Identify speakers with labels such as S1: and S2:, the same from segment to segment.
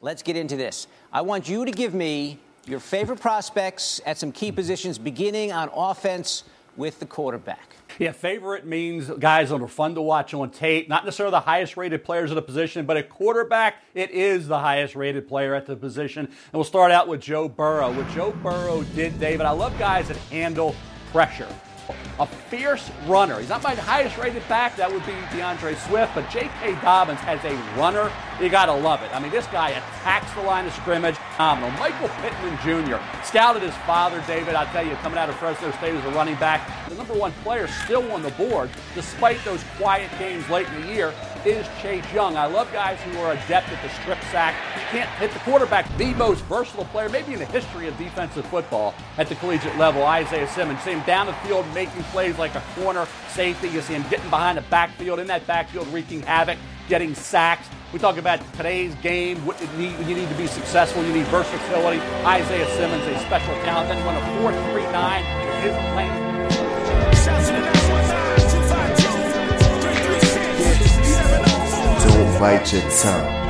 S1: Let's get into this. I want you to give me your favorite prospects at some key positions, beginning on offense with the quarterback.
S2: Yeah, favorite means guys that are fun to watch on tape. Not necessarily the highest rated players at a position, but at quarterback, it is the highest rated player at the position. And we'll start out with Joe Burrow. What Joe Burrow did, David, I love guys that handle pressure. A fierce runner. He's not my highest rated back. That would be DeAndre Swift. But J.K. Dobbins as a runner, you got to love it. I mean, this guy attacks the line of scrimmage. Phenomenal. Michael Pittman Jr. scouted his father, David. I tell you, coming out of Fresno State as a running back, the number one player still on the board, despite those quiet games late in the year, is Chase Young. I love guys who are adept at the strip sack. You can't hit the quarterback, the most versatile player, maybe in the history of defensive football at the collegiate level, Isaiah Simmons. See him down the field making plays like a corner safety. You see him getting behind the backfield, in that backfield, wreaking havoc, getting sacks. We talk about today's game, what you need, you need to be successful, you need versatility. Isaiah Simmons, a special talent, then won a 4 3 9 in his playing.
S3: Don't bite your tongue.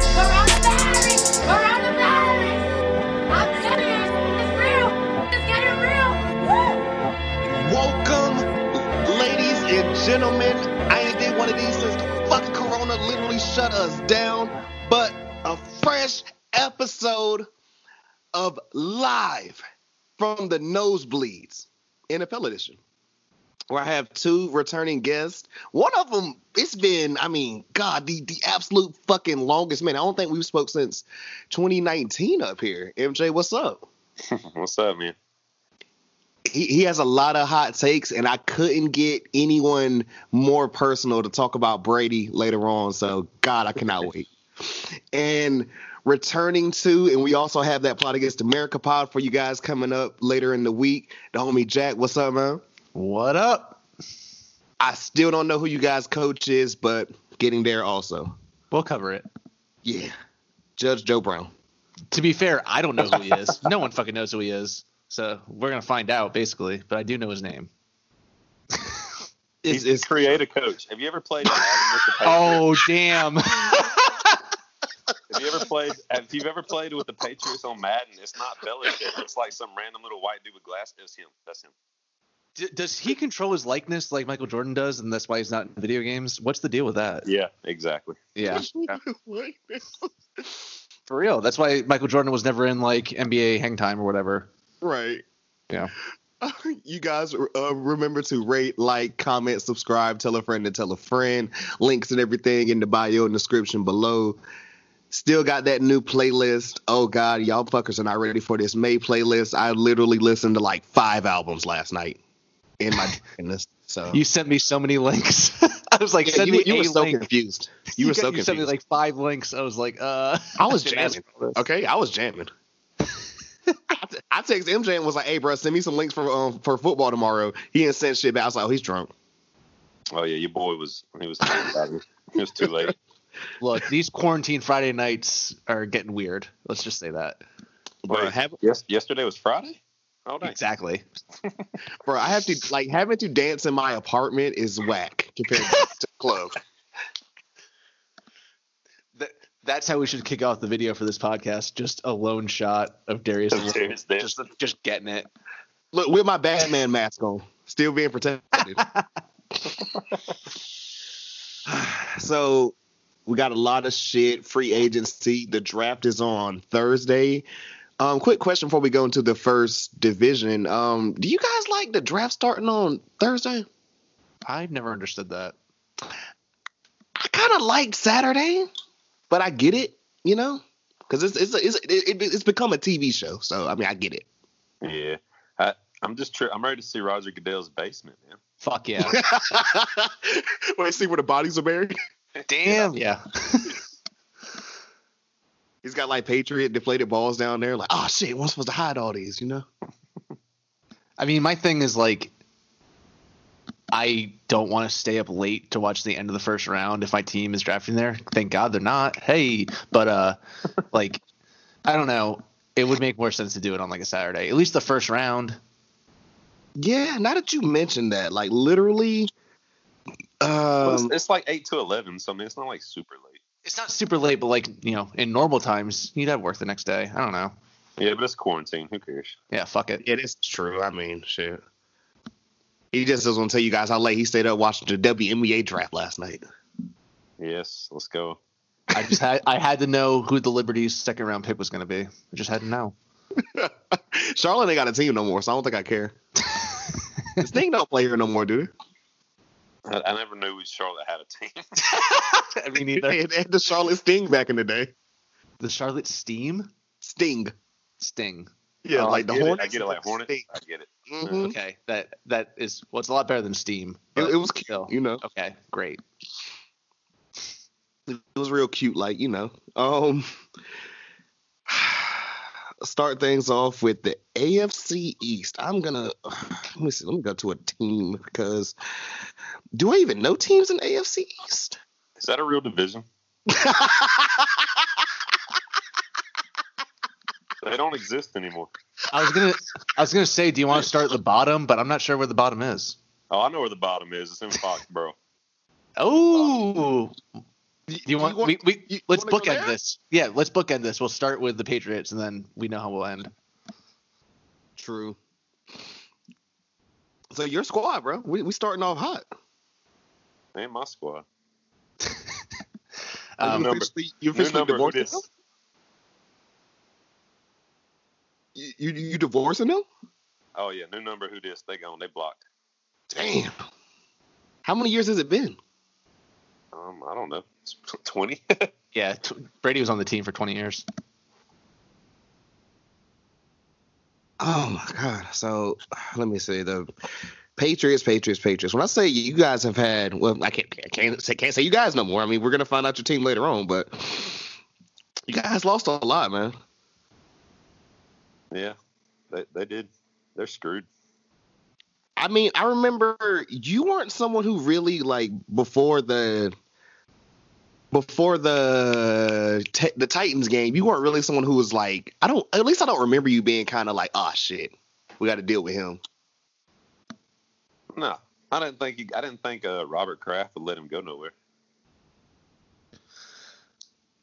S4: Coronavirus! Coronavirus! I'm telling you, it's real! It's getting real! Woo!
S5: Welcome, ladies and gentlemen. I ain't did one of these since the fucking corona literally shut us down. But a fresh episode of Live from the Nosebleeds NFL edition. Where I have two returning guests. One of them, it's been, I mean, God, the, the absolute fucking longest man. I don't think we've spoke since 2019 up here. MJ, what's up?
S6: What's up, man?
S5: he, he has a lot of hot takes, and I couldn't get anyone more personal to talk about Brady later on. So, God, I cannot wait. And returning to, and we also have that plot against America pod for you guys coming up later in the week. The homie Jack, what's up, man?
S7: What up?
S5: I still don't know who you guys' coach is, but getting there also.
S7: We'll cover it.
S5: Yeah, Judge Joe Brown.
S7: To be fair, I don't know who he is. no one fucking knows who he is. So we're gonna find out basically, but I do know his name.
S5: It's,
S6: He's
S5: it's
S6: create a coach. Have you ever played Madden with the Patriots?
S7: Oh damn.
S6: Have you ever played? Have you ever played with the Patriots on Madden? It's not Belichick. It's like some random little white dude with glasses. It's him. That's him.
S7: D- does he control his likeness like Michael Jordan does, and that's why he's not in video games? What's the deal with that?
S6: Yeah, exactly.
S7: Yeah, for real. That's why Michael Jordan was never in like NBA Hang Time or whatever.
S5: right.
S7: Yeah.
S5: you guys uh, remember to rate, like, comment, subscribe, tell a friend to tell a friend. Links and everything in the bio and description below. Still got that new playlist. Oh God, y'all fuckers are not ready for this May playlist. I literally listened to like five albums last night in my this. So
S7: You sent me so many links. I was like,
S5: Yeah,
S7: send
S5: you,
S7: me
S5: you
S7: a
S5: were so
S7: link.
S5: confused. You were
S7: got-
S5: so
S7: you
S5: confused.
S7: sent me like five links. I was like, uh.
S5: I was
S7: didn't ask
S5: jamming.
S7: for this.
S5: Okay, I was jamming. I t- I text MJ and was like, "Hey, bro, send me some links for um, for football tomorrow." He didn't send shit back. I was like, "Oh, he's drunk."
S6: Oh yeah, your boy was. He was. Too late. He was too late.
S7: Look, these quarantine Friday nights are getting weird. Let's just say that.
S5: Bro,
S6: Wait,
S5: have-
S6: yes, yesterday was Friday. Oh dang.
S7: Exactly.
S5: Bro, I have to like having to dance in my apartment is whack compared to the club.
S7: Th- that's how we should kick off the video for this podcast. Just a lone shot of Darius.
S6: Of Darius
S7: Leonard.
S6: Leonard.
S7: just, just getting it.
S5: Look, with my Batman mask on, still being protected. so we got a lot of shit. Free agency. The draft is on Thursday. Um, quick question before we go into the first division. Um, do you guys like the draft starting on Thursday?
S7: I've never understood that.
S5: I kind of liked Saturday, but I get it, you know, because it's it's, it's it, it, it's become a TV show. So I mean, I get it.
S6: Yeah. I, I'm just. Tri- I'm ready to see Roger Goodell's basement, man.
S7: Fuck yeah.
S5: Wait, see where the bodies are buried.
S7: Damn. Yeah.
S5: He's got like Patriot deflated balls down there. Like, oh shit, we're supposed to hide all these, you know?
S7: I mean, my thing is like, I don't want to stay up late to watch the end of the first round if my team is drafting there. Thank God they're not. Hey, but uh, like, I don't know. It would make more sense to do it on like a Saturday, at least the first round.
S5: Yeah. Now that you mentioned that, like literally,
S6: But
S5: um,
S6: it's, it's like eight to eleven, so I mean, it's not like super late.
S7: It's not super late, but like you know, in normal times, you'd have work the next day. I don't know.
S6: Yeah, but it's quarantine. Who cares?
S7: Yeah, fuck it.
S5: it is true. I mean, shit. He just doesn't want to tell you guys how late he stayed up watching the WNBA draft last night.
S6: Yes, let's go.
S7: I just had I had to know who the Liberty's second round pick was going to be. I just had to know.
S5: Charlotte ain't got a team no more, so I don't think I care. this thing don't play here no more, dude.
S6: I, I never knew Charlotte had a team.
S5: They
S7: Me neither.
S5: had, they had the Charlotte Sting back in the day.
S7: The Charlotte Steam
S5: Sting.
S7: Sting.
S5: Yeah,
S6: Oh,
S5: like the
S6: I get it.
S5: Hornets.
S6: I get it, like Hornets.
S5: Sting.
S6: I get it.
S5: Mhm.
S7: Okay, that that is well, it's a lot better than Steam.
S5: It,
S7: but
S5: it was cute,
S7: still.
S5: you know.
S7: Okay, great.
S5: It was real cute, like you know. Um, start things off with the AFC East. I'm gonna let me see. Let me go to a team because do I even know teams in AFC East?
S6: Is that a real division? They don't exist anymore.
S7: I was gonna I was gonna say, do you want to start at the bottom? But I'm not sure where the bottom is.
S6: Oh, I know where the bottom is. It's in Foxborough.
S7: Oh, do you want,
S5: you want-
S7: we, we
S5: you
S7: let's
S5: wanna go
S7: bookend
S5: there?
S7: this? Yeah, let's bookend this. We'll start with the Patriots, and then we know how we'll end.
S5: True. So your squad, bro. We we starting off hot.
S6: Man, my squad.
S5: Are
S7: Um,
S5: you
S6: number-
S5: officially, you
S6: New
S5: officially
S6: number, who
S5: divorcing
S6: dis-
S5: them? You, you you divorcing them?
S6: Oh yeah, new number. Who dis? They gone. They blocked.
S5: Damn. How many years has it been?
S6: Um, I don't know. Twenty.
S7: yeah, t- Brady was on the team for 20 years.
S5: Oh my god! So let me see the Patriots, Patriots, Patriots. When I say you guys have had, well, I can't, I can't say, can't say you guys no more. I mean, we're gonna find out your team later on, but you guys lost a lot, man.
S6: yeah, they they did. They're screwed.
S5: I mean, I remember you weren't someone who really like before the before the t- the Titans game. You weren't really someone who was like, I don't. At least I don't remember you being kind of like, oh shit, we got to deal with him.
S6: No, I didn't think. He, I didn't think uh, Robert Kraft would let him go nowhere.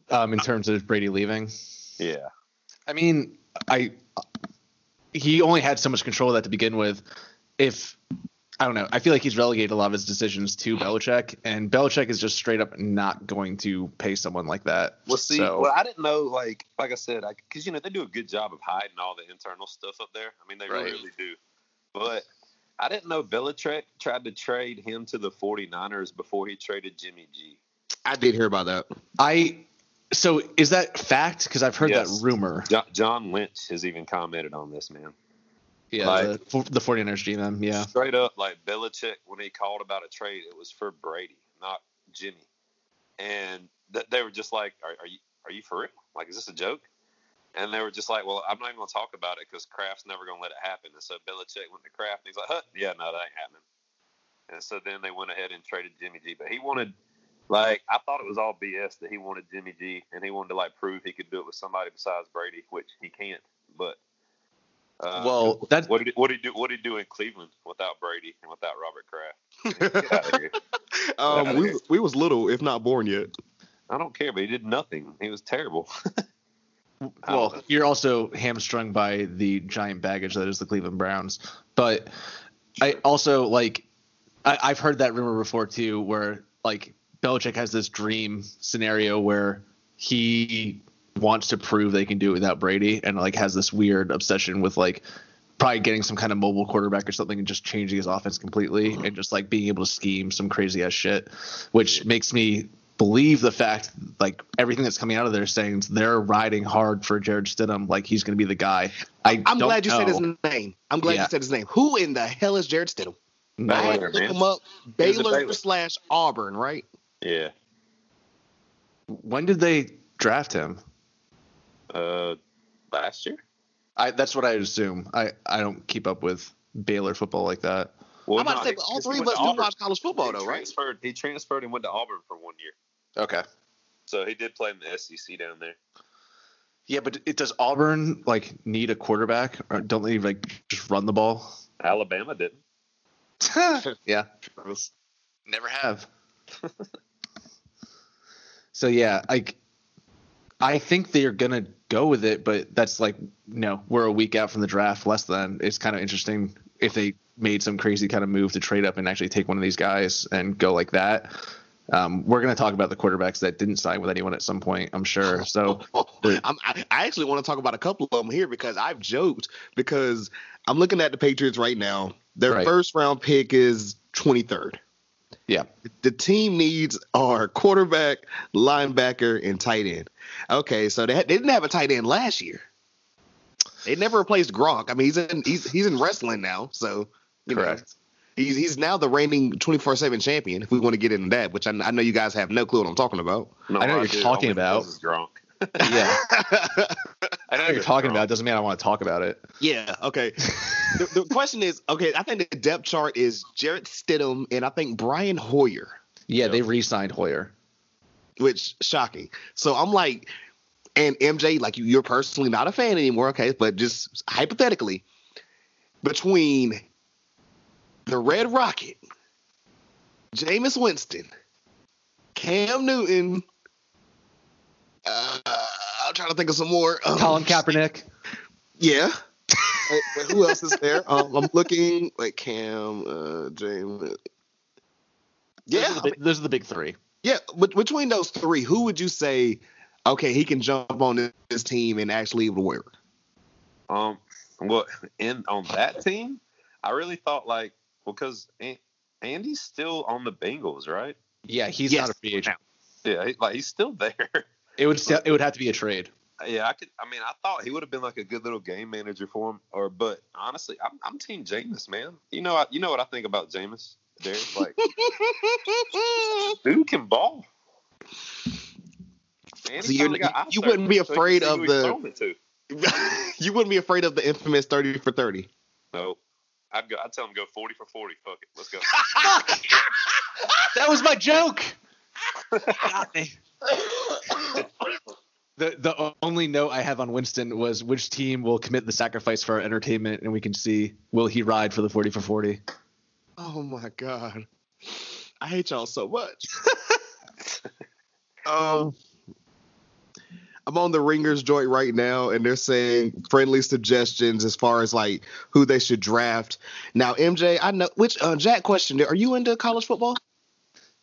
S7: Um, in terms of Brady leaving,
S6: Yeah,
S7: I mean, I he only had so much control of that to begin with. If I don't know, I feel like he's relegated a lot of his decisions to Belichick, and Belichick is just straight up not going to pay someone like that.
S6: Well, see,
S7: So-
S6: well, I didn't know. Like, like I said, because you know they do a good job of hiding all the internal stuff up there. I mean, they really,
S7: Right.
S6: really do. But I didn't know Belichick tried to trade him to the 49ers before he traded Jimmy G.
S5: I did hear about that.
S7: I so is that fact? Because I've heard
S6: Yes.
S7: that rumor.
S6: Jo- John Lynch has even commented on this, man.
S7: Yeah,
S6: Like-
S7: the, the 49ers GM. Yeah,
S6: Straight up, like Belichick, when he called about a trade, it was for Brady, not Jimmy. And th- they were just like, are, are you are you for real? Like, is this a joke? And they were just like, well, I'm not even going to talk about it because Kraft's never going to let it happen. And so Belichick went to Kraft and he's like, huh, yeah, no, that ain't happening. And so then they went ahead and traded Jimmy G. But he wanted, like, I thought it was all BS that he wanted Jimmy G and he wanted to, like, prove he could do it with somebody besides Brady, which he can't. But, uh,
S7: Well, that-
S6: what did, he- what did he do? What did he do in Cleveland without Brady and without Robert Kraft? Get out of here.
S5: Um, we, we was little, if not born yet.
S6: I don't care, but he did nothing. He was terrible. I don't
S7: well, you're also hamstrung by the giant baggage that is the Cleveland Browns. But I also like I, I've heard that rumor before too, where like Belichick has this dream scenario where he wants to prove they can do it without Brady, and like has this weird obsession with like probably getting some kind of mobile quarterback or something and just changing his offense completely
S5: Uh-huh.
S7: and just like being able to scheme some crazy ass shit, which makes me believe the fact like everything that's coming out of there saying they're riding hard for Jared Stidham, like he's going to be the guy. I
S5: I'm
S7: don't
S5: glad you said his
S7: know.
S5: name. I'm glad
S7: Yeah.
S5: you said his name. Who in the hell is Jared Stidham?
S7: No,
S5: I had
S6: Baylor,
S5: to look
S6: man.
S5: him up.
S6: He was at
S5: Baylor,
S6: Baylor.
S5: slash Auburn, right?
S6: Yeah.
S7: when did they draft him?
S6: Uh, last year.
S7: I, that's what I assume. I, I don't keep up with Baylor football like that.
S6: Well,
S5: I'm about to say,
S6: no, he-
S5: but all
S6: 'cause he
S5: three of
S6: went
S5: us
S6: to
S5: do
S6: Auburn.
S5: watch college football,
S6: He
S5: though, right?
S6: transferred, He transferred and went to Auburn for one year,
S7: Okay.
S6: so he did play in the SEC down there.
S7: Yeah, but it does Auburn like need a quarterback? Or don't they like just run the ball?
S6: Alabama didn't.
S7: yeah. Never have. so yeah, like I think they're gonna go with it, but that's like no, we're a week out from the draft, less than. It's kind of interesting if they made some crazy kind of move to trade up and actually take one of these guys and go like that. Um, we're gonna talk about the quarterbacks that didn't sign with anyone at some point, I'm sure. So Wait.
S5: I'm, I I actually want to talk about a couple of them here because I've joked because I'm looking at the Patriots right now. Their
S7: Right.
S5: first round pick is 23rd.
S7: yeah,
S5: The team needs are quarterback, linebacker, and tight end. Okay, so they, they didn't have a tight end last year. They never replaced Gronk. I mean, he's in he's he's in wrestling now, so you know,
S7: correct.
S5: he's he's now the reigning 24/7 champion. If we want to get into that, which I, I know you guys have no clue what I'm talking about.
S6: No,
S7: I know what you're
S6: do.
S7: talking
S6: All he
S7: about.
S6: does is Gronk.
S7: Yeah,
S6: I know
S7: what you're talking about doesn't mean I want to talk about it.
S5: Yeah. Okay. the, the question is, okay, I think the depth chart is Jarrett Stidham and I think Brian Hoyer,
S7: Yeah, they re-signed Hoyer.
S5: which shocking. So I'm like, and MJ, like you, you're personally not a fan anymore, okay? But just hypothetically, between the Red Rocket, Jameis Winston, Cam Newton, uh, I'm trying to think of some more. Um,
S7: Colin Kaepernick.
S5: Yeah. Wait, wait, who else is there? Um, I'm looking. Wait, Cam, uh, James. Yeah,
S7: those are
S5: I
S7: the,
S5: mean,
S7: big, those are the big three.
S5: yeah. But between those three, who would you say? Okay, he can jump on this- this team and actually it would work.
S6: Um, well, in on that team, I really thought like because An- Andy's still on the Bengals, right?
S7: Yeah, he's
S5: Yes.
S7: not a free agent.
S6: Yeah, he, like he's still there.
S7: It would still, it would have to be a trade.
S6: yeah, I could. I mean, I thought he would have been like a good little game manager for him. Or, but honestly, I'm, I'm Team Jameis, man. You know, I, you know what I think about Jameis. Derek, like, dude can ball. And
S5: So
S6: he
S5: you're-
S6: finally got eye
S5: you wouldn't be
S6: surgery, so he
S5: afraid
S6: can see
S5: of
S6: who he's
S5: the-
S6: throwing it to.
S5: you wouldn't be afraid of the infamous thirty for thirty.
S6: No, I'd go. I'd tell him go forty for forty. Fuck it, let's go.
S7: That was my joke. the the only note I have on Winston was which team will commit the sacrifice for our entertainment, and we can see will he ride for the forty for forty.
S5: Oh my god, I hate y'all so much. um, I'm on the Ringers joint right now, and they're saying friendly suggestions as far as like who they should draft. Now, MJ, I know which uh, Jack question. Are you into college football?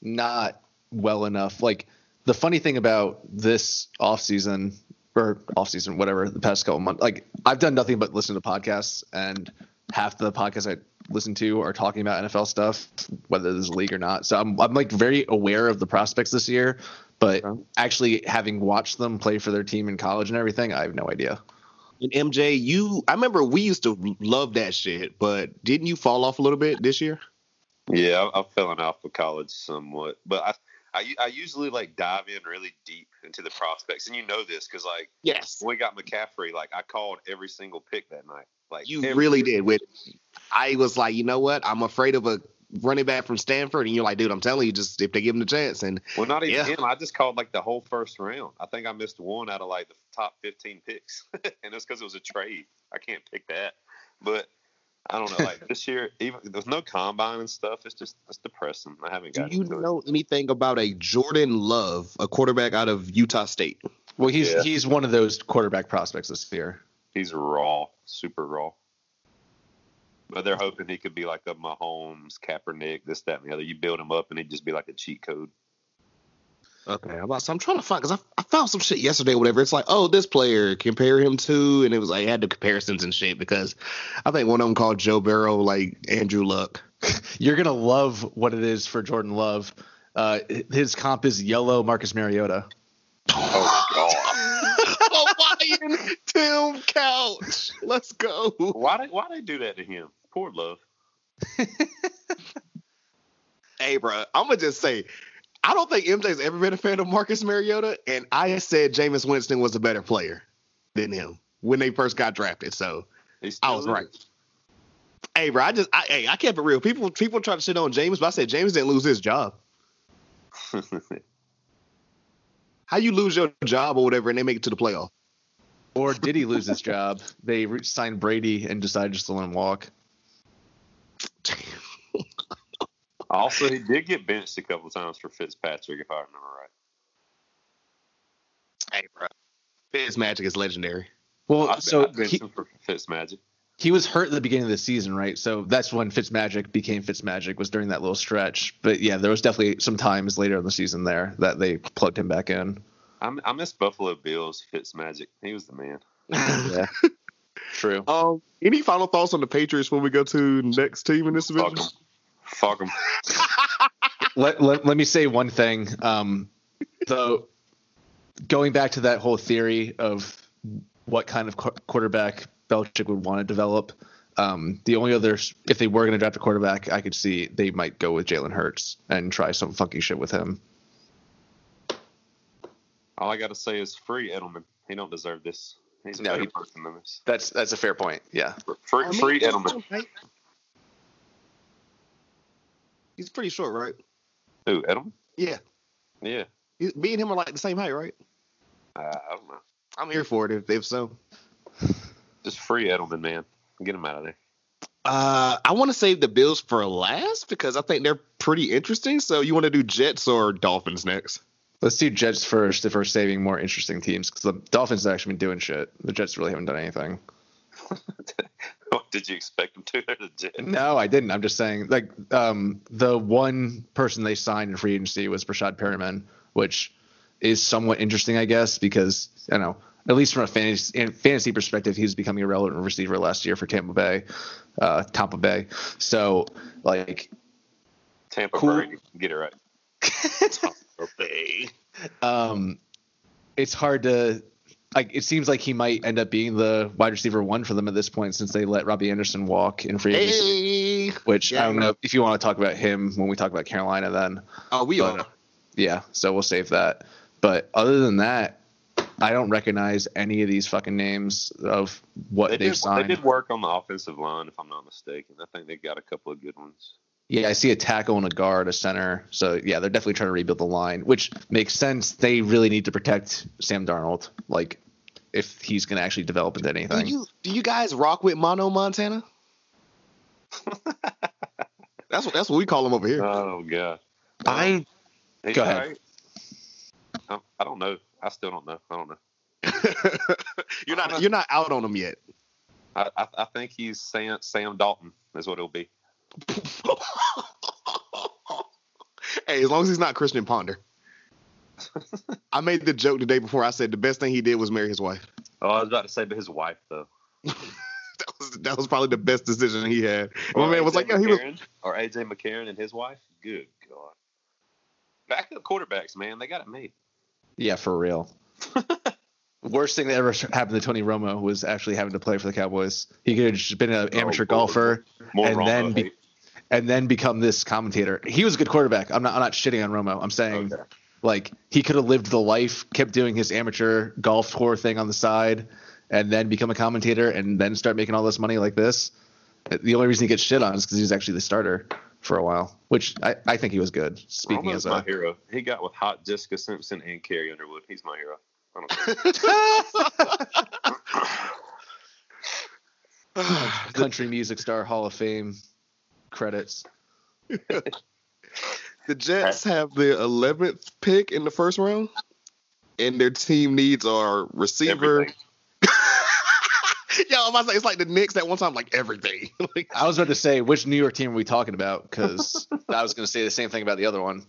S7: Not well enough. Like the funny thing about this offseason or offseason, whatever, the past couple months, like I've done nothing but listen to podcasts, and half the podcasts I listen to are talking about NFL stuff, whether there's a league or not. So I'm I'm like very aware of the prospects this year, but actually having watched them play for their team in college and everything, I have no idea.
S5: And MJ, you, I remember we used to love that shit, but didn't you fall off a little bit this year?
S6: Yeah, I- I'm falling off of college somewhat, but I, I, u- I usually like dive in really deep into the prospects, and you know this because like
S5: Yes,
S6: when we got McCaffrey, like I called every single pick that night. Like
S5: you
S6: every-
S5: really did. With I was like, you know what? I'm afraid of a running back from Stanford, and you're like, dude, I'm telling you, just if they give him the chance, and
S6: Well, not even
S5: Yeah.
S6: him. I just called like the whole first round. I think I missed one out of like the top 15 picks, and it's because it was a trade. I can't pick that, but. I don't know. Like this year, even there's no combine and stuff. It's just it's depressing. I haven't
S5: do
S6: got.
S5: you know anything about a Jordan Love, a quarterback out of Utah State?
S7: Well, he's
S6: Yeah.
S7: he's one of those quarterback prospects this year.
S6: He's raw, super raw. But they're hoping he could be like a Mahomes, Kaepernick, this, that, and the other. You build him up, and he'd just be like a cheat code.
S5: Okay, I'm, about, so I'm trying to find because I, I found some shit yesterday, or whatever. It's like, oh, this player compare him to, and it was like I had the comparisons and shit because I think one of them called Joe Burrow like Andrew Luck.
S7: You're gonna love what it is for Jordan Love. Uh, his comp is yellow Marcus Mariota.
S6: Oh God!
S5: Hawaiian Oh, Tim Couch, let's go.
S6: why did why they do that to him? Poor love.
S5: Hey, bro, I'm gonna just say. I don't think MJ's ever been a fan of Marcus Mariota, and I said Jameis Winston was a better player. than him when they first got drafted. So
S6: He's
S5: I was
S6: still in
S5: right.
S6: it.
S5: hey, bro, I just I, hey I kept it real. People people try to shit on James, but I said James didn't lose his job. How you lose your job or whatever, and they make it to the playoff?
S7: Or did he lose his job? They re- signed Brady and decided just to let him walk.
S6: Also, he did get benched a couple times for Fitzpatrick, if I remember right.
S5: Hey, bro, his magic is legendary.
S7: Well,
S6: I, so I
S7: so
S6: benched
S7: he,
S6: him for Fitzmagic.
S7: he was hurt at the beginning of the season, right? So that's when Fitzmagic became Fitzmagic was during that little stretch. But yeah, there was definitely some times later in the season there that they plugged him back in.
S6: I, I miss Buffalo Bills Fitzmagic. He was the man.
S7: Yeah, true.
S5: Um, any final thoughts on the Patriots when we go to next team in this
S6: Fuck
S5: division?
S6: him. Fuck him.
S7: let, let, let me say one thing. Um, so, going back to that whole theory of what kind of qu- quarterback Belichick would want to develop, um, the only other, if they were going to draft a quarterback, I could see they might go with Jalen Hurts and try some funky shit with him.
S6: All I got to say is free Edelman. He don't deserve this. He's a
S7: No,
S6: better
S7: he-
S6: person than this.
S7: That's that's a fair point. Yeah.
S6: Free, free Edelman.
S5: He's pretty short, right?
S6: Who, Edelman?
S5: Yeah,
S6: Yeah.
S5: He- me and him are like the same height, right?
S6: Uh, I don't know.
S5: I'm here for it if, if so.
S6: Just free Edelman, man. Get him out of there.
S5: Uh, I want to save the Bills for last because I think they're pretty interesting. So you want to do Jets or Dolphins next?
S7: Let's do Jets first if we're saving more interesting teams because the Dolphins have actually been doing shit. The Jets really haven't done anything.
S6: What did you expect him to? They're the Jets.
S7: No, I didn't. I'm just saying, like, um, the one person they signed in free agency was Brashad Perriman, which is somewhat interesting, I guess, because I don't know, at least from a fantasy in- fantasy perspective, he was becoming a relevant receiver last year for Tampa Bay, uh, Tampa Bay. So, like,
S6: Tampa
S7: Cool.
S6: Brady. Get it right.
S5: Okay.
S7: um, it's hard to like. It seems like he might end up being the wide receiver one for them at this point, since they let Robbie Anderson walk in free agency.
S5: Hey,
S7: Which I
S5: Yeah.
S7: don't know if you want to talk about him when we talk about Carolina. Then
S5: oh, we
S7: But,
S5: are.
S7: yeah, so we'll save that. But other than that, I don't recognize any of these fucking names of what
S6: They
S7: they have
S6: did, they
S7: signed.
S6: did work on the offensive line, if I'm not mistaken. I think they got a couple of good ones.
S7: Yeah, I see a tackle and a guard, a center. So yeah, they're definitely trying to rebuild the line, which makes sense. They really need to protect Sam Darnold, like if he's going to actually develop into
S5: Do
S7: anything.
S5: you do you guys rock with Mono Montana? that's what that's what we call him over here.
S6: Oh, God.
S7: I
S6: He's
S7: Go ahead.
S6: alright. Um, I don't know. I still don't know. I don't know.
S5: you're not you're not out on him yet.
S6: I, I, I think he's Sam Sam Dalton is what he'll be.
S5: hey, as long as he's not Christian Ponder. I made the joke the day before. I said the best thing he did was marry his wife.
S6: Oh, I was about to say, but his wife though.
S5: That was that was probably the best decision he had. My man was like, yeah, he was.
S6: or AJ McCarron and his wife. Good God. Backup quarterbacks, man, they got it made.
S7: yeah, for real. Worst thing that ever happened to Tony Romo was actually having to play for the Cowboys. He could have just been an amateur
S6: Lord.
S7: golfer.
S6: Oh, More
S7: And
S6: wrong.
S7: then
S6: though,
S7: be- and then become this commentator. He was a good quarterback. I'm not I'm not shitting on Romo. I'm saying
S6: Okay.
S7: like he could have lived the life, kept doing his amateur golf tour thing on the side, and then become a commentator and then start making all this money like this. The only reason he gets shit on is because he was actually the starter for a while, which I, I think he was good. Speaking
S6: Romo's
S7: as
S6: my
S7: a
S6: hero. He got with hot Jessica Simpson and Carrie Underwood. He's my hero. I don't care.
S7: country music star Hall of Fame credits.
S5: The Jets have the eleventh pick in the first round, and their team needs are receiver.
S6: Everything.
S5: Yo, I'm about to say it's like the Knicks at one time, like everything. like,
S7: I was about to say which New York team are we talking about because I was going to say the same thing about the other one.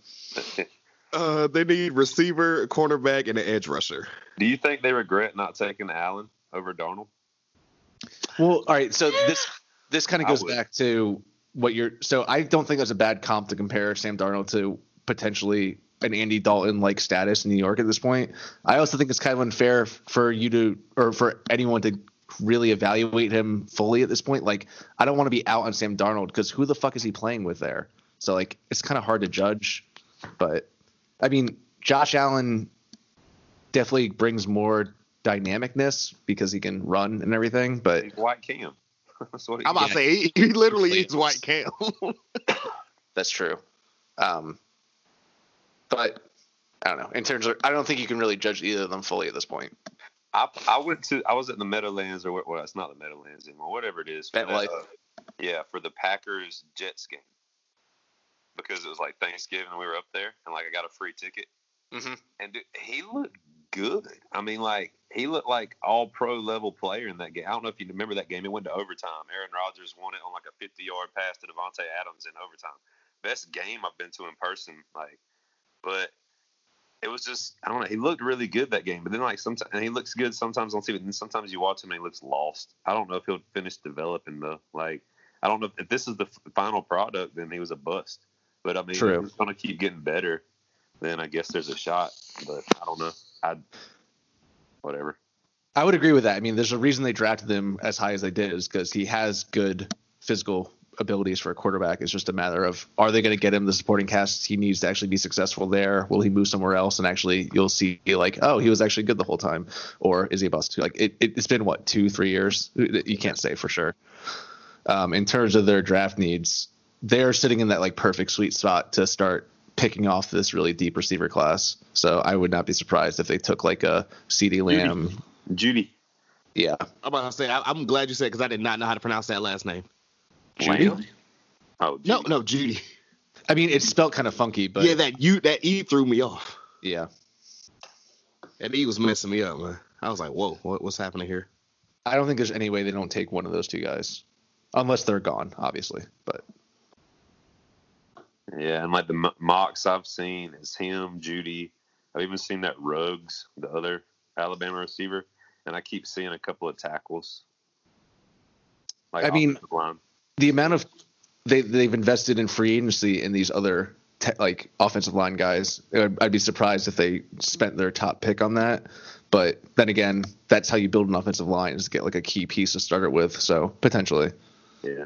S5: uh, they need receiver, cornerback, and an edge rusher.
S6: Do you think they regret not taking Allen over Darnold?
S7: Well, all right. So this this kind of
S6: I
S7: goes
S6: would.
S7: back to what you're. So I don't think that's a bad comp to compare Sam Darnold to potentially an Andy Dalton like status in New York at this point. I also think it's kind of unfair f- for you to or for anyone to really evaluate him fully at this point. Like I don't want to be out on Sam Darnold because who the fuck is he playing with there? So like it's kind of hard to judge. But I mean, Josh Allen definitely brings more dynamicness because he can run and everything. But
S6: He's white Cam. That's what he
S8: I'm about to
S6: is.
S8: say he, he literally
S7: Please.
S8: is white Cam.
S7: That's true. Um, but I don't know. In terms of, I don't think you can really judge either of them fully at this point.
S6: I, I went to I was at the Meadowlands or what? Well, it's not the Meadowlands anymore. Whatever it is. for that,
S7: MetLife.
S6: uh, yeah, for the Packers Jets game because it was like Thanksgiving. We were up there and like I got a free ticket
S7: Mhm.
S6: and dude, he looked good. I mean, like he looked like all pro level player in that game. I don't know if you remember that game. It went to overtime. Aaron Rodgers won it on like a 50 yard pass to Devontae Adams in overtime. Best game I've been to in person. Like, but it was just I don't know. He looked really good that game, but then like sometimes and he looks good sometimes on TV, and then sometimes you watch him and he looks lost. I don't know if he'll finish developing though. Like I don't know if, if this is the f- final product, then he was a bust. But I mean,
S7: True.
S6: if he's going to keep getting better. Then I guess there's a shot, but I don't know. I whatever.
S7: I would agree with that. I mean, there's a reason they drafted him as high as they did is because he has good physical abilities for a quarterback. It's just a matter of are they going to get him the supporting cast he needs to actually be successful there? Will he move somewhere else and actually you'll see like, oh, he was actually good the whole time, or is he a bust? Like it, it, it's been what two, three years? You can't say for sure. Um, in terms of their draft needs, they're sitting in that like perfect sweet spot to start picking off this really deep receiver class. So I would not be surprised if they took like a CD Lamb.
S6: Judy.
S7: Yeah.
S8: I'm about to say I, I'm glad you said because I did not know how to pronounce that last name.
S7: Judy?
S6: Lamb? Oh Judy.
S8: No, no, Judy.
S7: I mean, it's spelled kind of funky, but
S8: yeah,
S7: yeah,
S8: that U that E threw me off. That E was messing me up, man. I was like, whoa, what, what's happening here?
S7: I don't think there's any way they don't take one of those two guys, unless they're gone, obviously. But
S6: Yeah, and like the mo- mocks I've seen is him, Judy. I've even seen that Ruggs, the other Alabama receiver, and I keep seeing a couple of tackles. Like
S7: I mean-
S6: offensive line.
S7: the amount of they they've invested in free agency in these other te- like offensive line guys, I'd, I'd be surprised if they spent their top pick on that. But then again, that's how you build an offensive line is to get like a key piece to start it with. So potentially,
S6: yeah.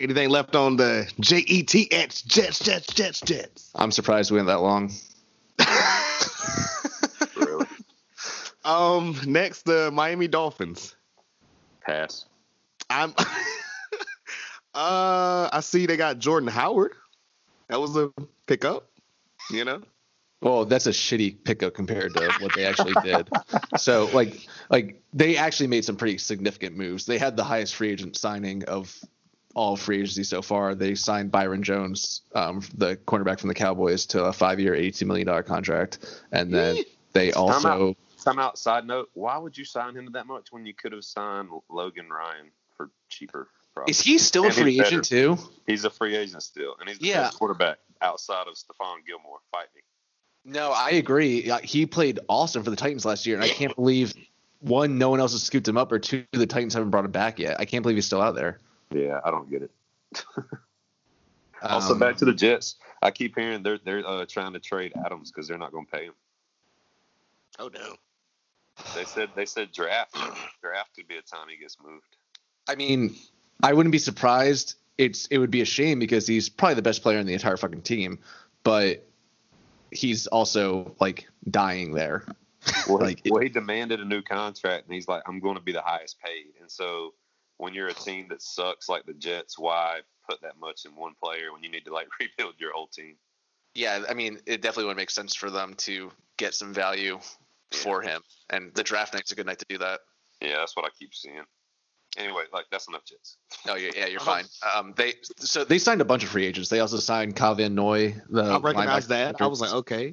S8: Anything left on the J E T X Jets Jets Jets Jets?
S7: I'm surprised we went that long.
S6: Really.
S8: Um, next the Miami Dolphins.
S6: Pass.
S8: I'm. uh, I see they got Jordan Howard. That was a pickup. You know,
S7: Well, that's a shitty pickup compared to what they actually did. So, like, like they actually made some pretty significant moves. They had the highest free agent signing of all free agency so far. They signed Byron Jones, um, the cornerback from the Cowboys, to a five-year, eighty-two million dollar contract, and then they also
S6: Some outside note. Why would you sign him that much when you could have signed Logan Ryan for cheaper? Probably.
S7: is he still a
S6: And he's
S7: free agent too?
S6: He's a free agent still, and he's the
S7: Yeah.
S6: best quarterback outside of Stephon Gilmore. Fight me.
S7: No, I agree. Uh, He played awesome for the Titans last year, and I can't believe one, no one else has scooped him up, or two, the Titans haven't brought him back yet. I can't believe he's still out there.
S6: Yeah, I don't get it. Also,
S7: Um,
S6: back to the Jets. I keep hearing they're they're uh, trying to trade Adams because they're not going to pay him.
S8: Oh no.
S6: They said they said draft draft could be a time he gets moved.
S7: I mean, I wouldn't be surprised. It's it would be a shame because he's probably the best player in the entire fucking team, but he's also like dying there.
S6: Well,
S7: Like,
S6: he, well, he demanded a new contract, and he's like, "I'm going to be the highest paid." And so, when you're a team that sucks like the Jets, why put that much in one player when you need to like rebuild your whole team?
S7: Yeah, I mean, it definitely would make sense for them to get some value for him, and the draft night's a good night to do that.
S6: Yeah, that's what I keep seeing. Anyway, like that's enough Jets.
S7: Oh yeah, yeah, you're fine.
S8: Uh-huh.
S7: Um, they so they signed a bunch of free agents. They also signed Kavin Noy. The
S8: I
S5: Uh,
S8: recognized
S7: linebacker.
S8: that. I was like, oh. okay.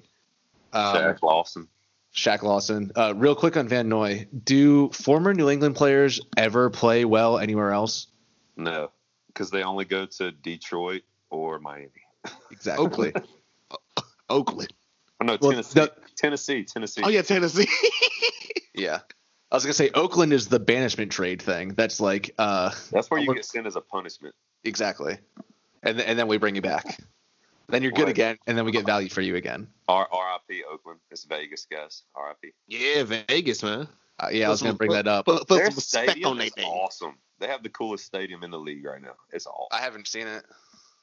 S7: Um,
S6: Zach Lawson.
S7: Shaq Lawson. Uh, real quick on Van Noy. Do former New England players ever play well anywhere else?
S6: No, because they only go to Detroit or Miami.
S7: Exactly.
S8: Oakland.
S6: Oh, no,
S7: Well,
S6: Tennessee,
S7: the-
S6: Tennessee, Tennessee.
S8: Oh yeah, Tennessee.
S7: yeah. I was gonna say Oakland is the banishment trade thing. That's like uh
S6: That's where you
S7: Look-
S6: get sent as a punishment.
S7: exactly. And th- and then we bring you back. Then you're good
S6: Right.
S7: again, and then we get value for you again.
S6: R- RIP Oakland. It's Vegas, guys. RIP.
S8: yeah, Vegas, man.
S7: Uh, yeah, I was gonna bring that up.
S8: Put, put
S6: Their
S8: some respect
S6: stadium
S8: on
S6: is
S8: that thing.
S6: awesome. They have the coolest stadium in the league right now. It's all.
S7: I haven't seen it.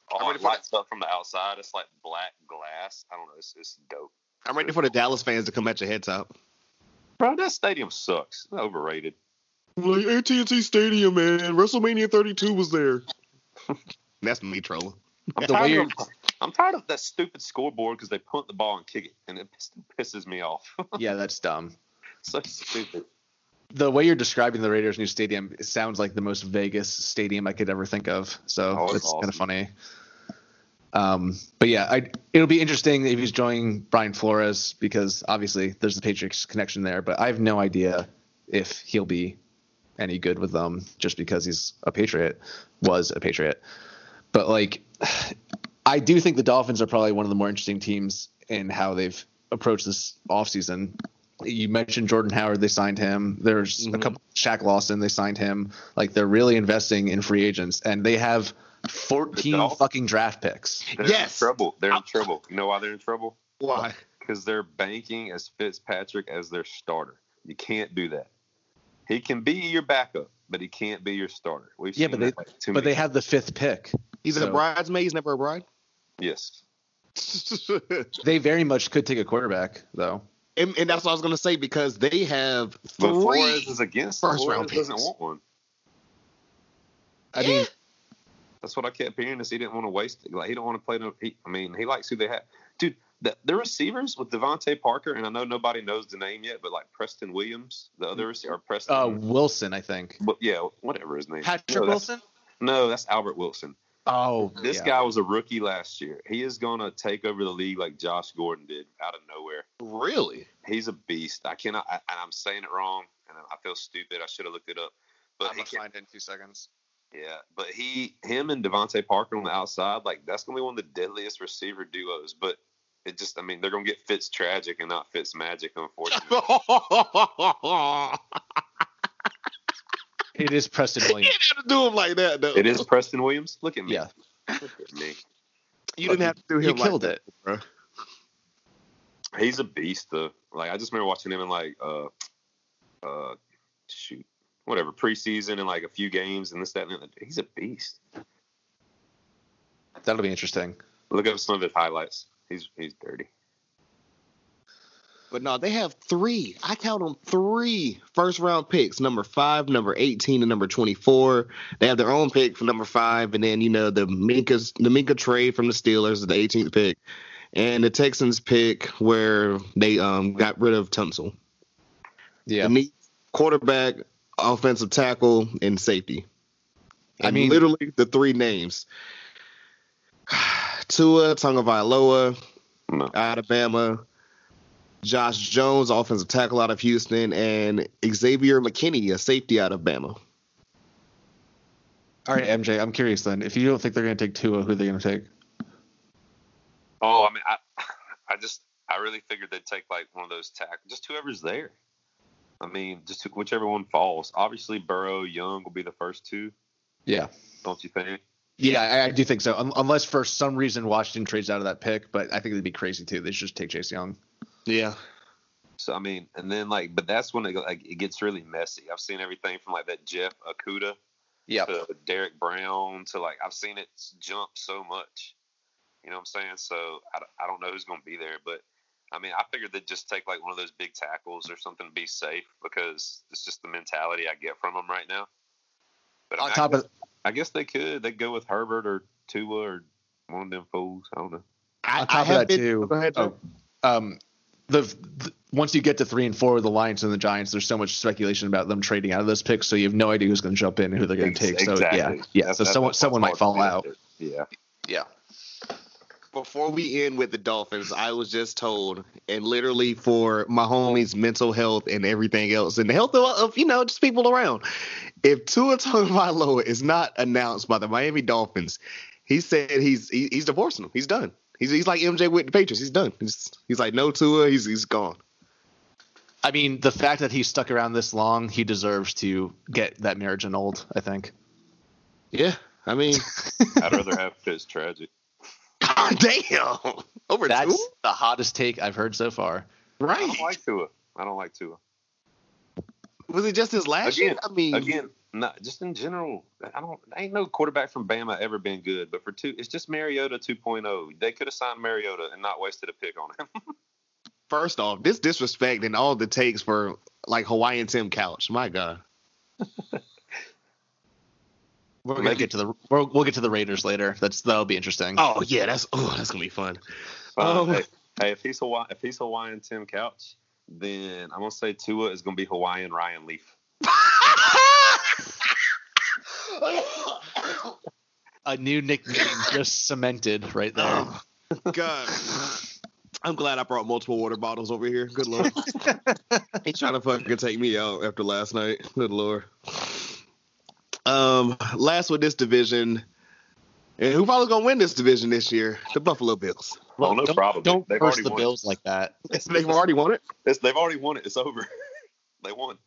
S6: all
S7: ready
S6: it
S7: for
S6: lights up from the outside. It's like black glass. I don't know. It's, it's dope.
S5: I'm ready for the Dallas fans to come at your heads up.
S6: Bro, that stadium sucks. It's overrated.
S5: Like AT&T Stadium, man. WrestleMania 32 was there. That's me trolling.
S6: I'm
S7: The way
S6: tired,
S7: you're-
S6: of, I'm tired of that stupid scoreboard because they punt the ball and kick it, and it piss- pisses me off.
S7: Yeah, that's dumb.
S6: so stupid.
S7: The way you're describing the Raiders' new stadium it sounds like the most Vegas stadium I could ever think of. So
S6: Oh, it's
S7: it's kind
S6: awesome.
S7: of funny. Um, but yeah, I, it'll be interesting if he's joining Brian Flores because obviously there's the Patriots connection there. But I have no idea if he'll be any good with them just because he's a Patriot, was a Patriot. But like, I do think the Dolphins are probably one of the more interesting teams in how they've approached this offseason. You mentioned Jordan Howard, they signed him. There's a couple, Shaq Lawson, they signed him. Like, they're really investing in free agents, and they have 14
S6: The Dolphins-
S7: fucking draft picks.
S6: They're
S5: Yes.
S6: in trouble. They're in trouble. You know why they're in trouble?
S5: Why?
S6: Because they're banking as Fitzpatrick as their starter. You can't do that. He can be your backup, but he can't be your starter. We've
S7: Yeah,
S6: seen
S7: but they,
S6: that like too
S7: but
S6: many
S7: they have the fifth pick.
S5: He's
S7: So
S5: a bridesmaid. He's never a bride.
S6: Yes.
S7: They very much could take a quarterback, though.
S5: and, and that's what I was going to say because they have
S6: But Flores
S5: three.
S6: is against
S5: first
S6: Flores
S5: round
S6: doesn't
S5: picks.
S6: want one.
S7: I mean,
S6: That's what I kept hearing is he didn't want to waste. Like he don't want to play no. He, I mean, he likes who they have. Dude, the, the receivers with Devontae Parker and I know nobody knows the name yet, but like Preston Williams, the other receiver, or Preston.
S7: uh, Wilson, I think.
S6: but yeah, whatever his name.
S7: Patrick
S6: No, that's-
S7: Wilson?
S6: No, that's Albert Wilson.
S7: Oh,
S6: This
S7: yeah.
S6: guy was a rookie last year. He is gonna take over the league like Josh Gordon did out of nowhere.
S5: Really?
S6: He's a beast. I cannot. I, and I'm saying it wrong, and I feel stupid. I should have looked it up. But he can,
S7: it in two seconds.
S6: Yeah, but he, him, and Devontae Parker on the outside, like that's gonna be one of the deadliest receiver duos. But it just, I mean, they're gonna get Fitz tragic and not Fitz magic, unfortunately.
S5: you
S7: It is Preston Williams.
S5: didn't have to do him like that, though.
S6: it is Preston Williams. Look at me.
S7: yeah,
S6: Look at me.
S5: You didn't have to do him
S7: you
S5: like
S7: killed
S5: that,
S7: it.
S5: bro.
S6: He's a beast though. Like I just remember watching him in like, uh, uh, shoot, whatever preseason and like a few games and this that and the other. He's a beast.
S7: That'll be interesting.
S6: Look up some of his highlights. He's he's dirty.
S5: But no, they have three. I count them three first round picks number five, number 18, and number 24. They have their own pick for number five. And then, you know, the Minka's, the Minka trade from the Steelers, is the 18th pick. And the Texans pick where they um, got rid of Tunsil.
S7: Yeah,
S5: They need quarterback, offensive tackle, and safety.
S7: I
S5: I mean,
S7: mean-
S5: literally the three names Tua, Tonga Vailoa,
S6: No.
S5: Alabama, Josh Jones, offensive tackle out of Houston, and Xavier McKinney, a safety out of Bama.
S7: All right, MJ, I'm curious then. If you don't think they're going to take Tua, who are they going to take?
S6: Oh, I mean, I, I just, I really figured they'd take like one of those tack, just whoever's there. I mean, just whichever one falls. Obviously, Burrow, Young will be the first two,
S7: Yeah.
S6: don't you think?
S7: Yeah, I, I do think so. Un- unless for some reason Washington trades out of that pick, but I think it'd be crazy too. They should just take Chase Young.
S5: Yeah.
S6: So I mean, and then like, but that's when it, like, it gets really messy. I've seen everything from like that Jeff Okuda
S7: Yeah.
S6: to Derek Brown to like I've seen it jump so much. You know what I'm saying? So I, d- I don't know who's going to be there, but I mean, I figured they'd just take like one of those big tackles or something to be safe because it's just the mentality I get from them right now. But I,
S7: On
S6: mean,
S7: top
S6: I, guess,
S7: of
S6: I guess they could. They go with Herbert or Tua or one of them fools. I don't know.
S7: on top of that too.
S5: Go ahead, Joe.
S7: oh, um, the, the once you get to three and four with the Lions and the Giants, there's so much speculation about them trading out of those picks, so you have no idea who's going to jump in and who they're going to take. So yeah, yeah.
S6: That's-
S7: so
S6: that's
S7: someone
S6: what's
S7: someone
S6: hard
S7: might
S6: to
S7: fall out.
S6: predict. Yeah.
S7: Yeah.
S5: Before we end with the Dolphins, I was just told, and literally for my homie's mental health and everything else, and the health of, of you know just people around, if Tua Tagovailoa is not announced by the Miami Dolphins, he said he's he, he's divorcing him. He's done. He's he's like MJ with the Patriots. He's done. He's, he's like no Tua. He's he's gone.
S7: I mean, the fact that he stuck around this long, he deserves to get that marriage annulled. I think.
S5: Yeah, I mean,
S6: I'd rather have Fitz tragic.
S5: God damn, over
S7: That's
S5: Tua,
S7: the hottest take I've heard so far.
S6: I
S5: right?
S6: don't like Tua. I don't like Tua.
S5: Was it just his last
S6: Again,
S5: year? I mean,
S6: again, not just in general. I don't. Ain't no quarterback from Bama ever been good, but for oh. two, it's just Mariota 2.0. They could have signed Mariota and not wasted a pick on him.
S5: First off, this disrespect and all the takes for like Hawaiian Tim couch. My God.
S7: We're gonna get to the we'll, we'll get to the Raiders later. That's that'll be interesting.
S5: Oh yeah, that's oh that's gonna be fun.
S7: Oh.
S6: Uh,
S5: Um,
S6: hey, hey, if he's Hawaii, if he's Hawaiian Tim Couch, then I'm gonna say Tua is gonna be Hawaiian Ryan Leaf.
S7: A new nickname just cemented right there.
S5: Oh, God. I'm glad I brought multiple water bottles over here. Good lord. He's trying to fucking take me out after last night. Good lord. Um, last with this division, and who probably gonna win this division this year? The Buffalo Bills.
S6: Oh, no
S7: don't,
S6: problem.
S7: Don't
S6: They've
S7: curse
S6: already
S7: the
S6: won.
S7: Bills like that.
S5: They've already won it.
S6: It's, they've already won it. It's over. they won.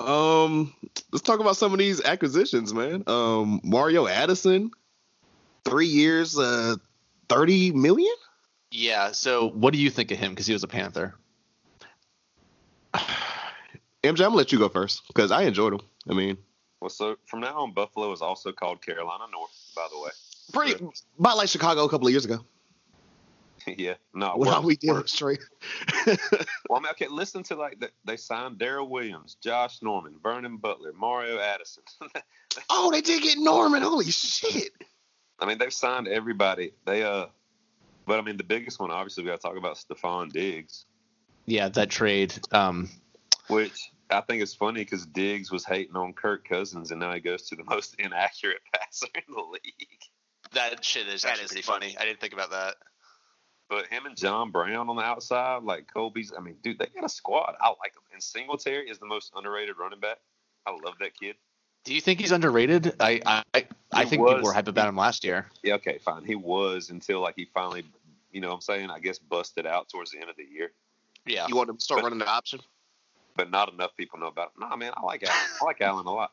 S5: Um, let's talk about some of these acquisitions, man. Um, Mario Addison, three years, uh, thirty million.
S7: Yeah. So, what do you think of him? Because he was a Panther.
S5: MJ, I'm gonna let you go first because I enjoyed him. I mean,
S6: Well, so from now on, Buffalo is also called Carolina North. By the way,
S5: pretty, about like Chicago a couple of years ago.
S6: yeah, no,
S5: What
S6: worse,
S5: we did
S6: worse.
S5: was straight.
S6: Well, I mean, okay, listen to like they, they signed Daryl Williams, Josh Norman, Vernon Butler, Mario Addison.
S5: Oh, they did get Norman. Holy shit!
S6: I mean, they've signed everybody. They uh, but I mean, the biggest one obviously we got to talk about Stephon Diggs,
S7: Yeah, that trade. Um,
S6: which I think is funny because Diggs was hating on Kirk Cousins, and now he goes to the most inaccurate passer in the league.
S7: that shit is
S6: That actually is pretty funny.
S7: I didn't think about that.
S6: But him and John Brown on the outside, like Kobe's. I mean, dude, they got a squad. I like them. And Singletary is the most underrated running back. I love that kid.
S7: Do you think he's underrated? I I- I, I
S6: He
S7: think
S6: was.
S7: people were hype about him last year.
S6: Yeah, okay, fine. He was until like he finally, you know, what I'm saying, I guess, busted out towards the end of the year.
S7: Yeah.
S5: You want them to start running the option?
S6: But not enough people know about him. Nah, man, I like Allen. I like Allen a lot.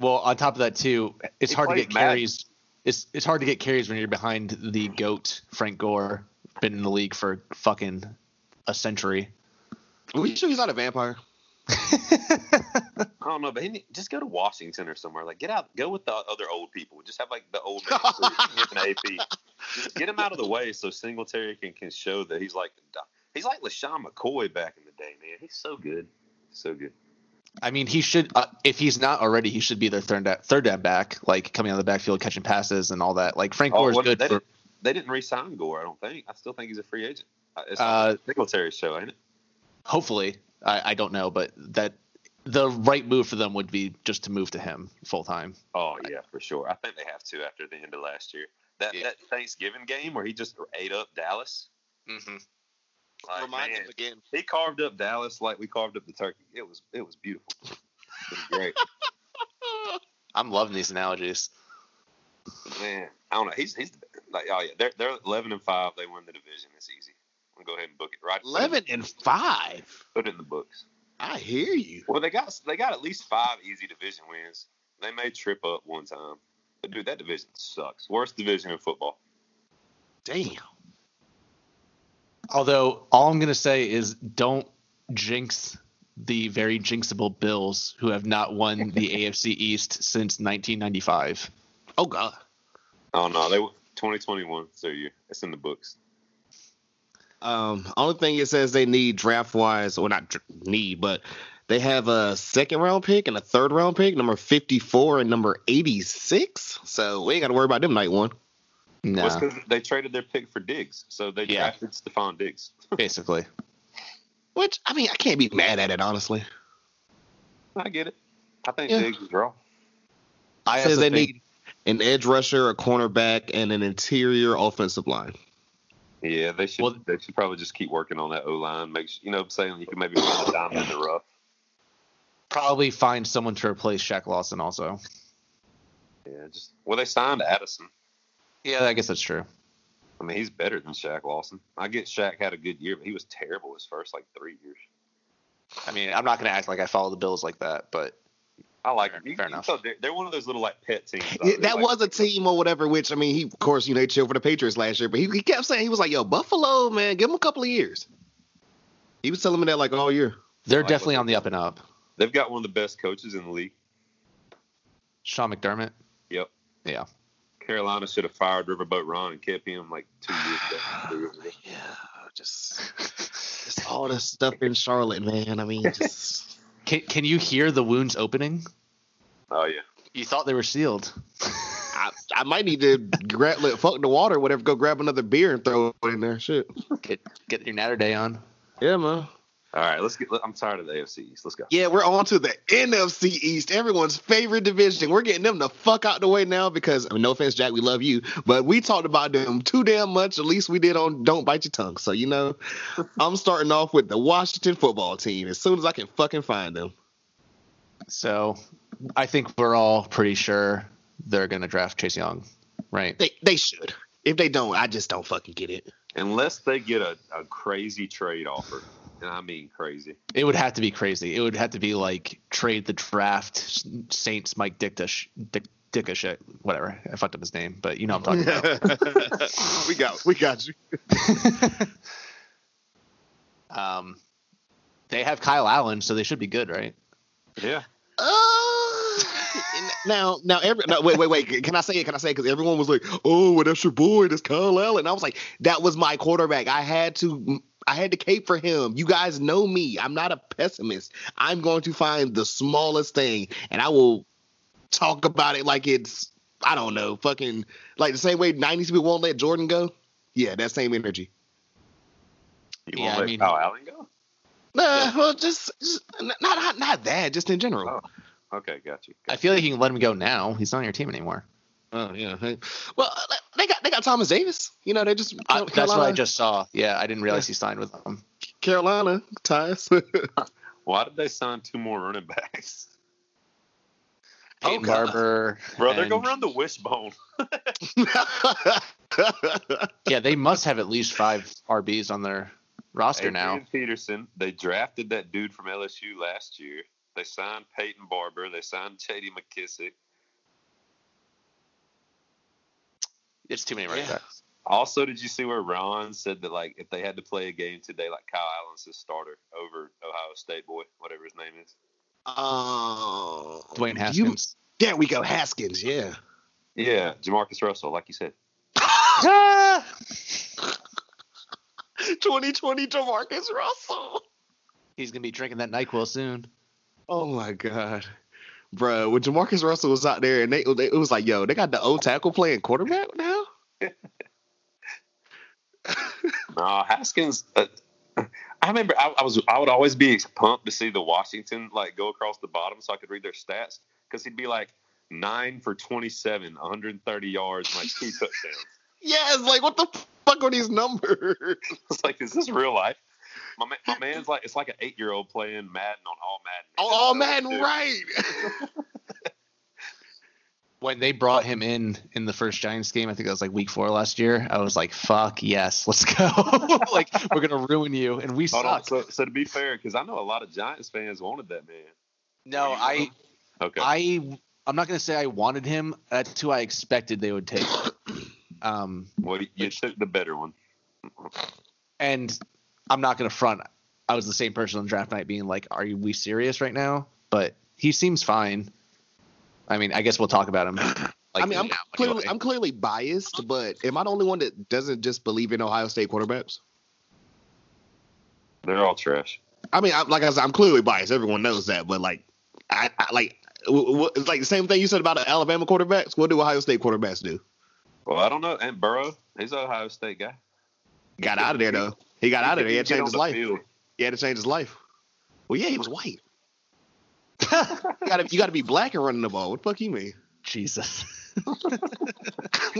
S7: Well, on top of that too, it's
S6: He
S7: hard to
S6: played
S7: get
S6: Madden.
S7: carries. It's it's hard to get carries when you're behind the goat Frank Gore, been in the league for fucking a century.
S5: Are you sure he's not a vampire?
S6: I don't know, but he need, just go to Washington or somewhere. Like, get out, go with the other old people. Just have like the old man crew with an AP. Just get him out of the way so Singletary can can show that he's like he's like Lashawn McCoy back in the day, man. He's so good, so good.
S7: I mean, he should uh, if he's not already, he should be their third down, third down back, like coming out of the backfield, catching passes and all that. Like Frank
S6: Oh,
S7: Gore's
S6: well,
S7: good
S6: they,
S7: for
S6: didn't, they didn't re-sign Gore. I don't think. I still think he's a free agent. Uh, It's
S7: Uh,
S6: not Singletary's show, ain't it?
S7: hopefully. I, I don't know, but that the right move for them would be just to move to him full time.
S6: Oh yeah, for sure. I think they have to after the end of last year. That
S7: Yeah.
S6: that Thanksgiving game where he just ate up Dallas.
S7: Mm-hmm.
S6: Like,
S5: Remind
S6: man,
S5: him again.
S6: he carved up Dallas like we carved up the turkey. It was it was beautiful. It was great.
S7: I'm loving these analogies.
S6: Man, I don't know. He's he's like oh yeah, they're they're eleven and five. They win the division. It's easy. I'm gonna go ahead and book it. Right,
S5: Eleven and five.
S6: Put it in the books.
S5: I hear you.
S6: Well, they got they got at least five easy division wins. They may trip up one time, but dude, that division sucks. Worst division in football.
S5: Damn.
S7: Although all I'm gonna say is don't jinx the very jinxable Bills who have not won the AFC East since 1995.
S5: Oh God.
S6: Oh no, they 2021. So you, it's in the books.
S5: Um, only thing it says they need draft wise, well not dr- need, but they have a second round pick and a third round pick, number fifty four and number eighty six. So we ain't got to worry about them night one.
S7: No,
S6: Well, it's 'cause they traded their pick for Diggs, so they
S7: Yeah.
S6: drafted Stephon Diggs.
S7: basically.
S5: Which I mean, I can't be mad at it honestly.
S6: I get it. I think
S5: Yeah.
S6: Diggs is wrong.
S7: I
S5: says
S7: also
S5: they
S7: think-
S5: need an edge rusher, a cornerback, and an interior offensive line.
S6: Yeah, they should.
S7: Well-
S6: they should probably just keep working on that O line. Make sure, you know, what I'm saying you can maybe find a diamond in the rough.
S7: probably find someone to replace Shaq Lawson. Also,
S6: Yeah, just well, they signed Addison.
S7: yeah, I guess that's true.
S6: I mean, he's better than Shaq Lawson. I get Shaq had a good year, but he was terrible his first like three years.
S7: I mean, I'm not gonna act like I follow the Bills like that, but
S6: I like
S7: Fair-
S6: him. You-
S7: fair
S6: you
S7: enough.
S6: tell they're, they're one of those little like pet teams. I
S5: Yeah,
S6: really
S5: that
S6: like.
S5: was a team or whatever. Which I mean, he of course you know he chilled for the Patriots last year, but he, he kept saying he was like, "Yo, Buffalo, man, give him a couple of years." He was telling me that like all year.
S7: they're
S6: like
S7: definitely
S6: what-
S7: on the up and up.
S6: They've got one of the best coaches in the league.
S7: Sean McDermott.
S6: Yep.
S7: Yeah.
S6: Carolina should have fired Riverboat Ron and kept him like two years ago. three years ago.
S5: Yeah, just, just all this stuff in Charlotte, man. I mean, just
S7: Can, can you hear the wounds opening?
S6: Oh yeah.
S7: You thought they were sealed.
S5: I, I might need to grab, let, fuck the water, or whatever. Go grab another beer and throw it in there. Shit.
S7: Get get your natter day on.
S5: Yeah, man.
S6: All right, let's get. I'm tired of the AFC East. Let's go.
S5: Yeah, we're on to the NFC East, everyone's favorite division. We're getting them the fuck out the way now because, I mean, no offense, Jack, we love you, but we talked about them too damn much. At least we did on Don't Bite Your Tongue. So, you know, I'm starting off with the Washington football team as soon as I can fucking find them.
S7: So I think we're all pretty sure they're going to draft Chase Young, right?
S5: They, they should. If they don't, I just don't fucking get it.
S6: Unless they get a, a crazy trade offer, and I mean crazy.
S7: It would have to be crazy. It would have to be like trade the draft Saints Mike Dictish Dick, Dicka shit, whatever. I fucked up his name, but you know what I'm talking about.
S5: we got we got you.
S7: Um, they have Kyle Allen, so they should be good, right?
S6: Yeah.
S5: Uh, now, now, every no, wait, wait, wait. Can I say it? Can I say it? Because everyone was like, "Oh, well, that's your boy. That's Kyle Allen." I was like, "That was my quarterback. I had to, I had to cape for him." You guys know me. I'm not a pessimist. I'm going to find the smallest thing, and I will talk about it like it's, I don't know, fucking like the same way '90s people won't let Jordan go. Yeah, that same energy.
S6: You
S7: Yeah,
S6: want
S7: I
S6: to let
S7: mean-
S6: Kyle Allen go?
S5: Nah, well, just, just not, not not that. Just in general.
S6: Oh. Okay, got you.
S7: I feel like you can let him go now. He's not on your team anymore.
S5: Oh yeah. hey. Well, uh, they got they got Thomas Davis. You know, they just
S7: I,
S5: Carolina,
S7: that's what I just saw. Yeah, I didn't realize he signed with them.
S5: Carolina ties.
S6: Why did they sign two more running backs?
S7: Peyton
S5: God.
S7: Barber,
S6: Oh, Bro, they're
S7: and-
S6: gonna run the wishbone.
S7: Yeah, they must have at least five RBs on their roster now.
S6: Adrian Peterson. They drafted that dude from LSU last year. They signed Peyton Barber. They signed J.D. McKissick.
S7: It's too many running
S6: Yeah.
S7: backs.
S6: Also, did you see where Ron said that like if they had to play a game today, like Kyle Allen's his starter over Ohio State boy, whatever his name is.
S5: oh,
S7: Dwayne Haskins.
S5: You, there we go, Haskins. Yeah.
S6: Yeah, Jamarcus Russell, like you said.
S7: Ah!
S5: 2020 Jamarcus Russell.
S7: He's gonna be drinking that Nyquil soon.
S5: Oh my god. Bro, when Jamarcus Russell was out there and they, they it was like, yo, they got the old tackle playing quarterback now?
S6: No, Haskins. Uh, I remember I, I was I would always be pumped to see the Washington like go across the bottom so I could read their stats because he'd be like nine for 27, 130 yards, and like two touchdowns.
S5: Yes, like what the fuck are these numbers?
S6: It's like, is this real life? My, ma- my man's like, it's like an eight year old playing Madden on all Madden.
S5: Oh, oh
S6: That's what
S5: man,
S6: I do.
S5: right.
S7: When they brought him in in the first Giants game, I think that was like week four last year. I was like, "Fuck yes, let's go!" like we're gonna ruin you, and we
S6: Hold on.
S7: suck.
S6: So, so to be fair, because I know a lot of Giants fans wanted that man.
S7: no, I,
S6: Oh, Okay.
S7: I, I'm not gonna say I wanted him. That's who I expected they would take. Um,
S6: well, you, you took the better one.
S7: and I'm not gonna front. I was the same person on draft night, being like, "Are you- we serious right now?" But he seems fine. I mean, I guess we'll talk about him. Like,
S5: I mean, I'm
S7: now
S5: clearly
S7: anyway.
S5: I'm clearly biased, but am I the only one that doesn't just believe in Ohio State quarterbacks?
S6: They're all trash.
S5: I mean, I, like I said, I'm clearly biased. Everyone knows that, but like, I, I like w- w- it's like the same thing you said about Alabama quarterbacks. What do Ohio State quarterbacks do?
S6: Well, I don't know. And Burrow, he's an Ohio State guy.
S5: Got out of there though. He got out of there. He had to
S6: Get
S5: change
S6: on
S5: his
S6: the
S5: life.
S6: field.
S5: He had to change his life. Well, yeah, he was white. you gotta you gotta be black and running the ball. What the fuck you mean?
S7: Jesus.
S5: they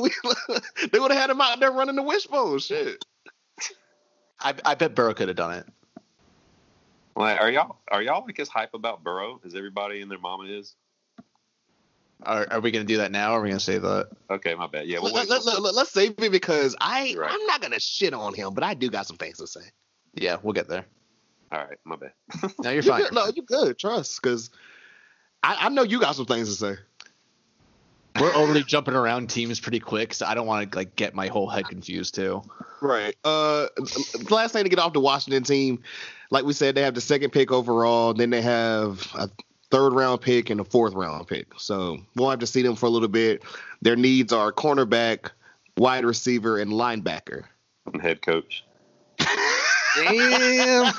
S5: would have had him out there running the wishbone. Shit.
S7: I, I bet Burrow could have done it.
S6: Like, are y'all are y'all like as hype about Burrow as everybody and their mama is?
S7: Are, are we going to do that now? Or are we going to say that?
S6: Okay, my bad. Yeah, well,
S5: Let,
S6: wait,
S5: let, let, us save it because I
S6: Right.
S5: I'm not gonna shit on him, but I do got some things to say.
S7: Yeah, we'll get there.
S6: all right, my bad.
S7: No, you're
S5: You
S7: fine.
S5: good. No, you good. Trust, because I, I know you got some things to say.
S7: We're already jumping around teams pretty quick, so I don't want to like get my whole head confused too.
S5: Right. Uh, last thing to get off the Washington team, like we said, they have the second pick overall. Then they have a third round pick and a fourth round pick. So we'll have to see them for a little bit. Their needs are cornerback, wide receiver, and linebacker.
S6: head coach.
S7: Damn.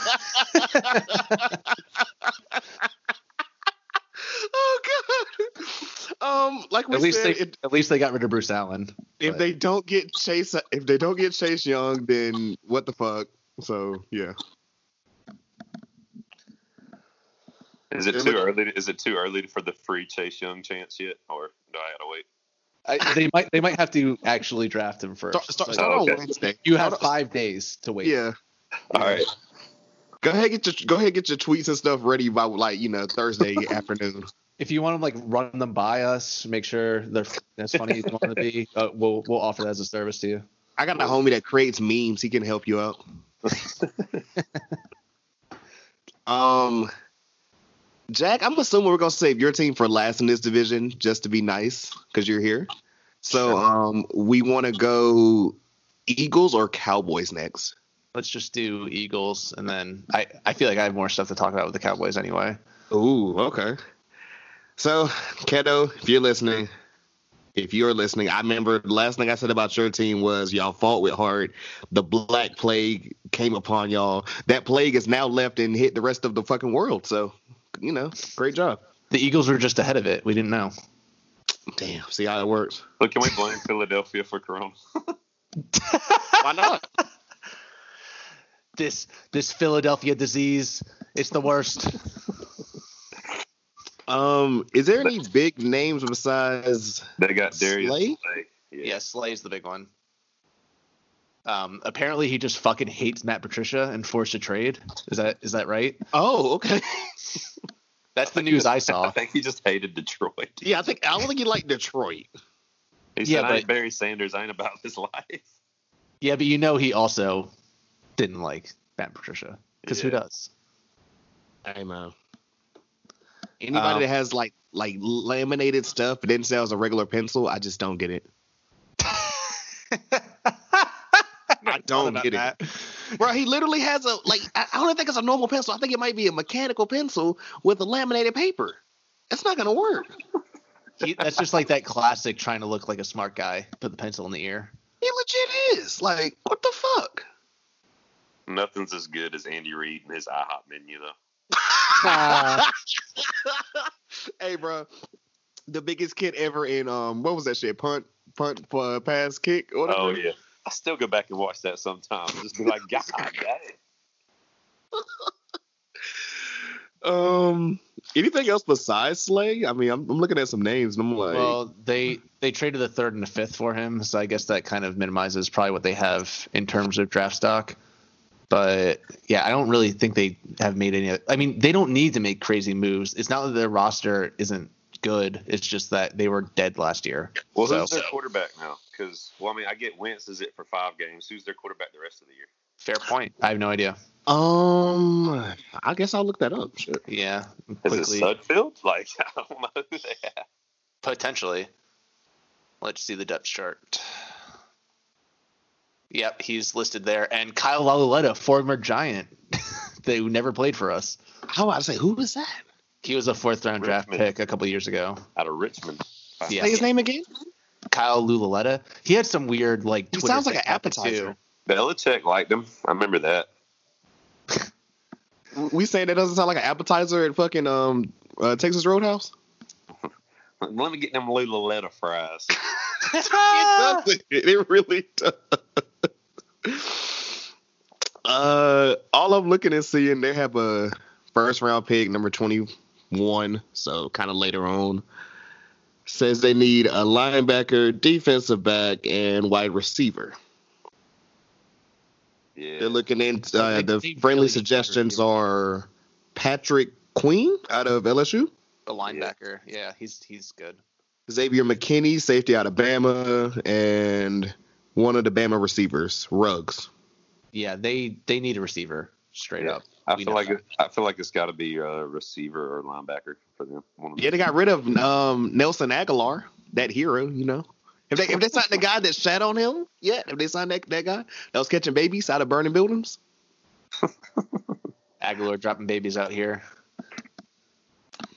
S5: Oh god. Um, like we
S7: at least
S5: said,
S7: they
S5: if,
S7: at least they got rid of Bruce Allen.
S5: if
S7: but-
S5: they don't get Chase, if they don't get Chase Young, then what the fuck? So yeah.
S6: Is it
S5: Yeah,
S6: too
S5: look-
S6: early? Is it too early for the free Chase Young chance yet, or do I gotta wait?
S7: I- they might they might have to actually draft him first.
S5: Start, start,
S7: Like, oh,
S5: start
S6: okay.
S5: on Wednesday.
S7: you have
S5: Start on-
S7: five days to wait.
S5: Yeah.
S6: All right.
S5: Go ahead, get your go ahead, get your tweets and stuff ready by like you know Thursday afternoon.
S7: If you want to like run them by us, make sure they're as funny as you want to be. Uh, we'll we'll offer that as a service to you.
S5: I got a homie that creates memes. He can help you out. um, Jack, I'm assuming we're gonna save your team for last in this division just to be nice because you're here. So, um, we want to go Eagles or Cowboys next.
S7: Let's just do Eagles, and then I I feel like I have more stuff to talk about with the Cowboys anyway.
S5: Ooh, okay. So, Keto, if you're listening, if you're listening, I remember the last thing I said about your team was y'all fought with heart. The black plague came upon y'all. That plague is now left and hit the rest of the fucking world. So, you know, great job.
S7: The Eagles were just ahead of it. We didn't know.
S5: Damn, see how it works.
S6: Look, can we blame Philadelphia for Corona?
S5: Why not?
S7: This this Philadelphia disease. It's the worst.
S5: Um, is there any big names besides
S6: They got Darius.
S5: Slay?
S6: Slay. Yeah.
S7: Yeah, Slay's the big one. Um, apparently he just fucking hates Matt Patricia and forced a trade. Is that is that right?
S5: Oh, okay.
S7: That's the news I
S6: I
S7: saw.
S6: think he just hated Detroit.
S5: Yeah, I think I don't think you like Detroit.
S6: He
S7: Yeah,
S6: said, "I ain't
S7: but-
S6: Barry Sanders. I ain't about this life."
S7: Yeah, but you know he also didn't like Matt Patricia because who
S6: Yeah.
S7: does?
S5: I know. Anybody
S7: Um,
S5: that has like like laminated stuff and then sells a regular pencil, I just don't get it. I don't get it. Bro, he literally has a like I I don't even think it's a normal pencil. I think it might be a mechanical pencil with a laminated paper. It's not gonna work.
S7: He, that's just like that classic trying to look like a smart guy, put the pencil in the ear.
S5: He legit is. Like, what the fuck?
S6: Nothing's as good as Andy Reid and his IHOP menu, though.
S5: hey bro. The biggest kid ever in um what was that shit? Punt, punt, uh, pass, kick, or whatever.
S6: Oh yeah, I still go back and watch that sometimes. Just be like, God dang.
S5: Um, anything else besides Slay? I mean, I'm, I'm looking at some names and I'm like,
S7: Well, they they traded a third and a fifth for him, so I guess that kind of minimizes probably what they have in terms of draft stock. But yeah, I don't really think they have made any. I mean, they don't need to make crazy moves. It's not that their roster isn't good. It's just that they were dead last year.
S6: Well,
S7: so
S6: who's their quarterback now? Because well, I mean, I get Wentz is it for five games. Who's their quarterback the rest of the year?
S7: fair point. I have no idea.
S5: um, I guess I'll look that up. Shit.
S7: Yeah,
S6: Is it Sudfield? Like I don't know. Who they have.
S7: potentially. Let's see the depth chart. Yep, he's listed there. And Kyle Lauletta, former Giant, they never played for us.
S5: How about I say, who is that?
S7: He was a fourth round draft
S6: Richmond.
S7: pick a couple years ago.
S6: Out of Richmond.
S7: Yeah,
S5: Say his name again.
S7: Kyle Lulaletta. He had some weird like.
S5: He
S7: Twitter
S5: sounds like
S7: thing
S5: an
S7: happen,
S5: appetizer.
S7: too.
S6: Belichick liked him. I remember that.
S5: We saying that doesn't sound like an appetizer at fucking um uh, Texas Roadhouse.
S6: Let me get them Lulaletta fries.
S5: it does. It really does. Uh, all I'm looking and seeing, they have a first round pick, number 21, so kind of later on. Says they need a linebacker, defensive back, and wide receiver.
S6: Yeah.
S5: They're looking in. Uh,
S7: They-
S5: the
S7: they
S5: friendly
S7: really need
S5: suggestions
S7: wide
S5: are Patrick Queen out of LSU,
S7: A linebacker. Yeah. he's he's good.
S5: Xavier McKinney, safety out of Bama, and one of the Bama receivers, Ruggs.
S7: Yeah, they they need a receiver straight
S6: Yeah.
S7: up.
S6: I
S7: We
S6: feel
S7: know
S6: like
S7: that.
S6: it, I feel like it's got to be a receiver or linebacker for them. One of them.
S5: Yeah, they got rid of um, Nelson Aguilar, that hero, you know. If they if they signed the guy that shat on him, yeah, if they signed that, that guy that was catching babies out of burning buildings.
S7: Aguilar dropping babies out here.
S5: Hey,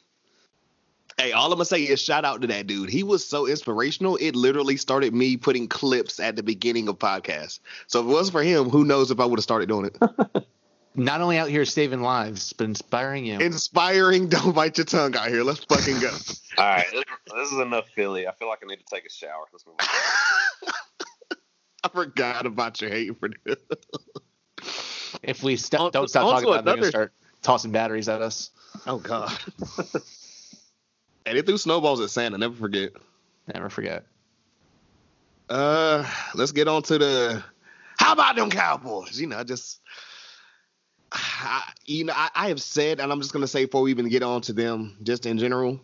S5: Hey, all I'm gonna say is shout out to that dude. He was so inspirational. It literally started me putting clips at the beginning of podcasts. So if it wasn't for him, who knows if I would have started doing it.
S7: Not only out here saving lives, but inspiring you.
S5: Inspiring, don't bite your tongue out here. Let's fucking go.
S6: All right, this is enough Philly. I feel like I need to take a shower. Let's move on.
S5: I forgot about your hate for this.
S7: if we st-
S5: Also-
S7: don't stop talking
S5: also
S7: about it, they're
S5: another-
S7: gonna start tossing batteries at us.
S5: Oh god. and they threw snowballs at Santa. Never forget.
S7: Never forget.
S5: Uh, let's get on to the. How about them Cowboys? You know, I just. I, you know, I, I have said, and I'm just gonna say before we even get on to them, just in general,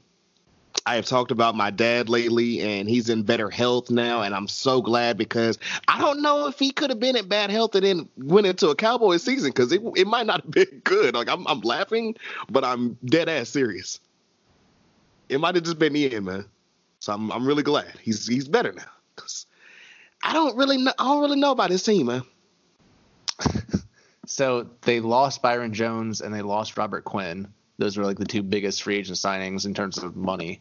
S5: I have talked about my dad lately, and he's in better health now, and I'm so glad because I don't know if he could have been in bad health and then went into a Cowboys season because it it might not have been good. Like I'm I'm laughing, but I'm dead ass serious. It might have just been the end, man. So I'm I'm really glad he's he's better now. 'Cause I don't really know. I don't really know about his team, man.
S7: So they lost Byron Jones and they lost Robert Quinn. Those were like the two biggest free agent signings in terms of money.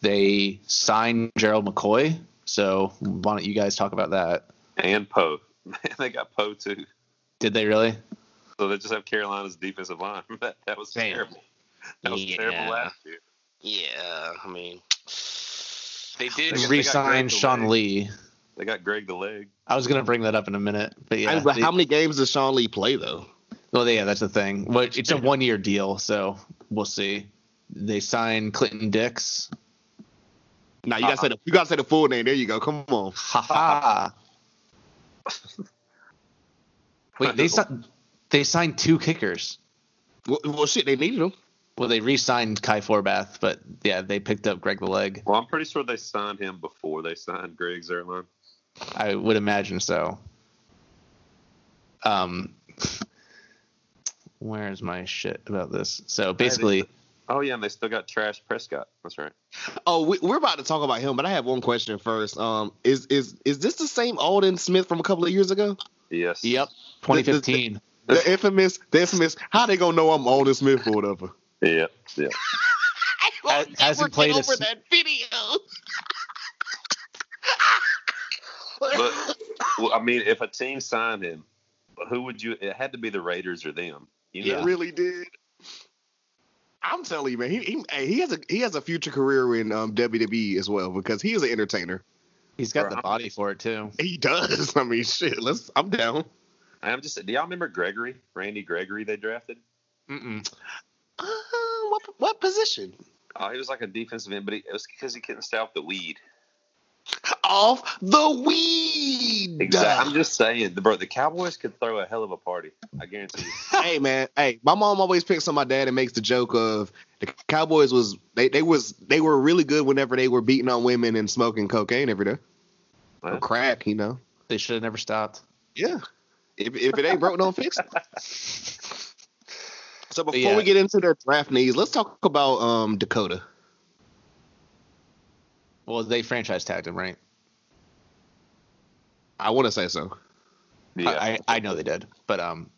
S7: They signed Gerald McCoy. So why don't you guys talk about that?
S6: And Poe. Man, they got Poe too.
S7: Did they really?
S6: So they just have Carolina's defensive line. That, that was
S5: Damn.
S6: terrible. That was
S5: Yeah.
S6: terrible last year.
S5: Yeah, I mean,
S6: They did
S7: They
S6: got-
S7: re
S6: they got Greg
S7: signed
S6: the
S7: Sean
S6: leg.
S7: Lee.
S6: They got Greg the leg.
S7: I was gonna bring that up in a minute, but yeah.
S5: but
S7: they-
S5: how many games does Sean Lee play though?
S7: Well, yeah, that's the thing. Which it's a one-year deal, so we'll see. They signed Clinton Dix.
S5: Now you gotta say the you gotta say the full name. There you go. Come on.
S7: Ha ha. Wait, they signed they signed two kickers.
S5: Well, well shit, they needed him.
S7: Well, they re-signed Kai Forbath, but yeah, they picked up Greg the Leg.
S6: Well, I'm pretty sure they signed him before they signed Greg Zerline.
S7: I would imagine so. Um, where is my shit about this? So basically,
S6: Oh yeah, and they still got Trash Prescott. That's right.
S5: Oh, we, we're about to talk about him, but I have one question first. Um, is is is this the same Alden Smith from a couple of years ago?
S6: Yes.
S7: yep, 2015.
S5: The infamous, the infamous. How they gonna know I'm Alden Smith or whatever?
S6: Yeah. Yeah.
S7: Ha- hasn't played a s-
S6: But well, I mean, if a team signed him, who would you? It had to be the Raiders or them. You know?
S5: It really did. I'm telling you, man. He he, hey, he has a he has a future career in um, WWE as well because he is an entertainer.
S7: He's got the body for it too.
S5: He does. I mean, shit. Let's. I'm down.
S6: I'm just. Do y'all remember Gregory, Randy Gregory? They drafted.
S7: Mm-mm.
S5: Uh, what what position?
S6: Oh, he was like a defensive end, but he, it was because he couldn't stay off the weed.
S5: Off the weed.
S6: I'm just saying, the bro, the Cowboys could throw a hell of a party. I guarantee you.
S5: hey man, hey, my mom always picks on my dad and makes the joke of the Cowboys was they, they was they were really good whenever they were beating on women and smoking cocaine every day. Or
S6: Huh?
S5: crack, you know.
S7: They should have never stopped.
S5: Yeah. If if it ain't broke, don't fix it. So before
S7: yeah.
S5: we get into their draft needs, let's talk about um Dakota.
S7: Well, they franchise tagged him, right?
S5: I want to say so.
S6: Yeah.
S7: I, I I know they did, but um,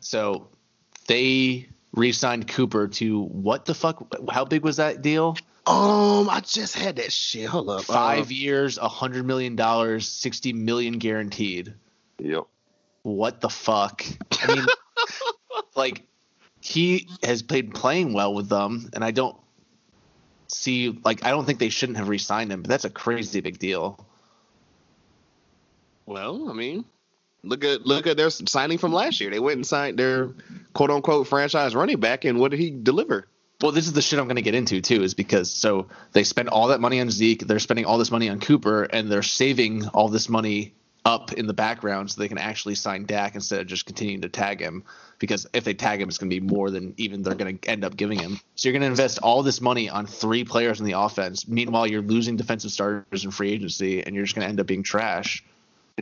S7: so they re-signed Cooper to what the fuck? How big was that deal?
S5: Um, I just had that shit. Hold up.
S7: Five
S5: Um,
S7: years, a hundred million dollars, sixty million guaranteed.
S6: yep.
S7: What the fuck? I mean, like he has been playing well with them, and I don't see like I don't think they shouldn't have re-signed him, but that's a crazy big deal.
S5: well, I mean, look at look at their signing from last year. They went and signed their quote unquote franchise running back, and what did he deliver?
S7: well, this is the shit I'm going to get into too, is because so they spend all that money on Zeke, they're spending all this money on Cooper, and they're saving all this money up in the background so they can actually sign Dak instead of just continuing to tag him. Because if they tag him, it's going to be more than even they're going to end up giving him. So you're going to invest all this money on three players in the offense. Meanwhile, you're losing defensive starters in free agency, and you're just going to end up being trash.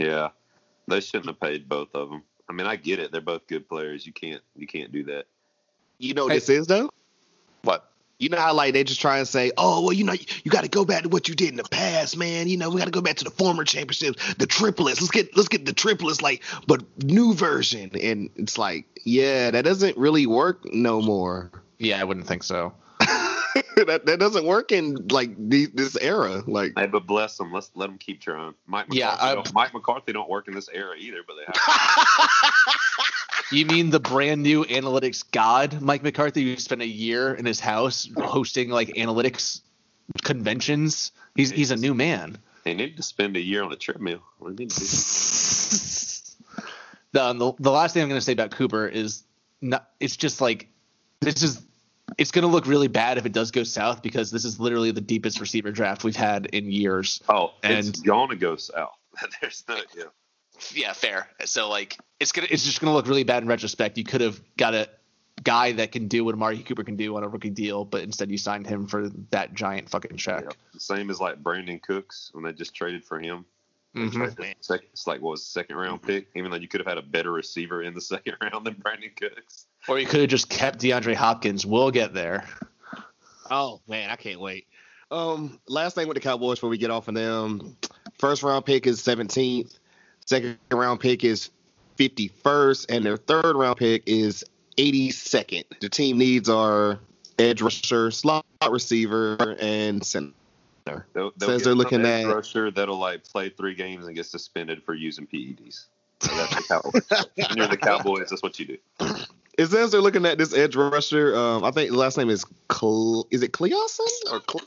S6: Yeah, they shouldn't have paid both of them. I mean, I get it; they're both good players. You can't you can't do that.
S5: You know what this is though.
S7: What?
S5: You know how like they just try and say, "Oh, well, you know, you got to go back to what you did in the past, man. You know, we got to go back to the former championships, the triplets. Let's get let's get the triplets, like, but new version." And it's like, yeah, that doesn't really work no more.
S7: Yeah, I wouldn't think so.
S5: that, that doesn't work in like the, this era. Like
S6: Hey, but bless them. Let's let them keep trying. Mike McCarthy,
S7: Yeah, I-
S6: don't, Mike McCarthy don't work in this era either, but they have.
S7: You mean the brand new analytics god, Mike McCarthy, who spent a year in his house hosting like analytics conventions? He's he's a new man.
S6: they need to spend a year on a treadmill. What do they need to do?
S7: The, the the last thing I'm going to say about Cooper is not. It's just like this is. It's going to look really bad if it does go south because this is literally the deepest receiver draft we've had in years.
S6: Oh, it's
S7: And-
S6: gonna go south. There's no. Yeah.
S7: Yeah, fair. So like it's gonna it's just gonna look really bad in retrospect. You could have got a guy that can do what Amari Cooper can do on a rookie deal, but instead you signed him for that giant fucking check.
S6: yeah. Same as like Brandon Cooks when they just traded for him. They
S5: Mm-hmm.
S6: traded the sec- it's like what was the second round pick? Even though you could have had a better receiver in the second round than Brandon Cooks.
S7: Or you could have just kept DeAndre Hopkins. We'll get there.
S5: Oh man, I can't wait. Um, last thing with the Cowboys before we get off of them. First round pick is seventeenth. Second round pick is fifty first, and their third round pick is eighty second. The team needs are edge rusher, slot receiver, and center. Says
S6: They'll, get
S5: they're
S6: some
S5: looking
S6: edge
S5: at-
S6: rusher that'll like play three games and get suspended for using PEDs. So that's the Cowboys. When You're the Cowboys. That's what you do.
S5: It says they're looking at this edge rusher. Um, I think the last name is Cle- is it Cleason or Cle-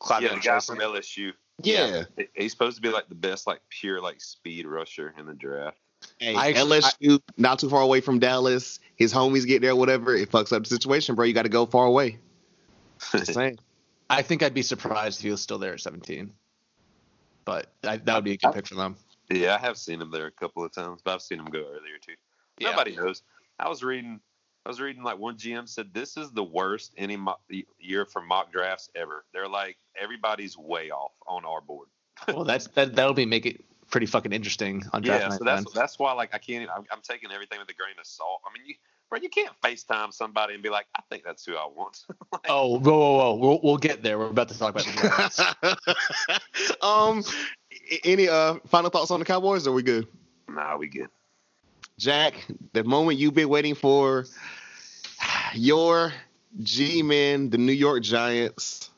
S7: Clyde
S6: yeah, the guy from LSU.
S5: yeah.
S6: He- He's supposed to be like the best, like pure, like speed rusher in the draft.
S5: Hey,
S7: I-
S5: LSU, not too far away from Dallas. His homies get there, whatever. It fucks up the situation, bro. You got to go far away. Just saying.
S7: I think I'd be surprised if he was still there at 17. But I, that would be a good pick for them.
S6: Yeah, I have seen him there a couple of times, but I've seen him go earlier too.
S7: Yeah.
S6: Nobody knows. I was reading, I was reading like one GM said this is the worst any mo- year for mock drafts ever. They're like everybody's way off on our board.
S7: Well, that's that that'll be make it pretty fucking interesting on draft
S6: Yeah,
S7: night.
S6: so that's
S7: then.
S6: that's why like I can't. I'm, I'm taking everything with a grain of salt. I mean, you, bro, you can't Facetime somebody and be like, I think that's who I want.
S7: Oh, whoa, whoa, whoa! We'll, we'll get there. We're about to talk about the Giants.
S5: um, a- any uh final thoughts on the Cowboys? Are we good,
S6: nah, we good.
S5: Jack? The moment you've been waiting for, your G-men, the New York Giants.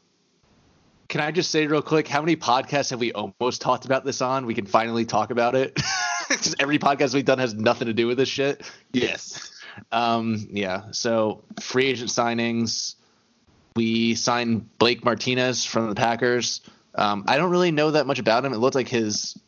S7: Can I just say real quick, how many podcasts have we almost talked about this on? We can finally talk about it. just every podcast we've done has nothing to do with this shit.
S5: Yes.
S7: Um, yeah. So free agent signings. We signed Blake Martinez from the Packers. Um, I don't really know that much about him. It looked like his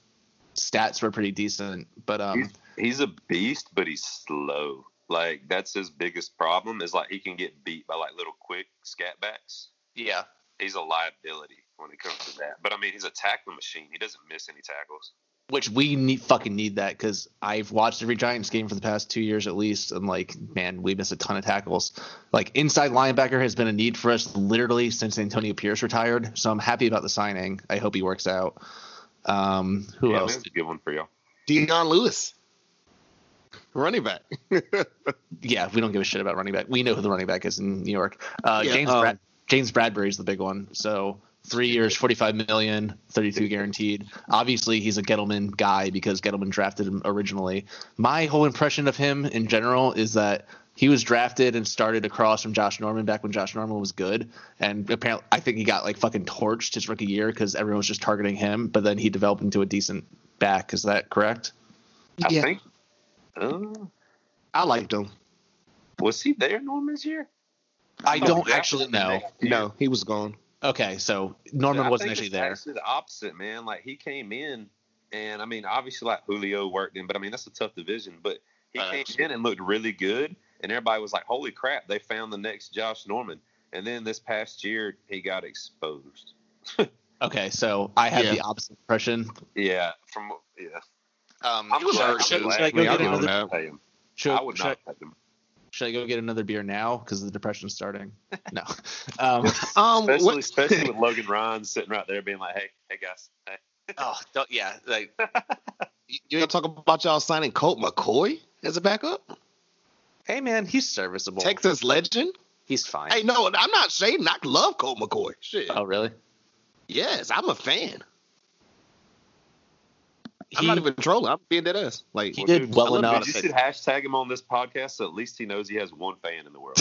S7: stats were pretty decent, but um,
S6: He's, he's a beast, but he's slow. Like that's his biggest problem is like he can get beat by like little quick scat backs.
S7: yeah,
S6: He's a liability when it comes to that. But I mean, he's a tackling machine. He doesn't miss any tackles.
S7: which we need fucking need that because I've watched every Giants game for the past two years at least, and like, man, we miss a ton of tackles. Like inside linebacker has been a need for us literally since Antonio Pierce retired, so I'm happy about the signing. I hope he works out. Um, who
S6: yeah,
S7: else?
S6: that's a good one for y'all.
S5: Deion Lewis, running back.
S7: Yeah, we don't give a shit about running back. We know who the running back is in New York. Uh,
S5: Yeah,
S7: James
S5: um,
S7: Brad- James Bradbury is the big one. So. Three years, forty-five million, thirty-two guaranteed. Obviously, he's a Gettleman guy because Gettleman drafted him originally. My whole impression of him in general is that he was drafted and started across from Josh Norman back when Josh Norman was good, and apparently, I think he got like fucking torched his rookie year because everyone was just targeting him. But then he developed into a decent back. Is that correct?
S6: I
S5: Yeah.
S6: think. Uh,
S5: I liked him.
S6: was he there Norman's year?
S7: I don't
S6: Yeah.
S7: actually know.
S5: No, he was gone.
S7: Okay, so Norman
S6: I
S7: wasn't
S6: think
S7: actually
S6: it's
S7: there.
S6: Actually, the opposite, man. Like he came in, and I mean, obviously, like Julio worked in, but I mean, that's a tough division. But he
S7: Uh,
S6: came in and looked really good, and everybody was like, "Holy crap!" They found the next Josh Norman. And then this past year, he got exposed.
S7: Okay, so I have
S5: Yeah.
S7: the opposite impression.
S6: Yeah, from yeah.
S7: Um,
S6: I'm glad- I'm
S7: should,
S6: glad
S7: should I go
S6: we
S5: I don't
S7: get
S6: didn't
S7: another,
S5: know.
S6: pay him.
S7: should,
S6: I would
S7: should
S6: not pay him.
S7: should I go get another beer now because the depression's starting? No. Um,
S5: Um,
S6: Especially,
S5: what-
S6: especially with Logan Ryan sitting right there, being like, "Hey, hey guys, hey."
S7: oh, don't, yeah. Like,
S5: you gonna talk about y'all signing Colt McCoy as a backup?
S7: Oh. hey, man, he's serviceable.
S5: Texas legend?
S7: he's fine.
S5: Hey, no, I'm not shading. I love Colt McCoy. Shit.
S7: oh, really?
S5: Yes, I'm a fan. I'm
S7: He-
S5: not even trolling. I'm being dead ass. Like
S7: He did well
S5: I love
S7: enough.
S6: Dude, you should hashtag him on this podcast so at least he knows he has one fan in the world.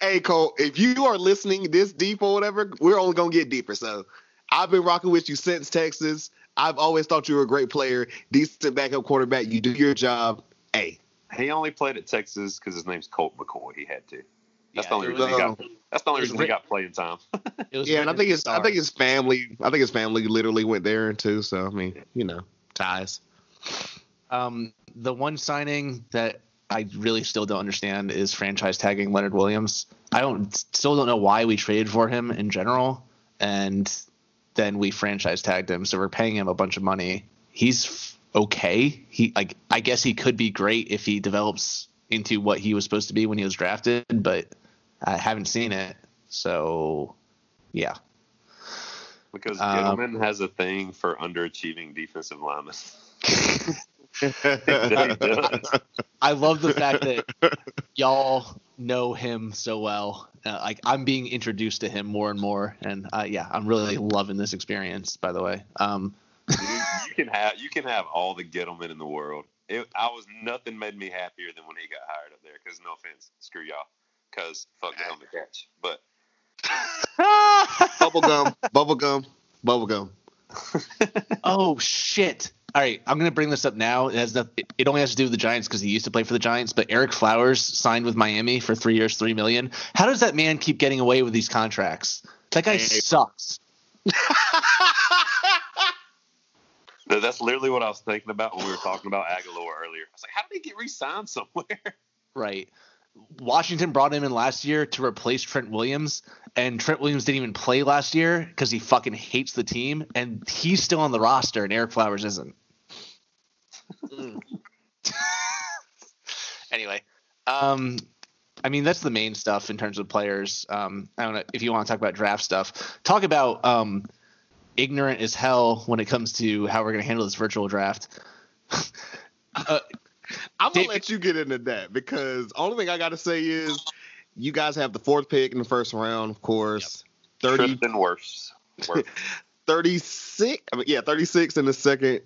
S5: Hey Cole, if you are listening this deep or whatever, we're only gonna get deeper. So I've been rocking with you since Texas. I've always thought you were a great player, decent backup quarterback. You do your job. Hey,
S6: He only played at Texas because his name's Colt McCoy. He had to. That's
S7: Yeah,
S6: the only
S7: it
S6: reason he
S5: was-
S6: got. That's the only
S7: it was
S6: reason he
S7: writ-
S6: got playing time.
S7: It was
S5: yeah, and I
S7: written
S5: think
S7: in
S5: his I think
S7: stars.
S5: his family I think his family literally went there too. So I mean, you know, ties.
S7: Um, the one signing that I really still don't understand is franchise tagging Leonard Williams. I don't still don't know why we traded for him in general, and then we franchise tagged him, so we're paying him a bunch of money. He's f- okay. He like I guess he could be great if he develops into what he was supposed to be when he was drafted, but I haven't seen it. So, yeah,
S6: Because
S7: Um,
S6: Gittleman has a thing for underachieving defensive linemen. He does.
S7: I love the fact that y'all know him so well. Uh, like I'm being introduced to him more and more, and uh, yeah, I'm really loving this experience. By the way, um,
S6: Dude, you can have you can have all the Gittleman in the world. It, I was nothing made me happier than when he got hired up there. Because no offense, screw y'all. Because fuck the helmet catch. But
S5: bubblegum, bubblegum, bubblegum.
S7: oh shit! All right, I'm gonna bring this up now. It has noth- it- It only has to do with the Giants because he used to play for the Giants. But Eric Flowers signed with Miami for three years, three million. How does that man keep getting away with these contracts? That guy
S5: Hey.
S7: sucks.
S6: th- that's literally what I was thinking about when we were talking about Aguilar earlier. I was like, how did he get re-signed somewhere?
S7: Right. Washington brought him in last year to replace Trent Williams, and Trent Williams didn't even play last year because he fucking hates the team, and he's still on the roster, and Eric Flowers isn't. anyway, um, I mean that's the main stuff in terms of players. Um, I don't know if you want to talk about draft stuff. Talk about um, ignorant as hell when it comes to how we're going to handle this virtual draft. uh,
S5: I'm gonna
S7: Dave-
S5: let you get into that because only thing I gotta say is you guys have the fourth pick in the first round, of course. 30,
S6: Tristan Wirfs. Wirfs.
S5: 36 I mean, yeah, 36 in the second.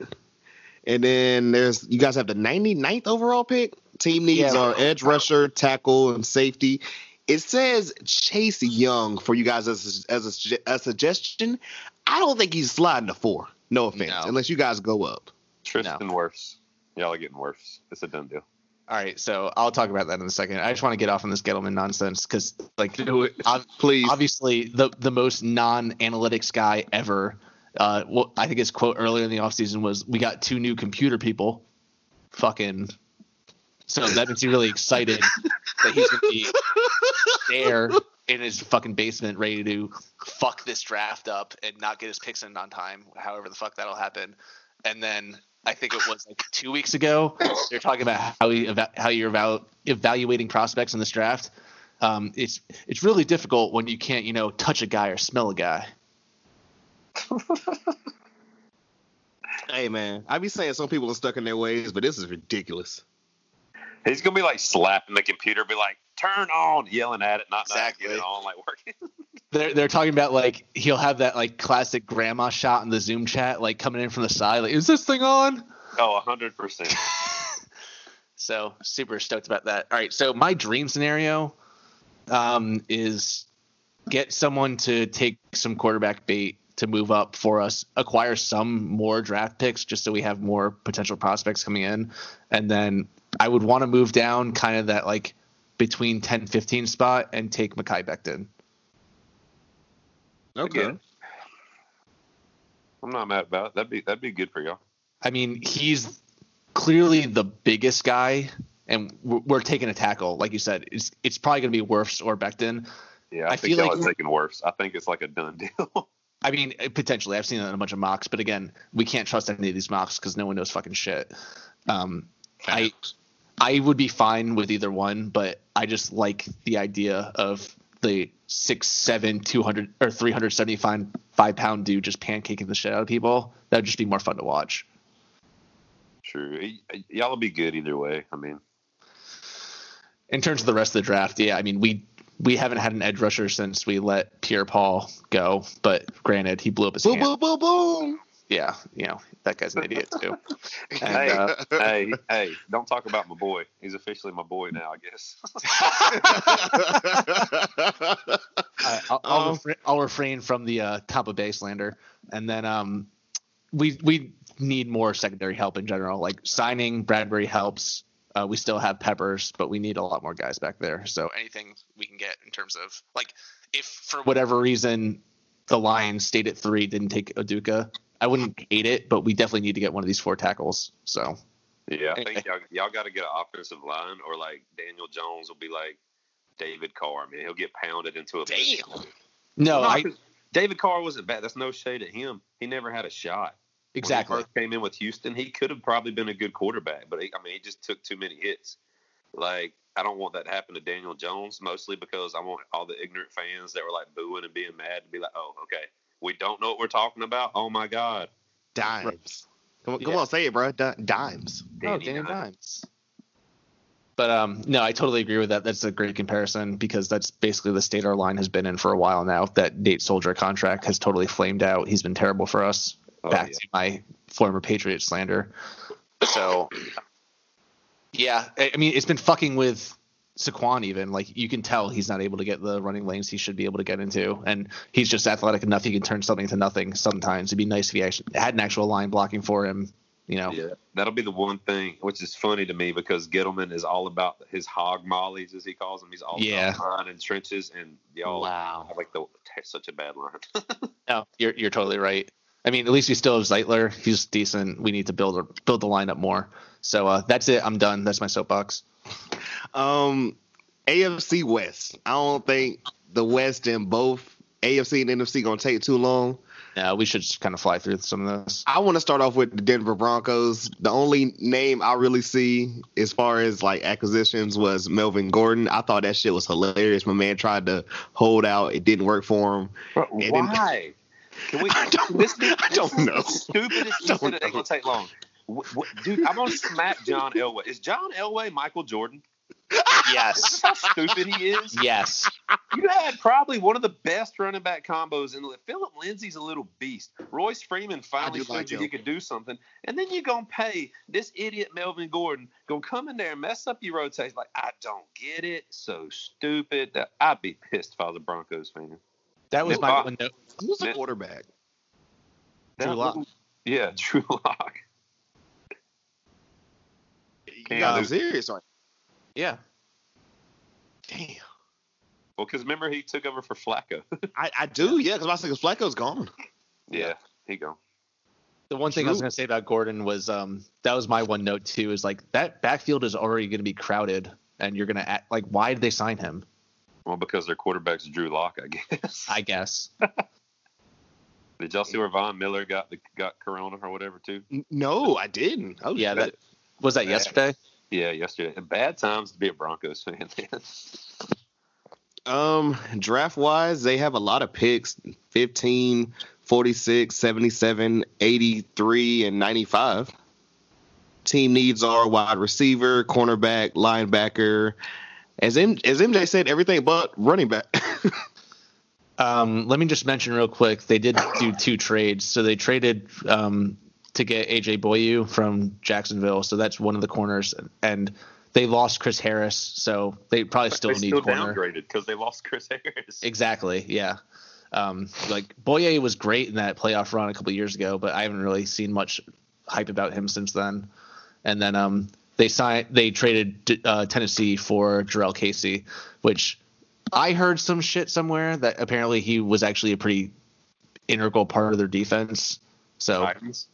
S5: And then there's you guys have the 99th overall pick. Team needs
S7: Yeah.
S5: are edge rusher, tackle, and safety. It says Chase Young for you guys as a, as a, sugge- a suggestion. I don't think he's sliding to four. No offense,
S7: No.
S5: unless you guys go up.
S6: Tristan Wirfs. Y'all are getting Wirfs. It's a done deal.
S7: All right, so I'll talk about that in a second. I just want to get off on this Gettleman nonsense because, like, ob-
S5: Please,
S7: obviously the the most non-analytics guy ever. Uh, well, I think his quote earlier in the offseason was, "We got two new computer people." Fucking. So that makes me really excited that he's gonna be there in his fucking basement, ready to fuck this draft up and not get his picks in on time. However, the fuck that'll happen. And then I think it was like two weeks ago, they're talking about how he eva- how you're eval- evaluating prospects in this draft. Um, it's it's really difficult when you can't you know touch a guy or smell a guy.
S5: Hey man, I be saying some people are stuck in their ways, but this is ridiculous.
S6: He's gonna be like slapping the computer, be like, "Turn on!" yelling at it, not exactly.
S5: Exactly.
S6: it on, like working.
S7: They're they're talking about like he'll have that like classic grandma shot in the Zoom chat, like coming in from the side, like is this thing on?
S6: Oh, hundred percent.
S7: So super stoked about that. All right, so my dream scenario um, is get someone to take some quarterback bait to move up for us, acquire some more draft picks just so we have more potential prospects coming in, and then I would want to move down kind of that like between 10 15 spot and take Mackay Becton.
S5: Okay.
S6: Again. I'm not mad about it. That'd be that'd be good for y'all.
S7: I mean, he's clearly the biggest guy, and we're, we're taking a tackle, like you said. It's it's probably going to be Werfs or Becton.
S6: Yeah, I,
S7: I
S6: think
S7: feel
S6: y'all
S7: like-
S6: are taking worse. I think it's like a done deal.
S7: I mean, eh, potentially. I've seen it in a bunch of mocks, but again, we can't trust any of these mocks because no one knows fucking shit. Um, I I would be fine with either one, but I just like the idea of the six, seven, two hundred or three hundred seventy five five pound dude just pancaking the shit out of people. That would just be more fun to watch.
S6: True. Y- Y'all will be good either way. I mean,
S7: In terms of the rest of the draft, yeah, I mean we we haven't had an edge rusher since we let Pierre Paul go, but granted, he blew up his
S5: Boom,
S7: hand.
S5: boom, boom, boom.
S7: yeah, you know that guy's an idiot too. And,
S6: hey,
S7: uh,
S6: hey, hey! Don't talk about my boy. He's officially my boy now, I guess.
S7: I, I'll, I'll,
S8: Um,
S7: refra- I'll refrain from the uh, top of baselander, and then um, we we need more secondary help in general. Like signing Bradbury helps. Uh, we still have Peppers, but we need a lot more guys back there. So anything we can get in terms of like, if for whatever reason the Lions stayed at three, didn't take Oduka, I wouldn't hate it, but we definitely need to get one of these four tackles. So
S6: yeah, I think y'all, y'all got to get an offensive line, or like Daniel Jones will be like David Carr. Man, he'll get pounded into a
S7: no,
S6: No,
S7: I
S6: 'cause David Carr wasn't bad. That's no shade at him. He never had a shot.
S7: exactly.
S6: When he first came in with Houston, he could have probably been a good quarterback, but he, I mean, he just took too many hits. Like, I don't want that to happen to Daniel Jones, mostly because I want all the ignorant fans that were like booing and being mad to be like, oh, okay, we don't know what we're talking about. Oh my God.
S8: Dimes. Come on, come
S7: Yeah.
S8: on, say it, bro. Di- dimes.
S7: Oh,
S6: Danny
S7: Daniel
S6: Dimes.
S7: Dimes. But um, no, I totally agree with that. That's a great comparison because that's basically the state our line has been in for a while now. That Nate Soldier contract has totally flamed out. He's been terrible for us.
S6: Oh,
S7: back
S6: yeah.
S7: to my former Patriot slander. So, yeah, I, I mean, it's been fucking with Saquon. Even like you can tell he's not able to get the running lanes he should be able to get into, and he's just athletic enough he can turn something to nothing. Sometimes it'd be nice if he actually had an actual line blocking for him. You know,
S6: Yeah, that'll be the one thing, which is funny to me because Gettleman is all about his hog mollies, as he calls them. He's all
S7: Yeah.
S6: about line and trenches, and y'all
S7: Wow.
S6: have like the such a bad line.
S7: No, you're you're totally right. I mean, at least we still have Zeitler. He's decent. We need to build build the lineup more. So uh, that's it. I'm done. That's my soapbox.
S8: Um, AFC West. I don't think the West and both AFC and NFC gonna take too long.
S7: Yeah, Uh, we should just kind of fly through some of this.
S8: I want to start off with the Denver Broncos. The only name I really see as far as like acquisitions was Melvin Gordon. I thought that shit was hilarious. My man tried to hold out, it didn't work for him. It didn't-
S6: Why? Can we?
S8: I don't-
S6: this, this,
S8: I don't
S6: this is
S8: know.
S6: The stupidest.
S8: I don't
S6: shit that ain't
S8: know.
S6: gonna take long. Wh- wh- dude, I'm gonna smack John Elway. Is John Elway Michael Jordan? Is
S7: Yes,
S6: this how stupid he is?
S7: yes.
S6: You had probably one of the best running back combos in the Philip Lindsay's a little beast. Royce Freeman finally
S8: do
S6: showed
S8: like
S6: you
S8: him.
S6: he could do something. And then you're gonna pay this idiot Melvin Gordon gonna come in there and mess up your rotates. Like, I don't get it. So stupid. That I'd be pissed if I was a Broncos fan.
S7: That was my window.
S8: Who's the
S6: Man.
S8: quarterback?
S6: That
S7: Drew Lock.
S6: little- Yeah, Drew Lock.
S8: You
S6: Yeah,
S8: guys
S6: Luke.
S8: serious? Right?
S7: Yeah,
S8: Damn.
S6: Well, because remember he took over for Flacco.
S8: I, I do, yeah, because my second Flacco's gone.
S6: yeah, he gone.
S7: the one thing I was
S8: True.
S7: going to say about Gordon was um, that was my one note too. Is like that backfield is already going to be crowded, and you're going to act like why did they sign him?
S6: Well, because their quarterback's Drew Lock, I guess.
S7: I guess.
S6: Did y'all see where Von Miller got the got Corona or whatever too?
S8: N- No, I didn't. Oh,
S7: Yeah,
S8: shit.
S7: that was that yesterday.
S6: Yeah, yesterday. Bad times to be a Broncos fan. man.
S8: Um, draft wise, they have a lot of picks 15, 46, 77, 83, and 95. Team needs are wide receiver, cornerback, linebacker. As, M- as MJ said, everything but running back.
S7: Um, let me just mention real quick, they did do two trades. So they traded um, to get AJ Boyu from Jacksonville. So that's one of the corners, and they lost Chris Harris. So they probably still
S6: they
S7: need
S6: still
S7: corner.
S6: downgraded because they lost Chris Harris.
S7: Exactly. Yeah. Um, like Boye was great in that playoff run a couple years ago, but I haven't really seen much hype about him since then. And then um, they signed, they traded uh, Tennessee for Jarrell Casey, which I heard some shit somewhere that apparently he was actually a pretty integral part of their defense. So
S6: Titans.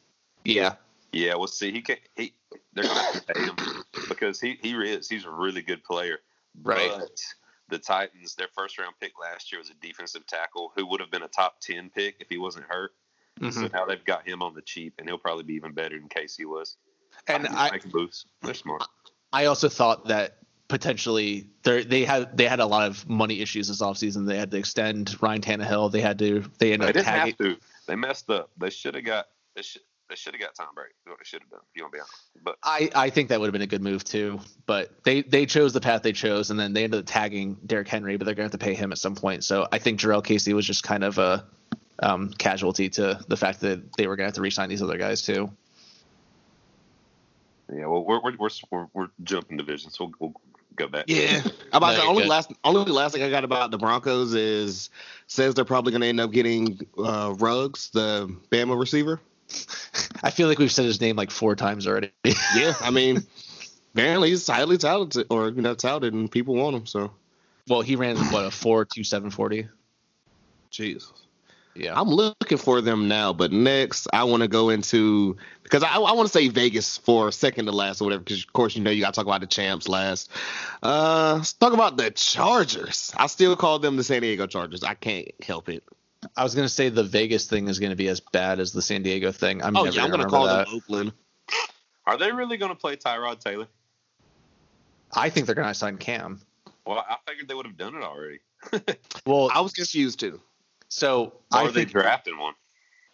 S7: yeah,
S6: Yeah, well, see, he can he they're gonna have to pay him because he he is he's a really good player.
S7: Right.
S6: But the Titans, their first round pick last year was a defensive tackle who would have been a top ten pick if he wasn't hurt. So
S7: Mhm.
S6: now they've got him on the cheap, and he'll probably be even better than Casey was.
S7: and
S6: think
S7: I,
S6: they make moves. They're smart.
S7: I also thought that potentially they they had they had a lot of money issues this offseason. They had to extend Ryan Tannehill. They had to they
S6: They
S7: ended up
S6: didn't
S7: tagging.
S6: have to. They messed up. They should have got. They should. They should have got Tom Brady. Is what they should have done. If you want to be honest, but
S7: I, I think that would have been a good move too, but they, they chose the path they chose, and then they ended up tagging Derrick Henry, but they're going to have to pay him at some point. So I think Jarrell Casey was just kind of a um, casualty to the fact that they were going to have to re-sign these other guys too.
S6: Yeah, well, we're we're we're, we're, we're jumping divisions. We'll we'll go back.
S5: Yeah, uh, about
S7: No,
S5: the
S7: you're
S5: only
S7: good.
S5: last only last thing I got about the Broncos is says they're probably going to end up getting uh, Ruggs, the Bama receiver.
S7: I feel like we've said his name like four times already.
S5: Yeah, I mean, apparently he's highly talented, or you know, touted, and people want him. So,
S7: well, he ran what a four two seven forty.
S5: Jesus.
S7: Yeah,
S5: I'm looking for them now, but next I want to go into because I, I want to say Vegas for second to last or whatever. Because of course you know you got to talk about the champs last. Uh, let's talk about the Chargers. I still call them the San Diego Chargers. I can't help it.
S7: I was going to say the Vegas thing is going to be as bad as the San Diego thing. I'm
S5: Oh
S7: never
S5: yeah, I'm
S7: going to
S5: call
S7: that.
S5: them Oakland.
S6: Are they really going to play Tyrod Taylor?
S7: I think they're going to sign Cam.
S6: Well, I figured they would have done it already.
S7: Well,
S5: I was confused too.
S7: so
S6: Or
S7: I
S6: they
S7: think
S6: drafted one.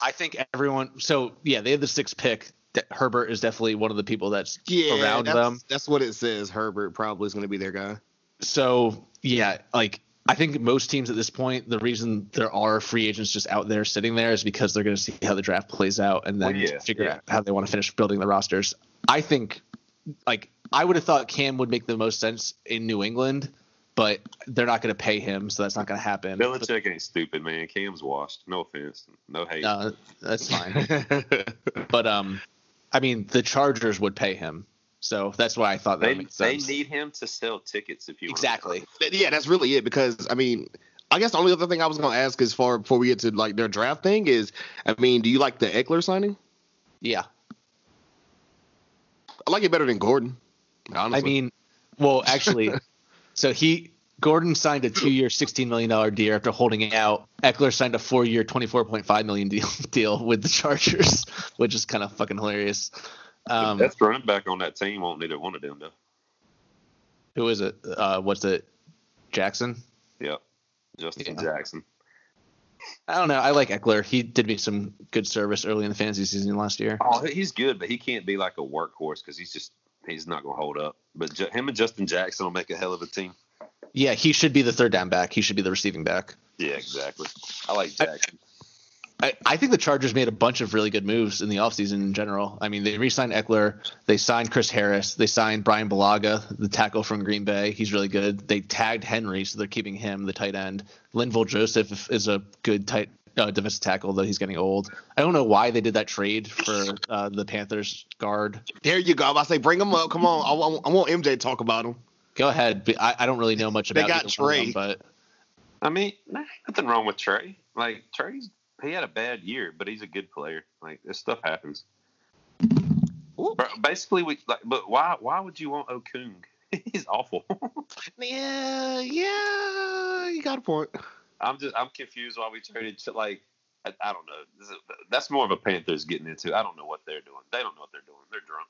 S7: I think everyone. So yeah, they have the sixth pick. De- Herbert is definitely one of the people that's
S5: Yeah,
S7: around
S5: that's,
S7: them.
S5: that's what it says. Herbert probably is going to be their guy.
S7: So yeah, like I think most teams at this point, the reason there are free agents just out there sitting there is because they're going to see how the draft plays out and then
S6: Well, yeah,
S7: figure
S6: yeah.
S7: out how they want to finish building the rosters. I think, like I would have thought Cam would make the most sense in New England, but they're not going to pay him, so that's not going to happen.
S6: Belichick ain't stupid, man. Cam's washed. No offense. No hate.
S7: No, uh, that's fine. but um, I mean, the Chargers would pay him, so that's why I thought that
S6: they
S7: makes
S6: they
S7: sense.
S6: need him to sell tickets if you want
S7: exactly.
S5: yeah, that's really it. Because I mean, I guess the only other thing I was going to ask is far before we get to like their draft thing is, I mean, do you like the Eckler signing?
S7: Yeah.
S5: I like it better than Gordon. Honestly.
S7: I mean, well, actually, so he Gordon signed a two-year, sixteen million dollar deal after holding out. Eckler signed a four-year, twenty-four point five million deal deal with the Chargers, which is kind of fucking hilarious. Um,
S6: That's running back on that team won't need it one of them though.
S7: who is it? Uh, what's it? Jackson?
S6: Yep. Justin
S7: Yeah.
S6: Jackson.
S7: I don't know. I like Eckler. He did me some good service early in the fantasy season last year.
S6: Oh, he's good, but he can't be like a workhorse because he's just he's not gonna hold up. But ju- him and Justin Jackson will make a hell of a team.
S7: Yeah, he should be the third down back. He should be the receiving back.
S6: Yeah, exactly. I like
S7: I-
S6: Jackson.
S7: I, I think the Chargers made a bunch of really good moves in the offseason in general. I mean, they re signed Eckler, they signed Chris Harris, they signed Brian Balaga, the tackle from Green Bay. He's really good. They tagged Henry, so they're keeping him, the tight end. Linville Joseph is a good tight uh, defensive tackle, though he's getting old. I don't know why they did that trade for uh, the Panthers guard.
S5: there you go. I say, bring him up. Come on, I, want- I want MJ to talk about him.
S7: Go ahead. but I, I don't really know much
S5: They
S7: about
S5: got
S7: either one of
S5: Trey.
S7: them, but
S6: I mean, nah, nothing wrong with Trey. Like Trey's he had a bad year, but he's a good player. Like this stuff happens. Bro, basically, we like, but why? Why would you want Okung? he's awful.
S5: Yeah, yeah, you got a point.
S6: I'm just I'm confused why we traded shit like I, I don't know. This is- That's more of a Panthers getting into. I don't know what they're doing. They don't know what they're doing. They're drunk.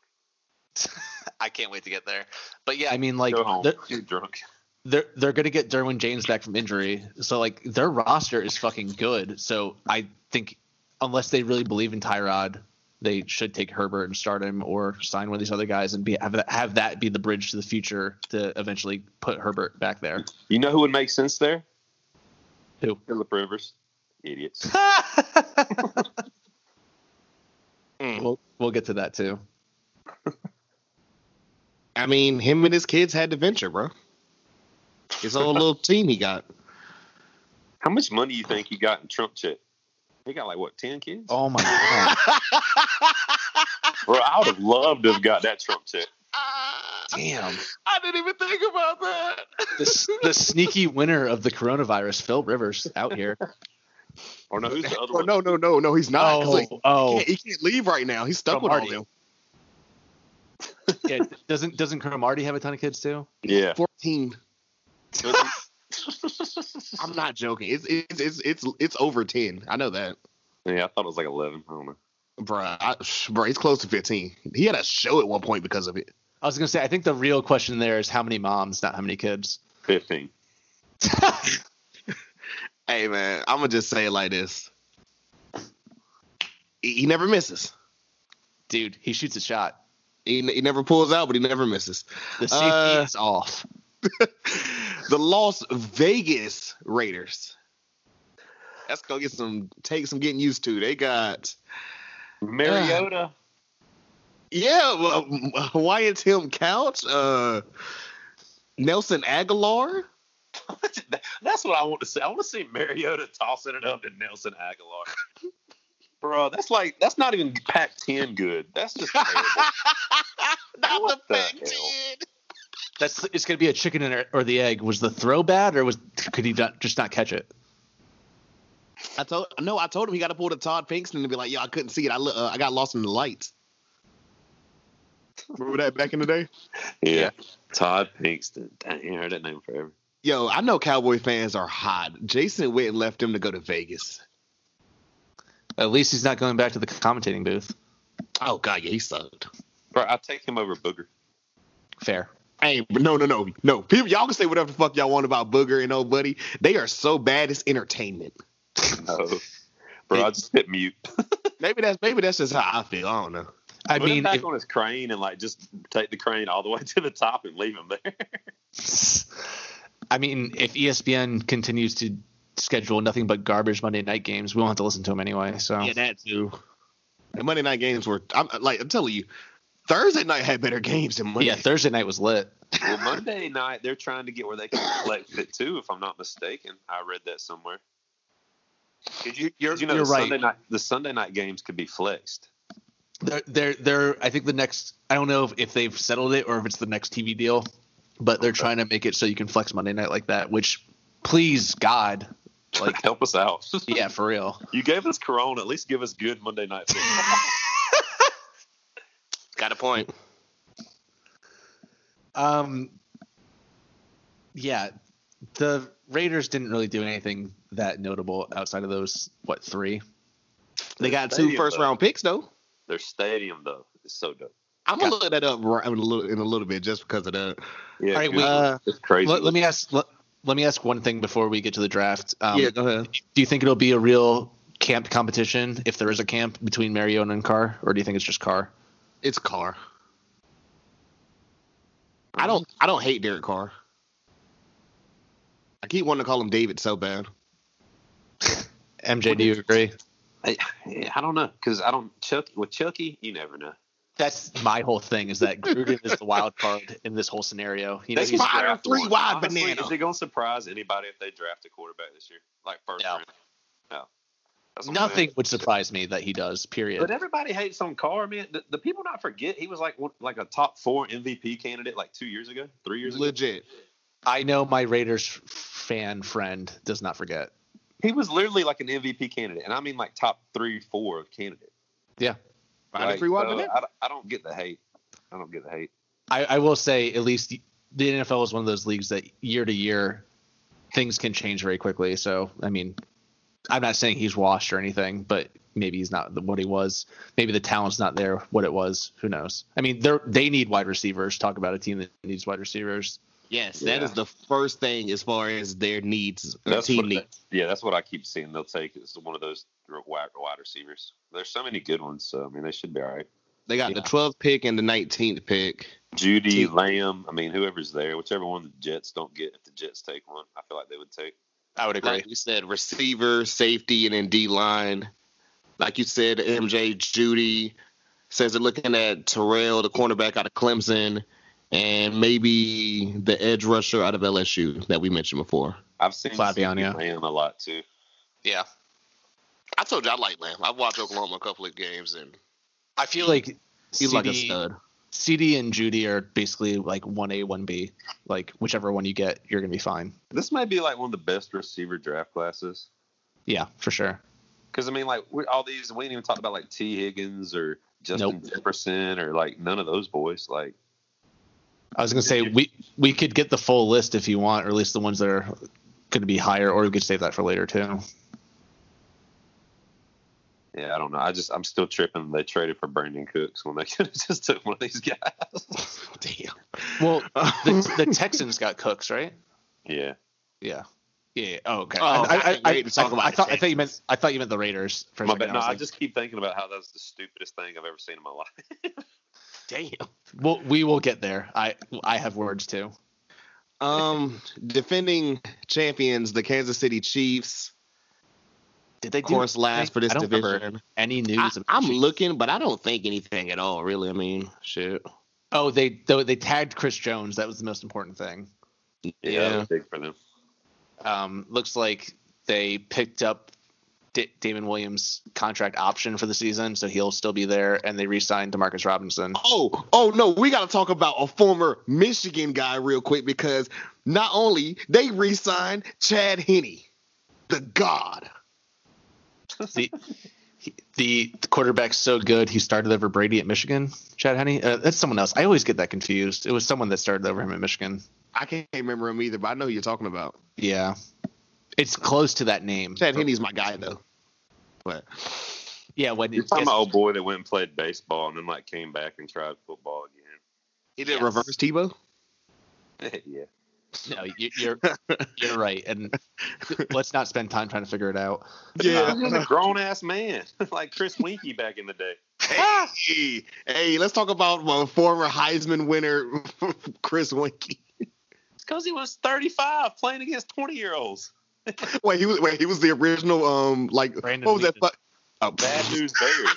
S7: I can't wait to get there. But yeah, I mean, like,
S6: Go home.
S7: they're-
S6: You're drunk.
S7: they're they're gonna get Derwin James back from injury. So like their roster is fucking good. So I think unless they really believe in Tyrod, they should take Herbert and start him or sign one of these other guys and be have that, have that be the bridge to the future to eventually put Herbert back there.
S6: You know who would make sense there?
S7: Who?
S6: Philip Rivers. Idiots.
S7: We'll we'll get to that too.
S5: I mean, him and his kids had to venture, bro. His own little team he got.
S6: How much money you think he got in Trump check? He got like what ten kids?
S7: Oh my god.
S6: Bro, I would have loved to have got that Trump check.
S7: Damn.
S5: Ah, I didn't even think about that.
S7: This the sneaky winner of the coronavirus, Phil Rivers, out here.
S6: Or no, who's the other
S5: Oh,
S6: one?
S5: no, no, no, no, he's not. 'cause, like,
S7: oh.
S5: he, can't, he can't leave right now. He's stuck
S7: From
S5: with all
S7: Hardy.
S5: them.
S7: Yeah, doesn't doesn't Cromartie have a ton of kids too?
S6: Yeah.
S5: 14. I'm not joking. It's it's it's it's, it's over 10. I know that.
S6: yeah, I thought it was like eleven. I don't know.
S5: Bruh, I, bruh, he's close to 15. He had a show at one point because of it.
S7: I was gonna say, I think the real question there is how many moms, not how many kids.
S6: Fifteen.
S5: Hey man, I'm gonna just say it like this. He, he never misses.
S7: Dude, he shoots a shot.
S5: He, he never pulls out, but he never misses.
S7: The safety
S5: Uh,
S7: is off.
S5: The Las Vegas Raiders. That's gonna get some take some getting used to. They got
S6: Mariota.
S5: yeah, well, Wyatt Tim Couch, uh, Nelson Aguilar.
S6: that's what I want to see. I want to see Mariota tossing it up to Nelson Aguilar. Bro, that's like that's not even Pac-10 good. That's just terrible.
S5: Not
S6: What
S5: the
S6: the
S5: fact
S6: hell?
S5: kid.
S7: That's it's gonna be a chicken and or- or the egg. Was the throw bad, or was could he not, just not catch it?
S5: I told no, I told him he got to pull the Todd Pinkston and be like, "Yo, I couldn't see it. I lo- uh, I got lost in the lights." Remember that back in the day?
S6: yeah. Todd Pinkston. Dang, you heard that name forever.
S5: Yo, I know Cowboy fans are hot. Jason Witten left him to go to Vegas.
S7: At least he's not going back to the commentating booth.
S5: Oh God, yeah, he sucked.
S6: Bro, I take him over Booger.
S7: Fair.
S5: Hey, but no, no, no, no. People, y'all can say whatever the fuck y'all want about Booger and old buddy. They are so bad. It's entertainment.
S6: No. Bro, I just hit mute.
S5: Maybe that's maybe that's just how I feel. I don't know.
S7: I
S6: Put him
S7: mean,
S6: back
S7: if-
S6: on his crane and like just take the crane all the way to the top and leave him there.
S7: I mean, if E ESPN continues to schedule nothing but garbage Monday night games, we won't have to listen to them anyway. So
S5: Yeah, that too. The Monday night games were. I'm like, I'm telling you, Thursday night had better games than Monday.
S7: yeah, Thursday night was lit.
S6: well, Monday night they're trying to get where they can collect it too. If I'm not mistaken, I read that somewhere. Did you?
S7: You're-
S6: 'cause you know,
S7: you're
S6: the
S7: right.
S6: Sunday night, the Sunday night games could be flexed.
S7: They're, they're they're I think the next I don't know if, if they've settled it or if it's the next TV deal, but they're trying to make it so you can flex Monday night like that. Which, please God,
S6: Like, help us out.
S7: yeah, for real.
S6: You gave us Corona. At least give us good Monday night. football.
S5: Got a point.
S7: Um, yeah, the Raiders didn't really do anything that notable outside of those what three.
S5: They got
S6: Their
S5: two
S6: stadium,
S5: first
S6: though.
S5: round picks though.
S6: Their stadium though is so dope.
S5: I'm gonna look that up right- in a little in a little bit just because of that.
S6: Yeah,
S7: All right,
S6: good.
S7: we-
S5: Uh,
S6: it's crazy.
S7: Let, let me ask. Let, let me ask one thing before we get to the draft. Um,
S5: yeah, go ahead.
S7: Do you think it'll be a real camp competition if there is a camp between Mariota and Carr, or do you think it's just Carr?
S5: It's Carr. I don't I don't hate Derek Carr. I keep wanting to call him David so bad.
S7: MJ, do you agree?
S6: I, I don't know because I don't Chucky with Chucky. You never know.
S7: That's my whole thing. Is that Gruden is the wild card in this whole scenario? You know,
S5: That's
S7: he's-
S5: fine. fire
S6: draft
S5: three
S6: one.
S5: wide
S6: Honestly,
S5: banana.
S6: Is it going to surprise anybody if they draft a quarterback this year? Like first
S7: No.
S6: round? No. That's what I'm
S7: nothing
S6: saying.
S7: would surprise me that he does. Period.
S6: But everybody hates on Carr, man. The, the people not forget he was like one, like a top four MVP candidate like two years ago, three years ago.
S5: Legit.
S7: I know my Raiders fan friend does not forget.
S6: He was literally like an MVP candidate, and I mean like top three, four of candidate.
S7: Yeah.
S5: Find
S6: Like,
S5: a three wide
S6: so
S5: banana.
S6: I, I don't get the hate. I don't get the hate.
S7: I, I will say at least the the NFL is one of those leagues that year to year things can change very quickly. So I mean, I'm not saying he's washed or anything, but maybe he's not the- what he was. Maybe the talent's not there, what it was. Who knows? I mean, they are they need wide receivers. Talk about a team that needs wide receivers.
S5: Yes, that
S6: Yeah.
S5: is the first thing as far as their needs, their
S6: That's
S5: team
S6: what,
S5: needs.
S6: yeah, that's what I keep seeing. They'll take is one of those wide, wide receivers. There's so many good ones, so I mean they should be all right.
S5: They got the
S7: Yeah.
S5: 12th pick and the 19th pick.
S6: Judy,
S5: Team.
S6: Lamb. I mean, whoever's there, whichever one the Jets don't get, if the Jets take one, I feel like they would take.
S7: I would
S5: Like you said, receiver, safety, and then D line. Like you said, MJ Judy says they're looking at Terrell, the cornerback out of Clemson, and maybe the edge rusher out of LSU that we mentioned before.
S6: I've seen
S7: Flavian, yeah.
S6: Lamb a lot too.
S7: Yeah.
S5: I told you I like Lamb. I've watched Oklahoma a couple of games and
S7: I feel like
S5: he's like a
S7: CD
S5: stud.
S7: CD and Judy are basically like one A, one B. Like whichever one you get, you're gonna be fine.
S6: This might be like one of the best receiver draft classes.
S7: Yeah, for sure.
S6: Because I mean, like we, all these, we ain't even talked about like T. Higgins or Justin Jefferson or like none of those boys. Like,
S7: I was gonna say we we could get the full list if you want, or at least the ones that are going to be higher, or we could save that for later too.
S6: yeah, I don't know. I just, I'm still tripping. They traded for Brandon Cooks when they could have just took one of these guys.
S5: Damn.
S7: Well, the, the Texans got Cooks, right?
S6: yeah.
S7: Yeah. Yeah. yeah. Oh, okay.
S5: Oh, I can't wait to talk about
S7: I
S5: the
S7: thought I thought you meant I thought you meant the Raiders. For a
S6: My
S7: second.
S6: bad.
S7: I
S6: No,
S7: was
S6: I
S7: like,
S6: just keep thinking about how that's the stupidest thing I've ever seen in my life.
S5: Damn.
S7: well, we will get there. I I have words too.
S5: Um, defending champions, the Kansas City Chiefs,
S7: Did they
S9: Of course,
S7: do
S9: last for this
S7: I don't remember
S9: division.
S7: any news?
S9: I,
S7: of-
S9: I'm looking, but I don't think anything at all. Really, I mean, shit.
S7: Oh, they though they tagged Chris Jones. That was the most important thing.
S9: Yeah.
S6: that was big for them.
S7: Um, looks like they picked up D- Damon Williams' contract option for the season, so he'll still be there. And they re-signed Demarcus Robinson.
S5: Oh, oh no, we got to talk about a former Michigan guy real quick because not only they re-signed Chad Henney, the god.
S7: the the quarterback's so good he started over Brady at Michigan. Chad Henney, uh, that's someone else. I always get that confused. It was someone that started over him at Michigan.
S5: I can't remember him either, but I know who you're talking about.
S7: Yeah, it's close to that name.
S5: Chad Henney's my guy though. But
S7: Yeah, when
S6: You're talking about old boy that went and played baseball and then like came back and tried football
S5: he did
S7: Yes.
S5: reverse Tebow.
S6: again. yeah.
S7: no, you, you're you're right, and let's not spend time trying to figure it out. Uh,
S6: He was a grown ass man, like Chris Winky back in the day.
S5: hey, hey, let's talk about my former Heisman winner, Chris Winky.
S6: It's because he was 35 playing against 20 year olds.
S5: Wait, he was wait, he was the original um like
S7: Brandon
S5: what was that?
S7: Legion.
S5: Fuck? Oh,
S6: Bad news bears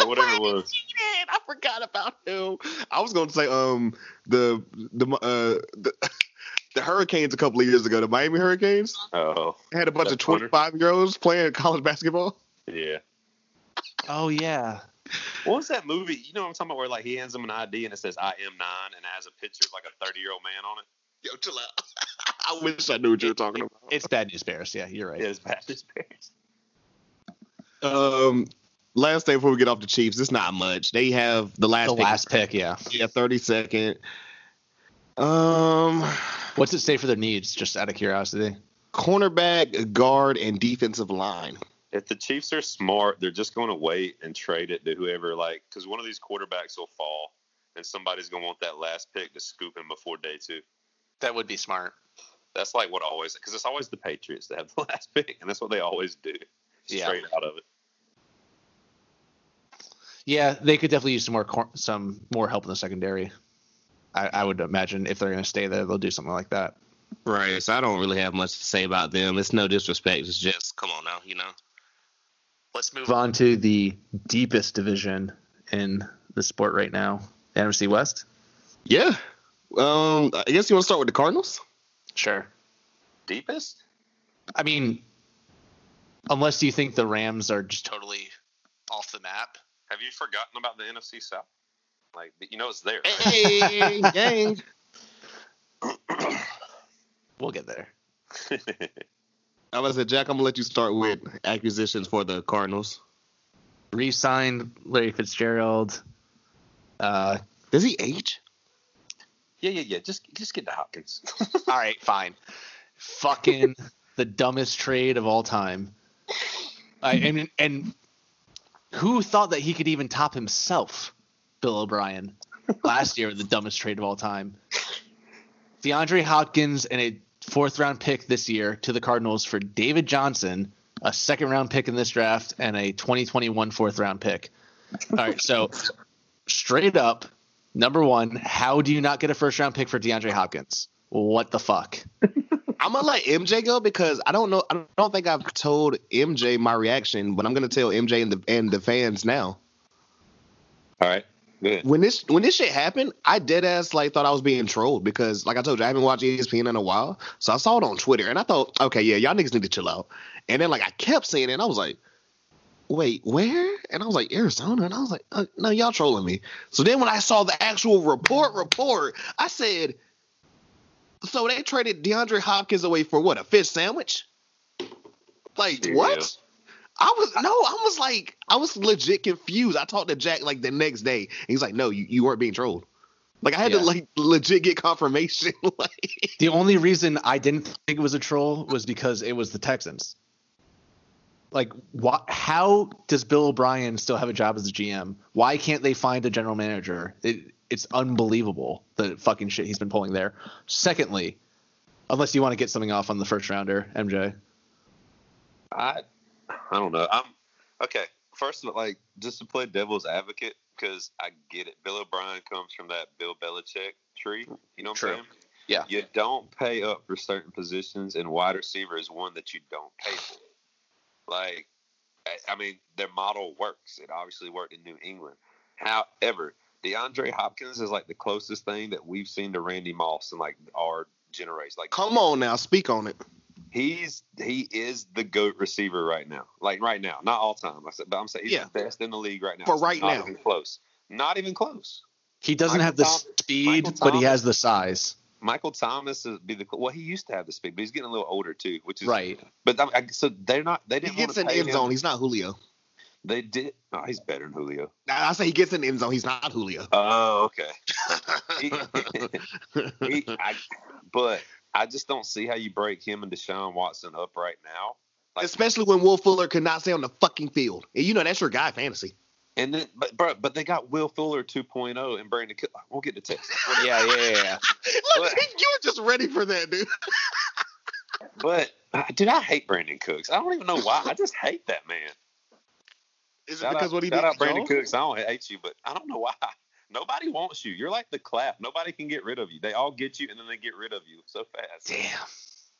S6: or whatever it was.
S5: Man, I forgot about him. I was gonna say um the the uh the, the Hurricanes a couple of years ago, the Miami Hurricanes
S6: Oh
S5: had a bunch of
S6: That's funny.
S5: twenty five year olds playing college basketball.
S6: yeah.
S7: Oh yeah,
S6: What was that movie? You know what I'm talking about? Where like he hands him an ID and it says I am nine and it has a picture of like a 30 year old man on it.
S5: Yo, chill out. I wish I knew what you were talking about.
S7: it's bad news bears. Yeah, you're right.
S6: It was bad news bears.
S5: Um, last thing before we get off the Chiefs, it's not much. They have the last
S7: the
S5: pick.
S7: last pick. Yeah,
S5: yeah, thirty second. Um,
S7: what's it say for their needs? Just out of curiosity.
S5: cornerback, guard, and defensive line.
S6: If the Chiefs are smart, they're just going to wait and trade it to whoever, like, because one of these quarterbacks will fall and somebody's going to want that last pick to scoop him before day two.
S7: That would be smart.
S6: That's like what always, because it's always the Patriots that have the last pick, and that's what they always do.
S7: Yeah.
S6: Straight out of it.
S7: Yeah, they could definitely use some more cor- some more help in the secondary. I, I would imagine if they're going to stay there, they'll do something like that.
S9: Right. So I don't really have much to say about them. It's no disrespect. It's just come on now, you know.
S7: Let's move on to the deepest division in the sport right now, the NFC West.
S5: Yeah. Um, I guess you want to start with the Cardinals.
S7: Sure.
S6: Deepest?
S7: I mean, unless you think the Rams are just totally off the map.
S6: Have you forgotten about the NFC South? Like, you know it's there. right?
S5: Hey, gang.
S7: We'll get there.
S5: I was say, Jack, I'm gonna let you start with acquisitions for the Cardinals.
S7: Re-signed Larry Fitzgerald. Uh,
S5: Does he age?
S6: yeah, yeah, yeah. Just, just get to Hopkins.
S7: all right, fine. Fucking the dumbest trade of all time. I and and who thought that he could even top himself, Bill O'Brien, last year with the dumbest trade of all time. DeAndre Hopkins and a fourth round pick this year to the Cardinals for David Johnson, a second round pick in this draft, and a 2021 fourth round pick. All right, so straight up, number one, how do you not get a first round pick for DeAndre Hopkins? What the fuck?
S5: I'm gonna let MJ go because I don't know. I don't think I've told MJ my reaction, but I'm gonna tell MJ and the and the fans now.
S6: All right. Good.
S5: When this when this shit happened, I dead ass like thought I was being trolled because, like I told you, I haven't watched E ESPN in a while, so I saw it on Twitter and I thought, okay, yeah, y'all niggas need to chill out. And then like I kept seeing it, and I was like, wait, where? And I was like Arizona, and I was like, uh, no, y'all trolling me. So then when I saw the actual report, report, I said, so they traded DeAndre Hopkins away for what a fish sandwich? Like
S6: Yeah.
S5: what? I was no, I was like, I was legit confused. I talked to Jack like the next day, and he's like, "No, you, you weren't being trolled." Like I had
S7: Yeah.
S5: to like legit get confirmation. like,
S7: The only reason I didn't think it was a troll was because it was the Texans. Like, why, how does Bill O'Brien still have a job as a GM? Why can't they find a general manager? It, it's unbelievable the fucking shit he's been pulling there. Secondly, unless you want to get something off on the first rounder, MJ.
S6: I, I don't know. I'm okay. First of all, like, just to play devil's advocate, because I get it. Bill O'Brien comes from that Bill Belichick tree. You know what
S7: True.
S6: I'm saying?
S7: Yeah.
S6: You don't pay up for certain positions, and wide receiver is one that you don't pay for. Like, I- I mean, their model works. It obviously worked in New England. However, DeAndre Hopkins is like the closest thing that we've seen to Randy Moss in like our generation. Like,
S5: Come on now, speak on it.
S6: he's he is the goat receiver right now. Like right now, not all time. I said, but I'm saying he's
S5: Yeah.
S6: the best in the league right now.
S5: For
S6: It's
S5: right
S6: not
S5: now.
S6: even close. Not even close.
S7: He doesn't
S6: Michael
S7: have the
S6: Thom-
S7: speed,
S6: Michael
S7: but
S6: Thomas.
S7: he has the size.
S6: Michael Thomas is be the well. He used to have the speed, but he's getting a little older too, which is
S7: Right.
S6: But I, I, so they're not. They
S5: He
S6: didn't want
S5: gets
S6: to
S5: in
S6: pay
S5: end
S6: him.
S5: zone. He's not Julio.
S6: They did. Oh, he's better than Julio.
S5: I I say he gets in end zone. He's not Julio.
S6: Oh, okay. He- he- I- but I just don't see how you break him and Deshaun Watson up right now. Like,
S5: Especially when Will Fuller could not stay on the fucking field. And you know that's your guy fantasy.
S6: and then, but bro, but they got Will Fuller 2.0 and Brandon. Cook. We'll get to Texas. Well, yeah, yeah, yeah, yeah.
S5: Look, you were just ready for that, dude.
S6: But uh, dude, I hate Brandon Cooks. I don't even know why. I just hate that man.
S5: Is it
S6: Shout
S5: because
S6: out,
S5: what he
S6: shout
S5: did?
S6: out
S5: to
S6: Brandon
S5: Jones?
S6: Cooks. I don't hate you, but I don't know why. Nobody wants you. You're like the clap. Nobody can get rid of you. They all get you, and then they get rid of you so fast.
S7: Damn.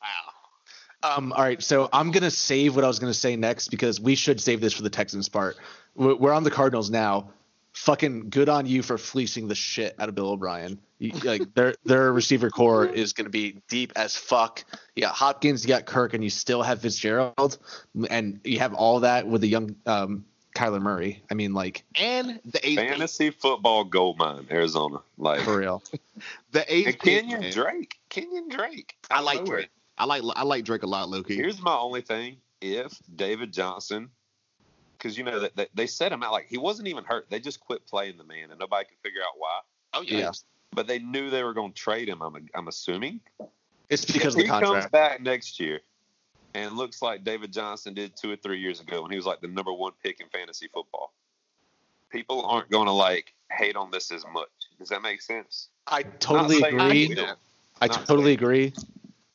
S7: Wow. Um, all right, so I'm gonna save what I was gonna say next because we should save this for the Texans part. We're, we're on the Cardinals now. Fucking good on you for fleecing the shit out of Bill O'Brien. You- like their their receiver core is gonna be deep as fuck. You got Hopkins, you got Kirk, and you still have Fitzgerald, and you have all that with the young um, Kyler Murray. I mean, like
S5: And the eighth pick.
S6: Fantasy football gold mine, Arizona. Like
S7: for real.
S5: The eighth
S6: and
S5: pick,
S6: Kenyon
S5: man.
S6: Drake. Kenyon Drake.
S5: I
S6: Out of
S5: like
S6: nowhere.
S5: Drake. I like I like Drake a lot, Loki.
S6: Here's my only thing: if David Johnson, because you know that that- they set him out like he wasn't even hurt. They just quit playing the man, and nobody could figure out why.
S5: oh
S7: Yeah.
S6: But they knew they were going to trade him. I'm I'm assuming.
S7: It's because of
S6: if
S7: the
S6: he comes
S7: contract.
S6: back next year and looks like David Johnson did two or three years ago when he was like the number one pick in fantasy football, people aren't going to like hate on this as much. Does that make sense?
S7: I
S6: Not
S7: totally
S6: saying
S7: agree.
S6: we don't.
S7: I
S6: Not
S7: totally
S6: today.
S7: agree.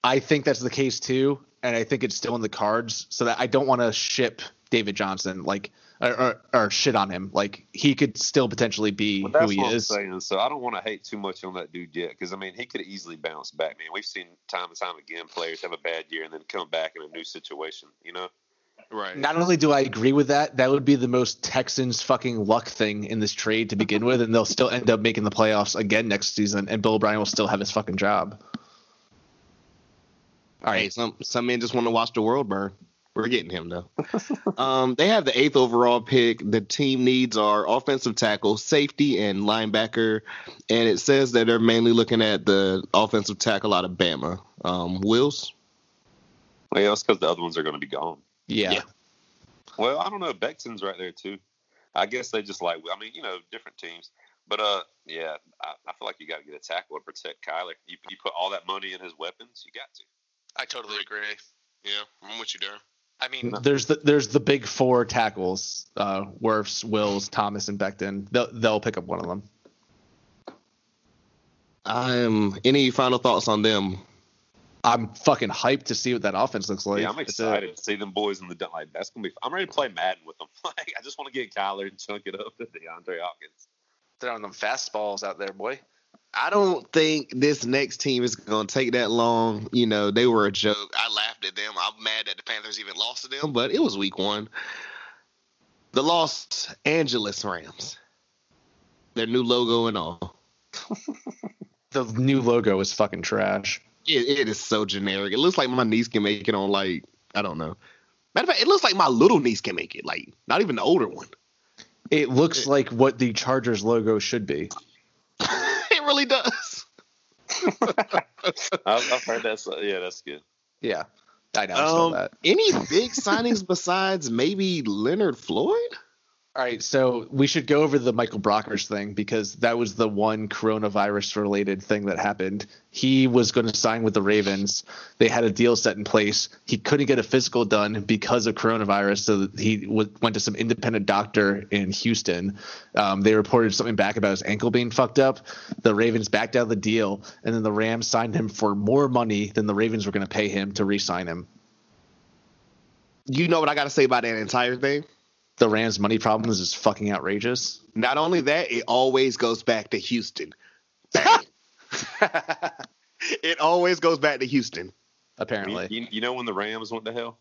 S7: I think that's the case too, and I think it's still in the cards. So that I don't want to ship David Johnson, like or, or, or shit on him. Like he could still potentially be
S6: But
S7: who
S6: that's
S7: he
S6: what
S7: is.
S6: I'm saying. So I don't want to hate too much on that dude yet, because I mean he could easily bounce back. Man, we've seen time and time again players have a bad year and then come back in a new situation. You know,
S5: Right.
S7: Not only do I agree with that, that would be the most Texans fucking luck thing in this trade to begin with, and they'll still end up making the playoffs again next season, and Bill O'Brien will still have his fucking job. All
S5: Hey,
S7: right,
S5: some some men just want to watch the world burn. We're getting him though. um, they have the eighth overall pick. The team needs are offensive tackle, safety, and linebacker. And it says that they're mainly looking at the offensive tackle out of Bama. Um, Wills.
S6: well, that's because the other ones are going to be gone.
S7: yeah.
S5: Yeah.
S6: Well, I don't know. Beckton's right there too. I guess they just like. I mean, you know, different teams. But uh, yeah, I, I feel like you got to get a tackle to protect Kyler. You, you put all that money in his weapons. You got to.
S10: I totally agree. Yeah, I'm with you, Darren. I mean,
S7: There's the there's the big four tackles: uh, Werfs, Wills, Thomas, and Becton. They'll they'll pick up one of them.
S5: Um, any final thoughts on them?
S7: I'm fucking hyped to see what that offense looks like.
S6: yeah, I'm
S7: It's uh, a-
S6: excited to see them boys in the dun- like. That's gonna be. I'm ready to play Madden with them. Like, I just want to get Kyler and chunk it up to DeAndre Hopkins.
S10: throwing them fastballs out there, boy.
S5: I don't think this next team is going to take that long. You know, they were a joke. I laughed at them. I'm mad that the Panthers even lost to them, but it was week one. The Los Angeles Rams, their new logo and all.
S7: the new logo is fucking trash.
S5: It, it is so generic. It looks like my niece can make it on, like, I don't know. Matter of fact, it looks like my little niece can make it, like, not even the older one.
S7: It looks like what the Chargers logo should be.
S5: it really does.
S6: I've, I've heard that's. uh, Yeah, that's good.
S7: Yeah, I know. I saw
S5: Um,
S7: that.
S5: any big signings besides maybe Leonard Floyd?
S7: All right, so we should go over the Michael Brockers thing because that was the one coronavirus-related thing that happened. He was going to sign with the Ravens. They had a deal set in place. He couldn't get a physical done because of coronavirus, so that he w- went to some independent doctor in Houston. Um, they reported something back about his ankle being fucked up. The Ravens backed out of the deal, and then the Rams signed him for more money than the Ravens were going to pay him to re-sign him.
S5: You know what I got to say about that entire thing?
S7: The Rams' money problem is just fucking outrageous.
S5: Not only that, it always goes back to Houston. Bang. it always goes back to Houston.
S7: Apparently,
S6: You, you, you know when the Rams went to hell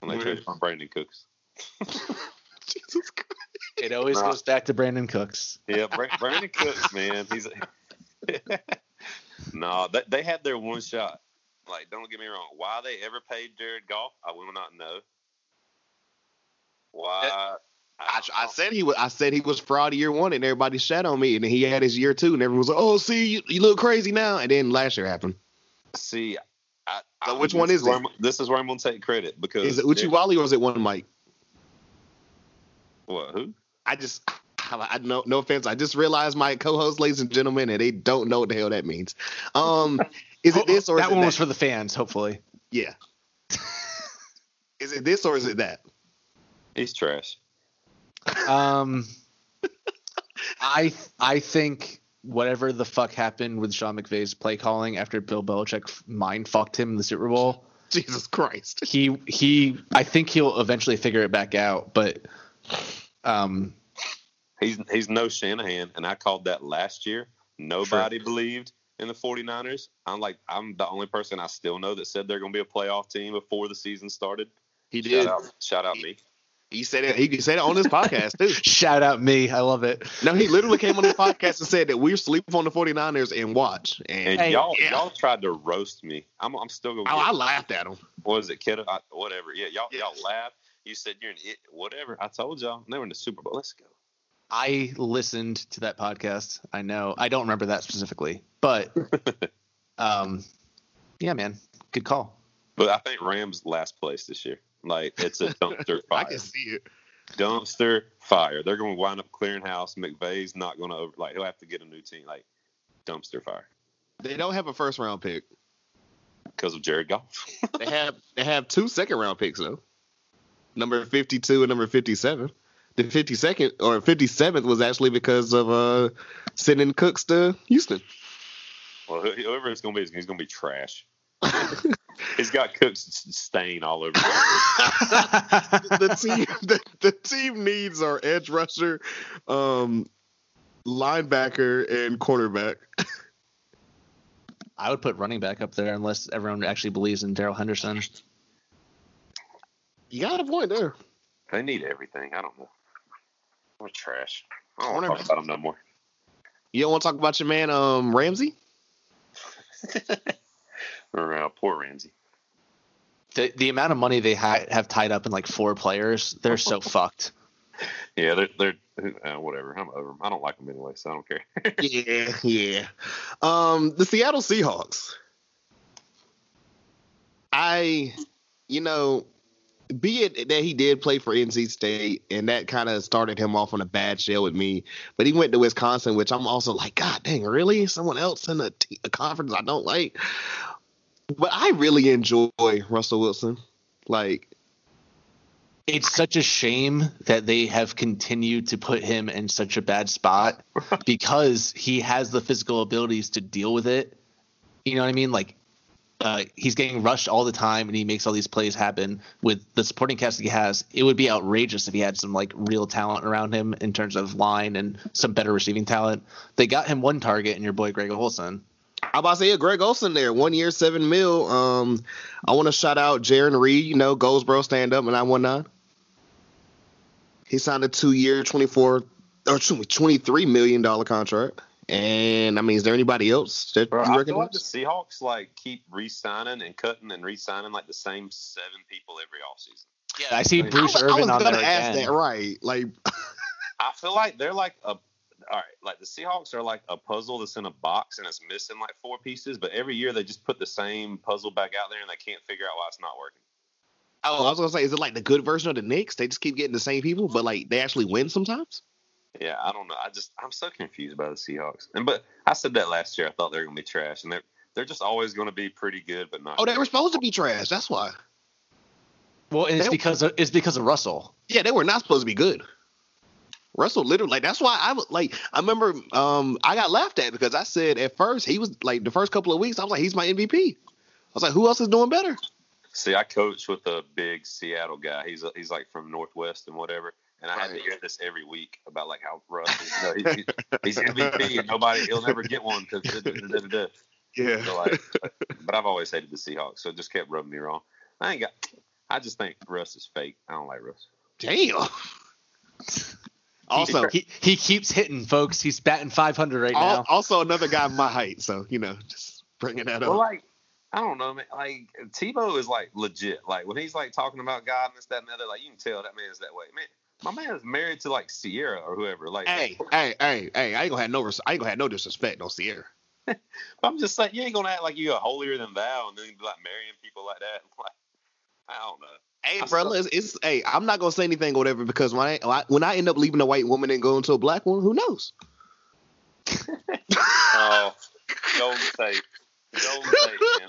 S6: when they traded for Brandon Cooks.
S5: Jesus Christ.
S7: It always
S6: Nah.
S7: goes back to Brandon Cooks.
S6: Yeah, Bra- Brandon Cooks, man. He's no, they, they had their one shot. Like, don't get me wrong. Why they ever paid Jared Goff, I will not know. Why?
S5: Eh, I,
S6: don't
S5: I
S6: know.
S5: said he was. I said he was fraud year one, and everybody shat on me. And then he had his year two, and everyone was like, "Oh, see, you, you look crazy now." And then last year happened.
S6: see. I,
S5: So
S6: I-
S5: which
S6: this
S5: one is
S6: where
S5: it?
S6: I'm- This is where I'm gonna take credit because
S5: Is it
S6: there-
S5: Uchiwali or is it one Mike?
S6: What? Who?
S5: I just, I, I no, no offense. I just realized my co-host, ladies and gentlemen, and they don't know what the hell that means. Um, is it this or is
S7: Oh, that
S5: it
S7: one
S5: that?
S7: was for the fans, hopefully.
S5: yeah. is it this or is it that?
S6: He's trash.
S7: Um, I I think whatever the fuck happened with Sean McVay's play calling after Bill Belichick f- mind fucked him in the Super Bowl,
S5: Jesus Christ!
S7: he he I think he'll eventually figure it back out. But um,
S6: He's he's no Shanahan, and I called that last year. Nobody believed in the 49ers. I'm like, I'm the only person I still know that said they're going to be a playoff team before the season started.
S5: He
S6: Shout
S5: did.
S6: out, shout out me.
S5: He said it. He said it on his podcast too.
S7: shout out me, I love it.
S5: No, he literally came on his podcast and said that we're sleep on the 49ers and watch. And
S6: And
S7: Hey,
S6: y'all,
S5: yeah.
S6: y'all tried to roast me. I'm, I'm still going.
S5: oh, I laughed at him.
S6: What is it, kiddo? I, whatever. Yeah, y'all,
S5: Yes.
S6: y'all laughed. You said you're an it. Whatever. I told y'all they were in the Super Bowl. Let's go.
S7: I listened to that podcast. I know I don't remember that specifically, but um, yeah, man, good call.
S6: But I think Rams last place this year. Like it's a dumpster
S5: I
S6: fire.
S5: can see it.
S6: dumpster fire. They're going to wind up clearing house. McVay's not going to over, like he'll have to get a new team. Like dumpster fire
S5: They don't have a first round pick.
S6: because of Jared Goff.
S5: They have they have two second round picks though. Number fifty two and number fifty seven. The fifty second or fifty seventh was actually because of uh sending Cooks to Houston.
S6: Well, who- whoever it's going to be, he's going to be trash. he's got Cook's s- stain all over. him.
S5: the team the, the team needs are edge rusher, um, linebacker, and cornerback.
S7: I would put running back up there unless everyone actually believes in Daryl Henderson.
S5: You got a point there.
S6: They need everything. I don't know. We're trash. I don't want to talk about them no more.
S5: You don't want to talk about your man um Ramsey?
S6: Or, uh, poor Ramsey.
S7: The, the amount of money they ha- have tied up in like four players, they're so fucked.
S6: Yeah, they're they're uh, whatever. I'm over 'em. I don't like them anyway, so I don't care.
S5: yeah, yeah. Um, the Seattle Seahawks. I, you know, be it that he did play for NC State, and that kind of started him off on a bad shell with me. But he went to Wisconsin, which I'm also like, God dang, really? Someone else in a, t- a conference I don't like. But I really enjoy Russell Wilson. Like,
S7: It's such a shame that they have continued to put him in such a bad spot because he has the physical abilities to deal with it. You know what I mean? Like, uh, he's getting rushed all the time and he makes all these plays happen with the supporting cast that he has. It would be outrageous if he had some like real talent around him in terms of line and some better receiving talent. They got him one target and your boy Greg Olson.
S5: I'm about to say, yeah, Greg Olson there, one year, seven mil. Um, I want to shout out Jaron Reed, you know, goes bro, stand up, and I won nine. He signed a two year, 24 or excuse me, 23 million dollar contract. And I mean, is there anybody else that you
S6: Bro, I feel like the
S5: recognize?
S6: Seahawks like keep re-signing and cutting and re-signing like the same seven people every offseason.
S7: Yeah, I see
S5: I
S7: Bruce
S5: was, I
S7: Irvin
S5: was
S7: on
S5: gonna
S7: there
S5: ask
S7: again.
S5: that, right? Like,
S6: I feel like they're like a all right, like the Seahawks are like a puzzle that's in a box and it's missing like four pieces, but every year they just put the same puzzle back out there and they can't figure out why it's not working.
S5: oh, I was gonna say, is it like the good version of the Knicks? They just keep getting the same people, but like they actually win sometimes.
S6: Yeah, I don't know. I just I'm so confused by the Seahawks. And but I said that last year. I thought they were gonna be trash, and they're they're just always gonna be pretty good, but not.
S5: Oh, they
S6: great.
S5: were supposed to be trash. That's why.
S7: Well, and it's
S5: They-
S7: because of, it's because of Russell.
S5: Yeah, they were not supposed to be good. Russell literally like that's why I was like I remember um I got laughed at because I said at first he was like the first couple of weeks I was like he's my MVP. I was like who else is doing better?
S6: See, I coach with a big Seattle guy. He's he's like from Northwest and whatever. And I had to
S5: Right.
S6: hear this every week about like how Russ, is, you know, he's, he's MVP and nobody he'll never get one because
S5: Yeah.
S6: like, but I've always hated the Seahawks, so it just kept rubbing me wrong. I ain't got. I just think Russ is fake. I don't like Russ.
S5: Damn. also,
S7: he he keeps hitting, folks. He's batting 500 right
S5: al-
S7: now.
S5: also another guy my height, so you know, just bringing that up.
S6: Well, like I don't know, man. Like Tebow is like legit. Like when he's like talking about God and this, that, and the other, like you can tell that man's that way. Man, my man is married to like Sierra or whoever. Like,
S5: hey, hey, hey, hey! I ain't gonna have no, res- I ain't gonna have no disrespect on Sierra.
S6: I'm just saying you ain't gonna act like you are holier than thou and then be like marrying people like that. Like, I don't know.
S5: Hey, bro, it's, it's hey. I'm not gonna say anything or whatever because when I when I end up leaving a white woman and going to a black one, who knows?
S6: Oh, don't say, don't say, man.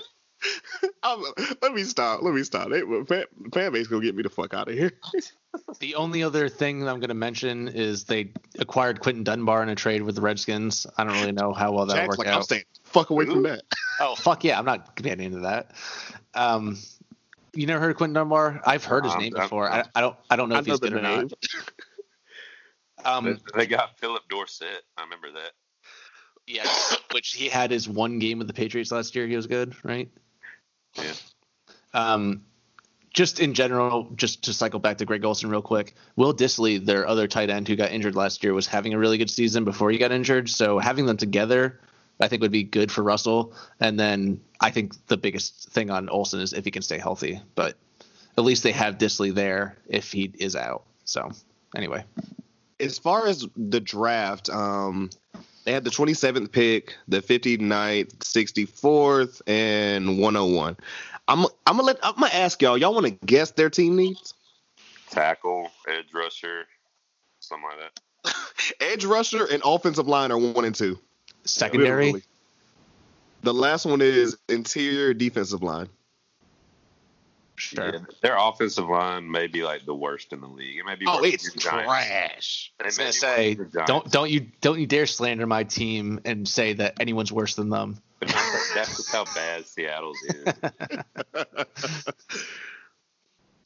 S5: I'm, let me stop. Let me stop. They, fan, fan base gonna get me the fuck out of here.
S7: The only other thing that I'm going to mention is they acquired Quentin Dunbar in a trade with the Redskins. I don't really know how well that
S5: Jack's
S7: worked
S5: like, I'm
S7: out.
S5: staying the fuck away from that.
S7: oh, fuck yeah. I'm not getting into that. Um, you never heard of Quentin Dunbar? I've heard his
S6: Um,
S7: name
S6: I'm-
S7: before. I, I don't. I don't know
S5: I
S7: if
S5: know
S7: he's
S5: the
S7: good or
S5: name.
S7: not. Um,
S6: They got Philip Dorsett. I remember that.
S7: yeah, which he had his one game with the Patriots last year. He was good, right?
S6: Yeah.
S7: Um, just in general, just to cycle back to Greg Olson real quick, Will Disley, their other tight end who got injured last year, was having a really good season before he got injured. So having them together, I think, would be good for Russell. And then I think the biggest thing on Olson is if he can stay healthy. But at least they have Disley there if he is out. So anyway,
S5: as far as the draft, um, they had the 27th pick, the 59th, 64th, and 101. I'm I'm gonna let I'm gonna ask y'all. Y'all want to guess their team needs?
S6: Tackle, edge rusher, something like that.
S5: Edge rusher and offensive line are one and two.
S7: secondary.
S5: Literally. The last one is interior defensive line.
S7: Sure.
S6: Yeah, their offensive line may be like the worst in the league. It may be.
S5: Oh,
S6: worse
S5: it's
S6: than the Giants.
S5: trash.
S6: It
S7: I was
S6: may
S7: gonna
S6: be
S7: say,
S6: worse than the Giants.
S7: don't don't you don't you dare slander my team and say that anyone's worse than them.
S6: But that's, that's just how bad Seattle's is.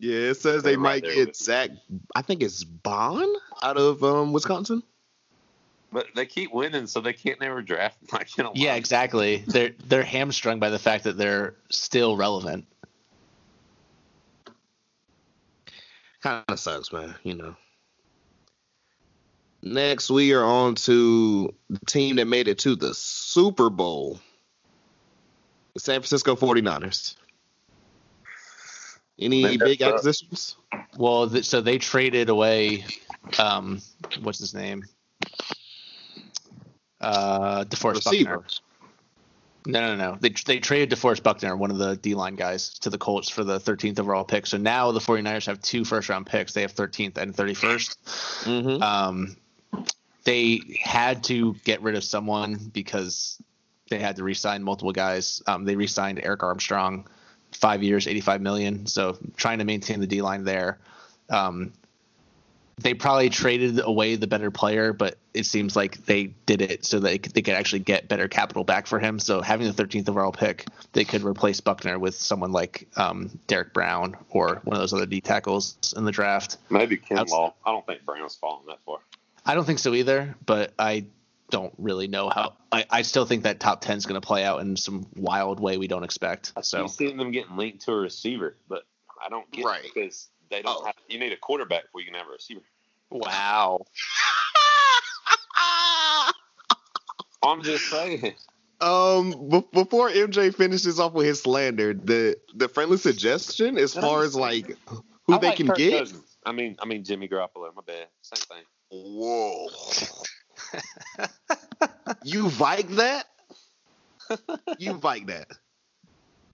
S5: Yeah, it says they
S6: They're right
S5: might
S6: there
S5: get
S6: with you.
S5: Zach. I think it's Bond out of um, Wisconsin.
S6: But they keep winning, so they can't never draft. Like, you know,
S7: Yeah, exactly. They're they're hamstrung by the fact that they're still relevant.
S5: kind of sucks, man. You know. Next, we are on to the team that made it to the Super Bowl the San Francisco 49ers. Any
S6: Man, that
S5: big
S6: sucks.
S5: acquisitions?
S7: Well, th- so they traded away, um, what's his name? Uh, DeForest Buckner.
S5: Receiver.
S7: No, no, no. They they traded DeForest Buckner, one of the D line guys, to the Colts for the 13th overall pick. So now the 49ers have two first round picks. They have 13th and 31st.
S5: Mm-hmm.
S7: um, they had to get rid of someone because they had to re-sign multiple guys. Um, they re-signed Eric Armstrong, five years, eighty-five million. So trying to maintain the D line there. Um, they probably traded away the better player, but it seems like they did it so they could, they could actually get better capital back for him. So having the 13th overall pick, they could replace Buckner with someone like um, Derek Brown or one of those other D tackles in the draft.
S6: Maybe Ken
S7: Outs-
S6: Law. I don't think Brown's falling that far.
S7: I don't think so either, but I don't really know how. I, I still think that top 10 is going to play out in some wild way we don't expect.
S6: So.
S7: So,
S6: You've seen them getting linked to a receiver, but I don't get
S5: Right.
S6: it because they don't
S5: Oh.
S6: have. You need a quarterback before you can have a receiver.
S7: wow.
S6: I'm just saying.
S5: Um, be- before MJ finishes off with his slander, the the friendly suggestion as far as like who
S6: I
S5: they
S6: like
S5: can
S6: Kirk
S5: get.
S6: Cousins. I mean, I mean Jimmy Garoppolo. My bad. Same thing.
S5: Whoa. you Vike that? You Vike that.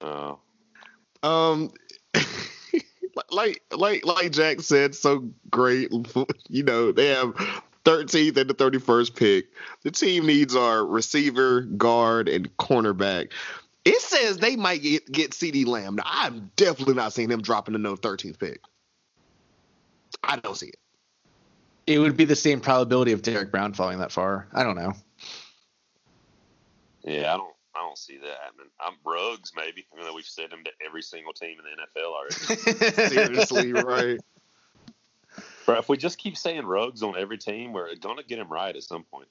S6: Oh,
S5: Um like like like Jack said, so great. You know, they have 13th and the 31st pick. The team needs are receiver, guard, and cornerback. It says they might get, get CD Lamb. Now, I'm definitely not seeing him dropping the no 13th pick. I don't see it.
S7: It would be the same probability of Derek Brown falling that far. I don't know.
S6: yeah. I don't. I don't see that happening. I'm Ruggs maybe. I mean, we've said him to every single team in the NFL already.
S5: Seriously, right?
S6: Bro, if we just keep saying Ruggs on every team, we're gonna get him right at some point.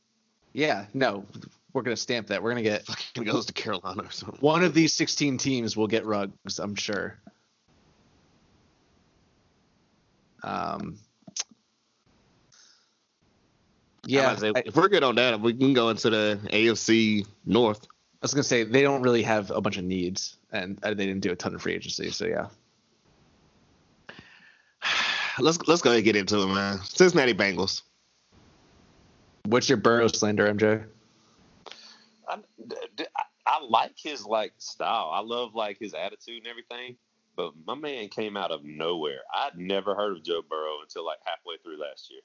S7: yeah, no, we're going to stamp that. We're going to get
S5: Fucking goes to Carolina or something.
S7: one of these 16 teams will get rugs, I'm sure. Um, Yeah,
S9: I-
S7: I-
S5: If we're good on that, we can go into the AFC North.
S7: I was gonna say they don't really have a bunch of needs, and uh, they didn't do a ton of free agency. So yeah,
S5: Let's let's go ahead and get into it, man. Cincinnati Bengals.
S7: what's your Burrow slander, MJ?
S6: I, d- I- I like his like style. I love like his attitude and everything. But my man came out of nowhere. I'd never heard of Joe Burrow until like halfway through last year.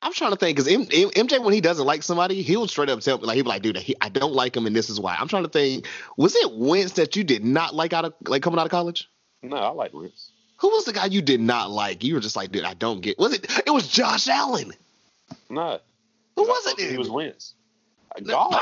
S5: I'm trying to think because M- M- MJ when he doesn't like somebody, he'll straight up tell me like he'll be like, "Dude, he, I don't like him, and this is why." I'm trying to think. Was it Wentz that you did not like out of like coming out of college?
S6: No, I like Wentz.
S5: Who was the guy you did not like? You were just like, "Dude, I don't get." Was it? It was Josh Allen.
S6: No,
S5: Who
S6: I
S5: was
S6: told
S5: it?
S6: you He
S5: then?
S6: was Wentz. Uh, Golf.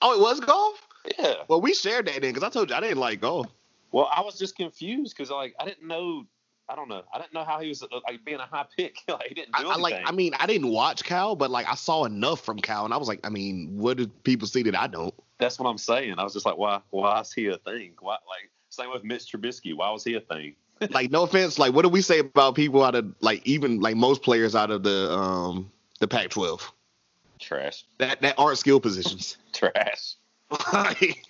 S5: oh, it was golf.
S6: yeah.
S5: Well, we shared that then because I told you I didn't like golf.
S6: Well, I was just confused because like I didn't know. I don't know. I didn't know how he was uh, like being a high pick. like he didn't
S5: I,
S6: do
S5: I
S6: anything.
S5: like. I mean, I didn't watch Cal, but like I saw enough from Cal, and I was like, I mean, what do people see that I don't?
S6: That's what I'm saying. I was just like, why? Why is he a thing? Why? Like same with Mitch Trubisky. Why was he a thing?
S5: like no offense like what do we say about people out of like even like most players out of the um the pac 12
S6: Trash.
S5: that that aren't skill positions
S6: Trash.
S5: like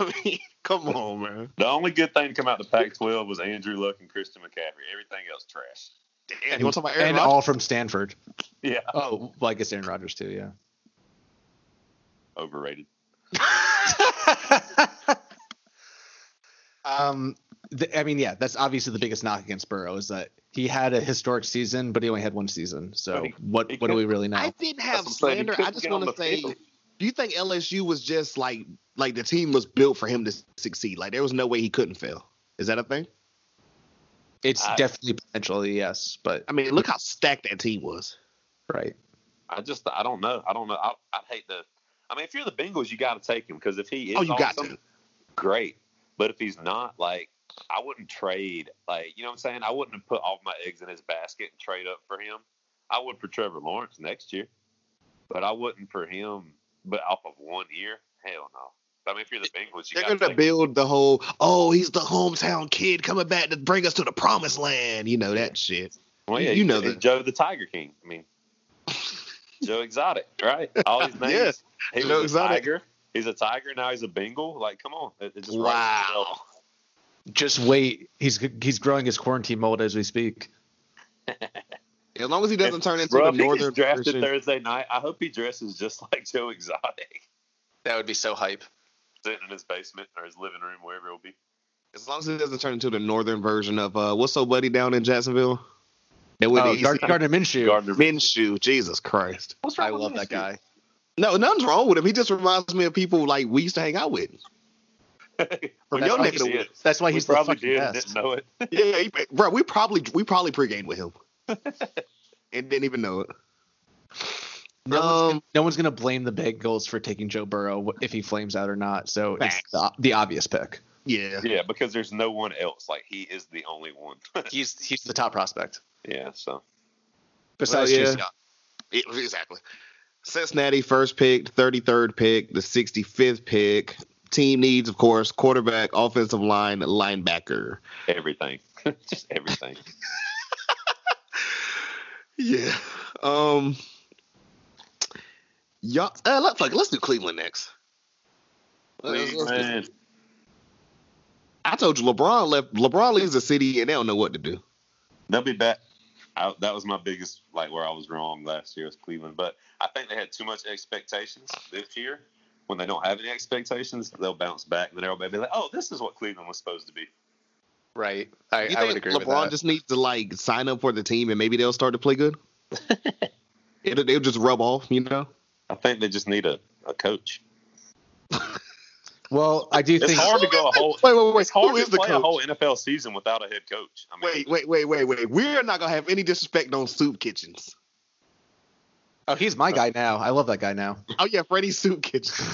S5: i mean come on man
S6: The only good thing to come out of the Pac-12 was Andrew Luck and Christian McCaffrey. Everything else trash.
S5: damn you want to talk about Aaron
S7: and
S5: Rodgers?
S7: all from Stanford.
S6: Yeah,
S7: Oh, well, I guess Aaron Rodgers too. Yeah.
S6: overrated.
S7: um, th- I mean, yeah, that's obviously the biggest knock against Burrow is that he had a historic season, but he only had one season. So
S6: But he-
S7: what
S6: he
S7: what do we
S6: couldn't-
S7: really know?
S5: i didn't
S6: That's
S5: have
S6: what I'm saying. He
S5: slander i
S6: couldn't
S5: just
S6: get on
S5: want to
S6: the
S5: say
S6: field.
S5: do you think lsu was just like like the team was built for him to succeed like there was no way he couldn't fail is that a thing
S7: it's
S6: I-
S7: definitely potentially yes, but
S5: i mean look how stacked that team was
S7: right.
S6: I just, I don't know. I don't know. I, I'd hate to. I mean, if you're the Bengals, you got to take him because if he is
S5: oh you got
S6: awesome,
S5: to
S6: great. But if he's not, like, I wouldn't trade. Like, you know what I'm saying? I wouldn't have put all my eggs in his basket and trade up for him. I would for Trevor Lawrence next year, but I wouldn't for him. But off of one year, hell no. I mean, if you're the Bengals, you
S5: They're
S6: got
S5: gonna
S6: to
S5: build the whole. Oh, he's the hometown kid coming back to bring us to the promised land. You know that shit.
S6: Well, yeah,
S5: You
S6: you
S5: know
S6: know
S5: that.
S6: Joe the Tiger King. I mean, Joe Exotic, right? All his names.
S5: Yes,
S6: he
S5: Joe
S6: was a
S5: Exotic.
S6: tiger. He's a tiger now. He's a Bengal. Like, come on! It, it just
S5: Wow.
S6: writes itself.
S7: Just wait. He's he's growing his quarantine mold as we speak.
S5: As long as he doesn't turn into the
S6: Bro, if he gets
S5: northern
S6: drafted
S5: version.
S6: Thursday night. I hope he dresses just like Joe Exotic,
S7: That would be so hype.
S6: sitting in his basement or his living room, wherever he'll be.
S5: As long as he doesn't turn into the northern version of uh, what's so buddy down in Jacksonville. That would
S7: Oh,
S5: be
S7: Gar- Gardner Minshew.
S6: Gardner
S5: Minshew. Jesus Christ.
S6: What's
S7: I
S6: with
S7: love
S6: this
S7: that guy.
S5: No, nothing's wrong with him. He just reminds me of people like we used to hang out with.
S6: dude?
S5: From
S6: We
S5: your
S6: probably
S5: neck of the
S6: did.
S5: woods.
S7: That's why
S6: We
S7: he's the
S6: probably
S7: fucking
S6: did. and
S7: best.
S6: Didn't know it.
S5: Yeah, he, bro, we probably we probably pregame with him, and didn't even know it.
S7: No, one's
S5: Um,
S7: gonna, no one's gonna blame the Bengals for taking Joe Burrow if he flames out or not. So it's
S5: Facts.
S7: the, the obvious pick.
S5: yeah.
S6: Yeah, because there's no one else. Like he is the only one.
S7: He's he's the top prospect
S6: yeah. So
S7: besides
S5: Well,
S7: Chase
S5: yeah.
S7: Young.
S5: It- exactly. Cincinnati first pick, 33rd pick, the 65th pick. Team needs, of course, quarterback, offensive line, linebacker.
S6: everything, just everything.
S5: Yeah. Um. Y'all, uh, let, fuck, it, let's do Cleveland next. Let's- let's-
S6: Man,
S5: I told you LeBron left. LeBron leaves the city and they don't know what to do.
S6: They'll be back. I, that was my biggest, like, where I was wrong last year was Cleveland. But I think they had too much expectations this year. When they don't have any expectations, they'll bounce back. And then everybody will be like, oh, this is what Cleveland was supposed to be.
S7: Right. I,
S5: You
S7: I
S5: think
S7: would agree
S5: LeBron
S7: with that.
S5: just needs to like sign up for the team and maybe they'll start to play good. it'll, it'll just rub off, you know.
S6: I think they just need a, a coach.
S7: well, I do
S6: It's
S7: think
S6: hard to go a whole.
S5: Wait, wait, wait.
S6: It's hard
S5: Who
S6: to
S5: is the
S6: play a
S5: coach?
S6: whole NFL season without a head coach. I mean,
S5: Wait, wait, wait, wait, wait. We're not gonna have any disrespect on soup kitchens.
S7: Oh, he's my guy now. I love that guy now.
S5: Oh yeah, Freddy's soup kitchen.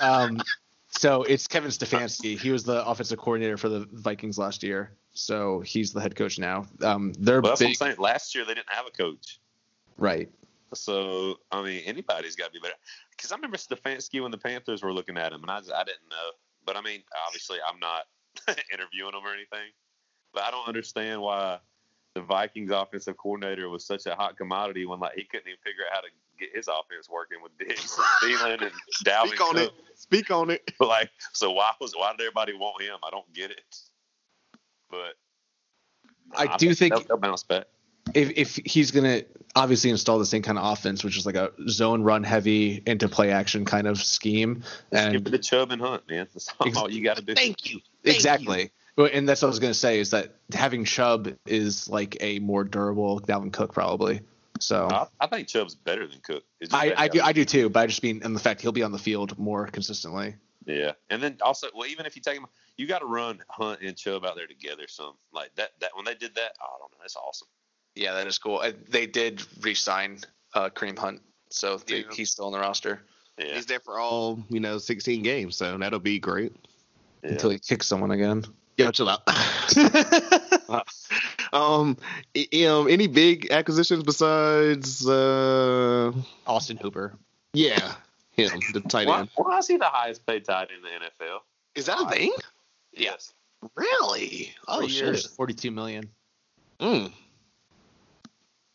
S7: Um, so it's Kevin Stefanski. He was the offensive coordinator for the Vikings last year. So he's the head coach now. Um, they're
S6: well, that's
S7: big,
S6: what I'm saying. Last year they didn't have a coach.
S7: right?
S6: So I mean, anybody's got to be better. Because I remember Stefanski when the Panthers were looking at him, and I, just- I didn't know. But I mean, obviously, I'm not interviewing him or anything. But I don't understand why the Vikings offensive coordinator was such a hot commodity when like he couldn't even figure out how to get his offense working with Diggs, and Thielen, and Dalvin.
S5: Speak on
S6: Cook.
S5: it. Speak on it.
S6: But like, so why was why did everybody want him? I don't get it. But
S7: I do think-
S6: they'll, they'll bounce back.
S7: if if he's gonna obviously install the same kind of offense, which is like a zone run heavy into play action kind of scheme,
S6: Give it
S7: and
S6: to Chubb and Hunt, man. That's all,
S7: Ex-
S6: all you got to do.
S5: Thank you. Thank you.
S7: exactly. Well, And that's what I was gonna say is that having Chubb is like a more durable Dalvin Cook probably. So
S6: I, I think Chubb's better than Cook. It's just
S7: I,
S6: that
S7: I
S6: guy-
S7: do I do too, but I just mean in the fact he'll be on the field more consistently.
S6: Yeah, and then also, well, even if you take him, you got to run Hunt and Chubb out there together. Some like that. That when they did that, I don't know. That's awesome.
S7: Yeah, that is cool. And They did re-sign uh, Kareem Hunt, so they,
S5: Yeah.
S7: he's still on the roster
S6: Yeah,
S5: He's there for all you know, 16 games, so that'll be great.
S6: yeah.
S7: until he kicks someone again.
S5: Yo, chill out. Uh, um, i- um, any big acquisitions besides? uh
S7: Austin Hooper.
S5: Yeah, him, the tight
S6: why,
S5: end.
S6: why is he the highest paid tight end in the NFL?
S5: Is that a thing?
S6: Yes,
S5: Really? Oh
S7: Three
S5: shit.
S7: years, forty-two million.
S5: Mm.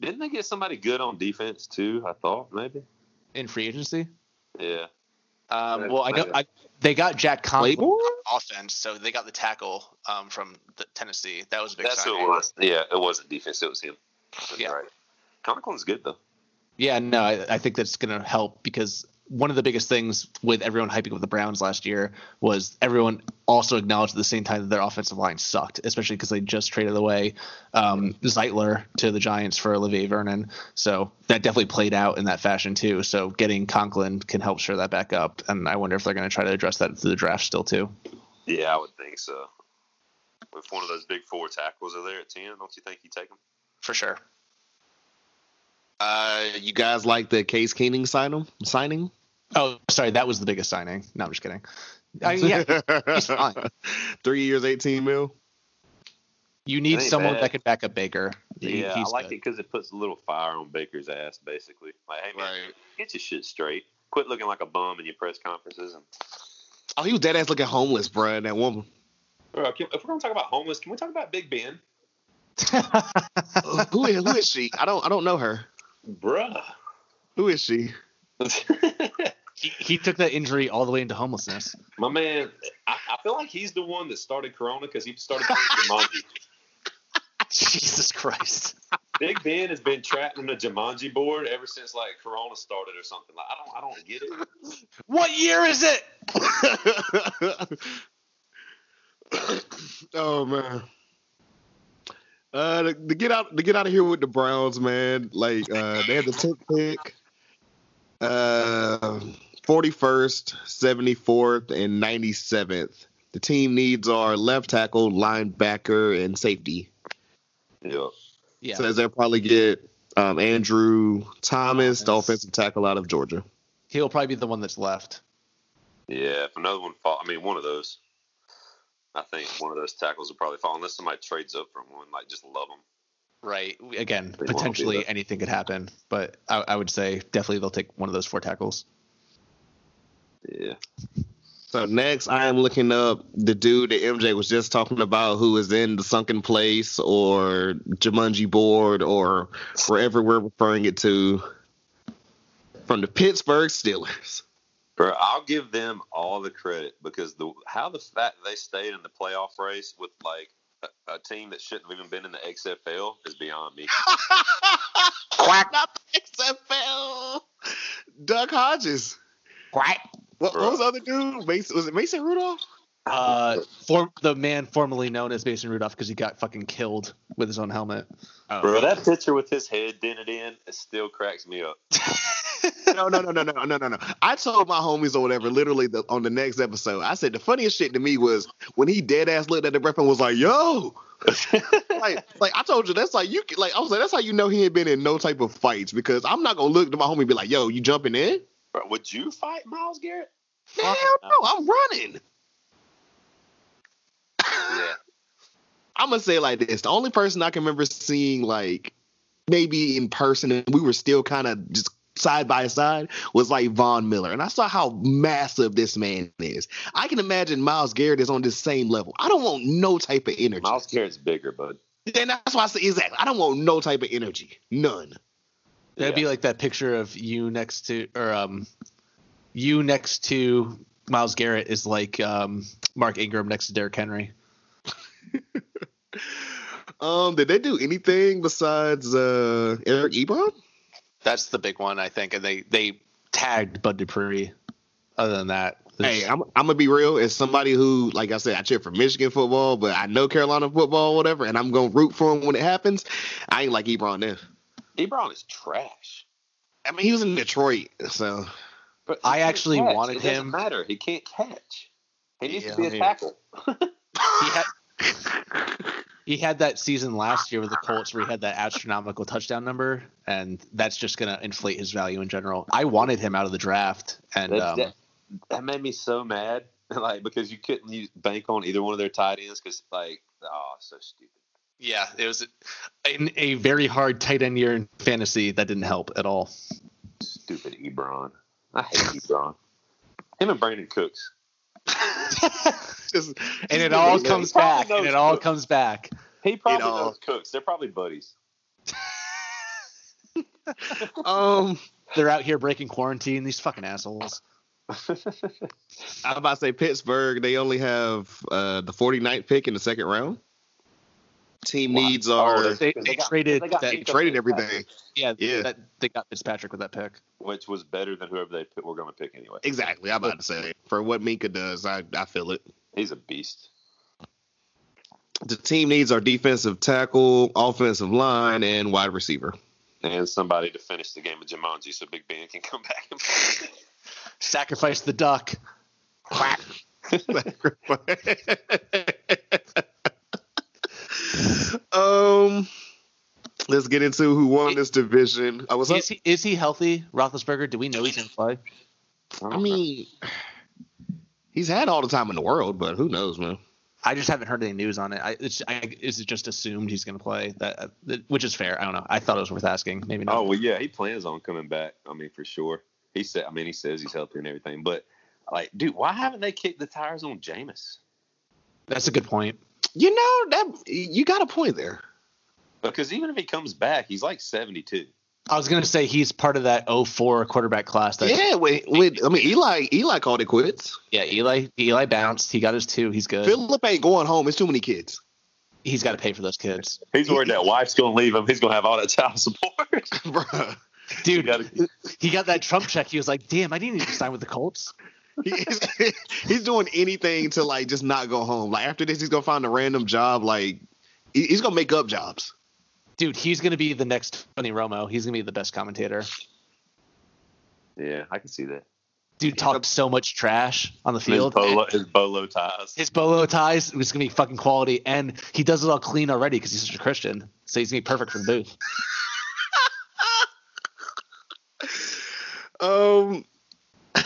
S6: didn't they get somebody good on defense too? I thought maybe.
S7: in free agency.
S6: Yeah,
S7: Um,
S6: Yeah,
S7: well, I know
S6: maybe.
S7: I, they got Jack Conklin
S5: Playboy?
S7: on offense, so they got the tackle um, from the Tennessee. That was a big
S6: that's who
S7: signing.
S6: it was. Yeah, it wasn't defense. It was him. That's
S7: Yeah.
S6: right. Conklin's good though.
S7: Yeah, no, I, I think that's going to help because one of the biggest things with everyone hyping up the Browns last year was everyone also acknowledged at the same time that their offensive line sucked, especially because they just traded away um, Zeitler to the Giants for Levy Vernon. So that definitely played out in that fashion too. So getting Conklin can help shore that back up, and I wonder if they're going to try to address that through the draft still too.
S6: Yeah, I would think so. If one of those big four tackles are there at ten, don't you think you take him?
S7: For sure.
S5: Uh, you guys like the Case Keening sign- signing?
S7: Oh, sorry, that was the biggest signing. No, I'm just kidding. I mean, yeah, he's fine.
S5: Three years, 18 mil.
S7: you need
S6: Ain't
S7: someone
S6: bad.
S7: that can back up Baker. He-
S6: Yeah, I
S7: he's
S6: like
S7: good.
S6: it because it puts a little fire on Baker's ass, basically. Like, hey man,
S10: Right.
S6: get your shit straight. Quit looking like a bum in your press conferences. And
S5: Oh, he was dead ass looking homeless, bruh. That woman.
S6: Bro, can- if we're gonna talk about homeless, can we talk about Big Ben?
S5: Uh, who, is, who is she? I don't. I don't know her.
S6: Bruh.
S5: Who is she?
S7: He, he took that injury all the way into homelessness.
S6: My man, I, I feel like he's the one that started Corona because he started playing Jumanji.
S7: Jesus Christ.
S6: Big Ben has been trapped in a Jumanji board ever since like Corona started or something. Like I don't, I don't get it.
S7: What year is it?
S5: oh man. Uh, to, to get out to get out of here with the Browns, man. Like uh, they had the tenth pick, uh, forty first, seventy fourth, and ninety seventh. The team needs are left tackle, linebacker, and safety.
S6: Yeah.
S7: Yeah.
S5: Says they'll probably get um, Andrew Thomas, the
S7: Thomas.
S5: offensive tackle out of Georgia.
S7: He'll probably be the one that's left.
S6: Yeah, if another one fall, I mean, one of those. I think one of those tackles will probably fall unless somebody trades up for one. Like, just love them.
S7: Right. Again,
S6: won't be
S7: potentially
S6: left.
S7: anything could happen, but I, I would say definitely they'll take one of those four tackles.
S6: Yeah.
S5: So next, I am looking up the dude that MJ was just talking about, who is in the Sunken Place or Jumanji Board or wherever we're referring it to, from the Pittsburgh Steelers.
S6: Bro, I'll give them all the credit because the how the fact they stayed in the playoff race with like a, a team that shouldn't have even been in the XFL is beyond me.
S5: Quack. Not the XFL. Doug Hodges. Quack. What, what was the other dude? Mason, was it Mason Rudolph?
S7: Uh, for, the man formerly known as Mason Rudolph because he got fucking killed with his own helmet.
S6: Bro, that picture with his head dented in it still cracks me up.
S5: no, no, no, no, no, no, no, no. I told my homies or whatever, literally the, on the next episode, I said the funniest shit to me was when he dead ass looked at the ref and was like, "Yo." like, like I told you, that's like you, can- like I was like, that's how you know he ain't been in no type of fights because I'm not gonna look to my homie and be like, "Yo, you jumping in?"
S6: Bro, would you fight Miles Garrett?
S5: Hell no, I'm running.
S6: Yeah.
S5: I'm gonna say it like this: the only person I can remember seeing, like maybe in person, and we were still kind of just side by side, was like Von Miller, and I saw how massive this man is. I can imagine Miles Garrett is on this same level. I don't want no type of energy.
S6: Miles Garrett's bigger, bud.
S5: Then that's why I say exactly. I don't want no type of energy, none.
S7: That'd be like that picture of you next to, or um, you next to Miles Garrett is like um, Mark Ingram next to Derrick Henry.
S5: Um, did they do anything besides uh Eric Ebron?
S7: That's the big one, I think, and they they tagged Bud Dupree. Other than that, there's-
S5: Hey, I'm, I'm gonna be real. As somebody who, like I said, I cheer for Michigan football, but I know Carolina football, whatever, and I'm gonna root for him when it happens. I ain't like Ebron then.
S6: Ebron is trash.
S5: I mean, he was in Detroit, so
S6: But
S7: I
S6: he can't
S7: actually
S6: catch.
S7: wanted
S6: it doesn't
S7: him-
S6: Matter, he can't catch. He needs
S5: Yeah,
S6: to be
S5: I
S6: a
S5: mean-
S6: tackle.
S7: he had he had that season last year with the Colts where he had that astronomical touchdown number, and that's just gonna inflate his value in general. I wanted him out of the draft, and
S6: That,
S7: um,
S6: that, that made me so mad, like because you couldn't use, bank on either one of their tight ends because like oh so stupid.
S7: yeah, it was in a very hard tight end year in fantasy that didn't help at all.
S6: Stupid Ebron. I hate Ebron. Him and Brandon Cooks.
S5: just
S7: and it all
S5: Yeah.
S7: comes
S6: Probably
S7: back, and
S6: knows
S7: it all
S6: Cook.
S7: comes back.
S6: He probably
S5: You know.
S6: knows Cooks. They're probably buddies.
S5: um,
S7: They're out here breaking quarantine. These fucking assholes.
S5: I'm about to say Pittsburgh. They only have uh the 49th pick in the second round. Team needs are
S7: They, they traded
S6: Oh, they got
S7: that.
S6: Nico
S5: traded
S6: Fitzpatrick,
S5: everything.
S7: Yeah,
S5: Yeah.
S7: That, they got Fitzpatrick with that pick.
S6: which was better than whoever they pick, were going to pick anyway.
S5: Exactly. I'm about to say for what Minka does, I I feel it.
S6: He's a beast.
S5: The team needs are defensive tackle, offensive line, and wide receiver.
S6: And somebody to finish the game of Jumanji so Big Ben can come back and play.
S7: Sacrifice the duck.
S5: Quack. um, let's get into who won this division. I was.
S7: Is he, is he healthy, Roethlisberger? Do we know he's in play?
S5: I mean, he's had all the time in the world, but who knows, man?
S7: I just haven't heard any news on it. I, it's, I is it just assumed he's going to play? That, uh, that- which is fair. I don't know. I thought it was worth asking. Maybe not.
S6: Oh well, yeah, he plans on coming back. I mean, for sure. He said. I mean, he says he's healthy and everything. But like, dude, why haven't they kicked the tires on Jameis?
S7: that's a good point.
S5: You know that you got a point there.
S6: Because even if he comes back, he's like seventy-two.
S7: I was going to say he's part of that 04 quarterback class. That,
S5: yeah, with, with I mean Eli Eli called it quits.
S7: yeah. Eli Eli bounced. He got his two. He's good.
S5: Philip ain't going home. It's too many kids.
S7: he's got to pay for those kids,
S6: He's worried that wife's going to leave him. He's going to have all that child support.
S5: Bruh.
S6: You
S7: dude.
S6: gotta-
S7: He got that Trump check. He was like, "Damn, I didn't even sign with the Colts."
S5: He's, he's doing anything to like just not go home. Like after this, he's gonna find a random job. Like he- he's gonna make up jobs.
S7: Dude, he's going to be the next Tony Romo. He's going to be the best commentator.
S6: yeah, I can see that.
S7: Dude talked so much trash on the
S6: His
S7: field.
S6: bolo, his bolo ties.
S7: his bolo ties was gonna be fucking quality, and he does it all clean already because he's such a Christian. So he's gonna be perfect for the booth.
S5: Um,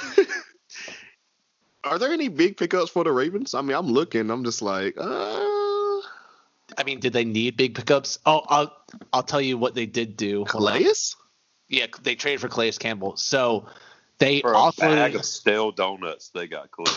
S5: are there any big pickups for the Ravens? I mean, I'm looking. I'm just like, uh,
S7: I mean, did they need big pickups? Oh, I'll I'll tell you what they did do. Hold on.
S5: Calais?
S7: Yeah, they traded for Calais Campbell. So they
S6: For a bag
S7: offered,
S6: of stale donuts, they got clear.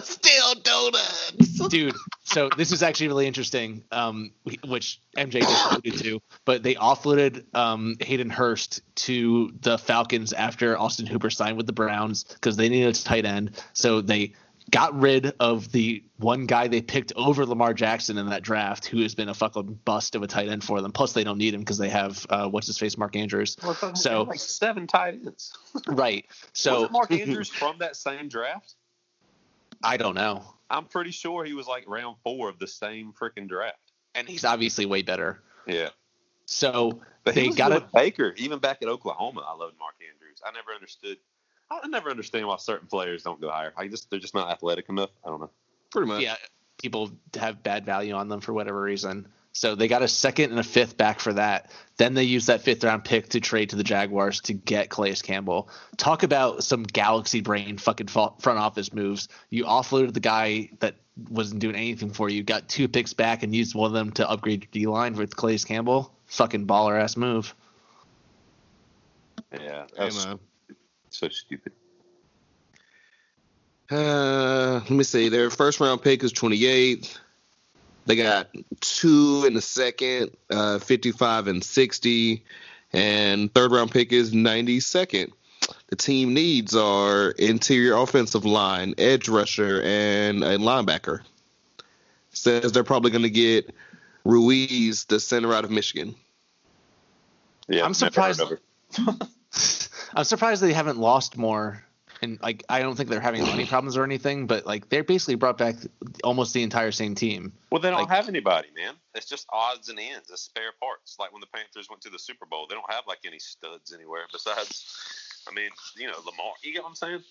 S5: Still donuts.
S7: dude. So this is actually really interesting, um, which MJ just alluded to. But they offloaded um, Hayden Hurst to the Falcons after Austin Hooper signed with the Browns because they needed a tight end. So they got rid of the one guy they picked over Lamar Jackson in that draft, who has been a fucking bust of a tight end for them. Plus, they don't need him because they have uh, what's his face, Mark Andrews. So-
S6: like seven tight ends.
S7: Right. So
S6: Wasn't Mark Andrews from that same draft?
S7: I don't know,
S6: I'm pretty sure he was like round four of the same freaking draft.
S7: and he's obviously way better.
S6: Yeah,
S7: So
S6: but
S7: They
S6: he was
S7: gotta-
S6: good with Baker even back at Oklahoma. I loved Mark Andrews. I never understood. I I never understand why certain players don't go higher. I just they're just not athletic enough. I don't know.
S5: Pretty much.
S7: yeah, people have bad value on them for whatever reason. So they got a second and a fifth back for that. Then they used that fifth round pick to trade to the Jaguars to get Calais Campbell. Talk about some galaxy brain fucking fa- front office moves. You offloaded the guy that wasn't doing anything for you, got two picks back, and used one of them to upgrade your D line with Calais Campbell. Fucking baller ass move.
S6: Yeah, that
S5: Hey,
S6: was
S5: man.
S6: so stupid.
S5: Uh, let me see. Their first round pick is 28th. They got two in the second, uh, 55 and 60, and third round pick is 92nd. The team needs are interior offensive line, edge rusher, and a linebacker. Says they're probably going to get Ruiz, the center out of Michigan.
S6: Yeah,
S7: I'm
S6: never heard
S7: surprised-
S6: of it.
S7: I'm surprised they haven't lost more. And like, I don't think they're having money problems or anything, but like, they basically brought back almost the entire same team.
S6: Well, they don't
S7: Like-
S6: have anybody, man. It's just odds and ends. It's spare parts. Like when the Panthers went to the Super Bowl, they don't have like any studs anywhere besides, I mean, you know, Lamar. You get what I'm saying?